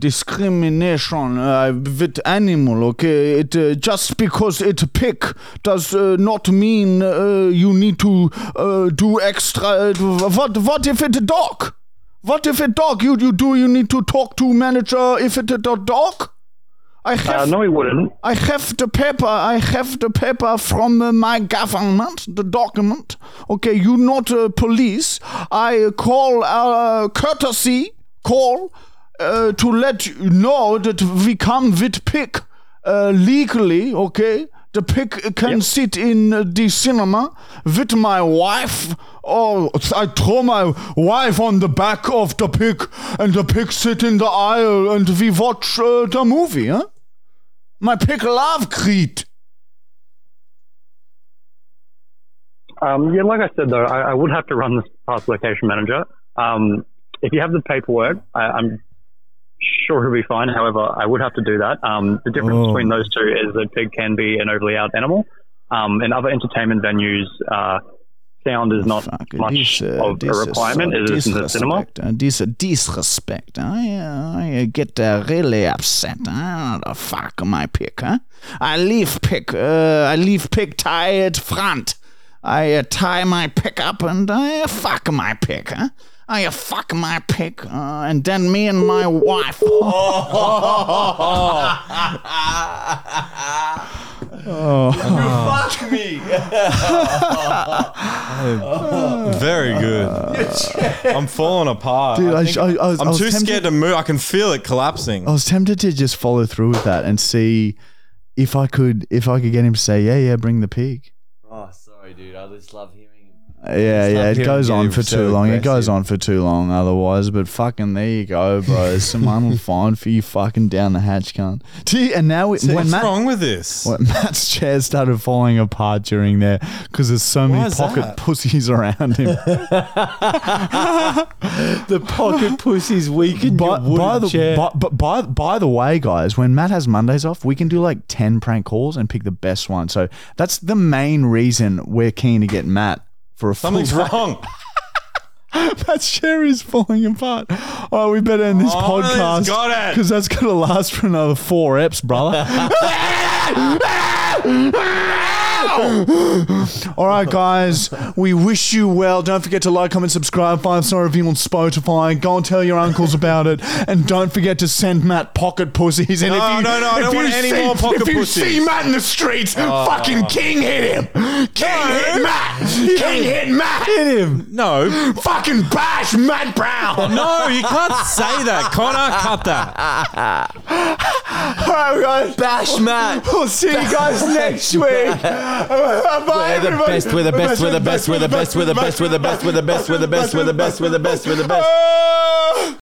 Speaker 1: discrimination uh, with animal. Okay, it uh, just because it pick does uh, not mean uh, you need to uh, do extra. What what if it a dog? What if a dog? You you do you need to talk to manager if it a do- dog? I have
Speaker 12: Uh, no, he wouldn't.
Speaker 1: I have the paper. I have the paper from uh, my government, the document. Okay, you not uh, police. I call uh, courtesy call uh, to let you know that we come with pig uh, legally. Okay, the pig can sit in uh, the cinema with my wife. Oh, I throw my wife on the back of the pig, and the pig sit in the aisle, and we watch uh, the movie. Huh? My pig love Creed.
Speaker 12: Um, yeah, like I said though, I, I would have to run this past location manager. Um, if you have the paperwork, I, I'm sure he'll be fine. However, I would have to do that. Um, the difference
Speaker 13: Oh.
Speaker 12: between those two is that pig can be an overly out animal. Um, in other entertainment venues, uh, sound Oh, is not much
Speaker 1: uh,
Speaker 12: of a requirement. It is in the cinema.
Speaker 1: disrespect. Uh, dis- disrespect. I, uh, I get uh, really upset. Ah, the fuck my pig, huh? I leave pig. Uh, I leave pig tied front. I uh, tie my pig up and I uh, fuck my pig, huh? I uh, fuck my pig, uh, and then me and my wife.
Speaker 5: Oh.
Speaker 2: Fuck me.
Speaker 5: Very good. I'm falling apart.
Speaker 1: Oh, Dude, I
Speaker 5: think-
Speaker 1: sh- I- I was-
Speaker 5: I'm
Speaker 1: I was
Speaker 5: too
Speaker 1: tempted- Oh,
Speaker 5: scared to move. I can feel it collapsing.
Speaker 1: I was tempted to just follow through with that and see if I could if I could get him to say, yeah, yeah, bring the pig.
Speaker 2: Oh, sorry, dude. I just love hearing him.
Speaker 1: Yeah, yeah, it
Speaker 2: hearing
Speaker 1: goes
Speaker 2: you
Speaker 1: on for
Speaker 2: so
Speaker 1: too long. It goes on for too long otherwise, but fucking there you go, bro. Someone will find for you fucking down the hatch, cunt. Gee, and now it,
Speaker 5: See,
Speaker 1: when
Speaker 5: what's
Speaker 1: Matt,
Speaker 5: wrong with this?
Speaker 1: When Matt's chair started falling apart during there because there's so
Speaker 5: Why
Speaker 1: many
Speaker 5: is
Speaker 1: pocket
Speaker 5: that?
Speaker 1: pussies around him.
Speaker 4: the pocket pussy's weakened
Speaker 1: by,
Speaker 4: your
Speaker 1: by
Speaker 4: wooden
Speaker 1: the
Speaker 4: chair.
Speaker 1: By, but by by the way, guys, when Matt has Mondays off, we can do like ten prank calls and pick the best one. So that's the main reason we're keen to get Matt for a full
Speaker 5: Something's
Speaker 1: day.
Speaker 5: wrong.
Speaker 1: Matt's chair is falling apart. Oh, we better end this
Speaker 5: Oh, he's
Speaker 1: podcast
Speaker 5: got it.
Speaker 1: because that's gonna last for another four eps, brother. All right, guys, we wish you well. Don't forget to like, comment, subscribe, five star review on Spotify. Go and tell your uncles about it, and don't forget to send Matt pocket pussies. And
Speaker 5: No,
Speaker 1: if you,
Speaker 5: no, no, I
Speaker 1: if
Speaker 5: don't
Speaker 1: you
Speaker 5: want any
Speaker 1: see,
Speaker 5: more pocket
Speaker 1: if you
Speaker 5: pussies.
Speaker 1: see Matt in the streets,
Speaker 5: Oh.
Speaker 1: fucking King hit him. King hit Matt. King hit Matt. Hit him.
Speaker 5: No.
Speaker 1: Fucking bash Matt Brown.
Speaker 5: No, you can't say that. Connor, cut that.
Speaker 1: All right, guys.
Speaker 4: Bash Matt.
Speaker 1: We'll see you guys next week. Bye,
Speaker 4: We're the
Speaker 1: everybody.
Speaker 4: best, we're the best, we're the best, we're the best, we're the best, we're the best, we're the best, we're the best, we're the best, we're the best, we're the best, we're the best.
Speaker 1: Oh!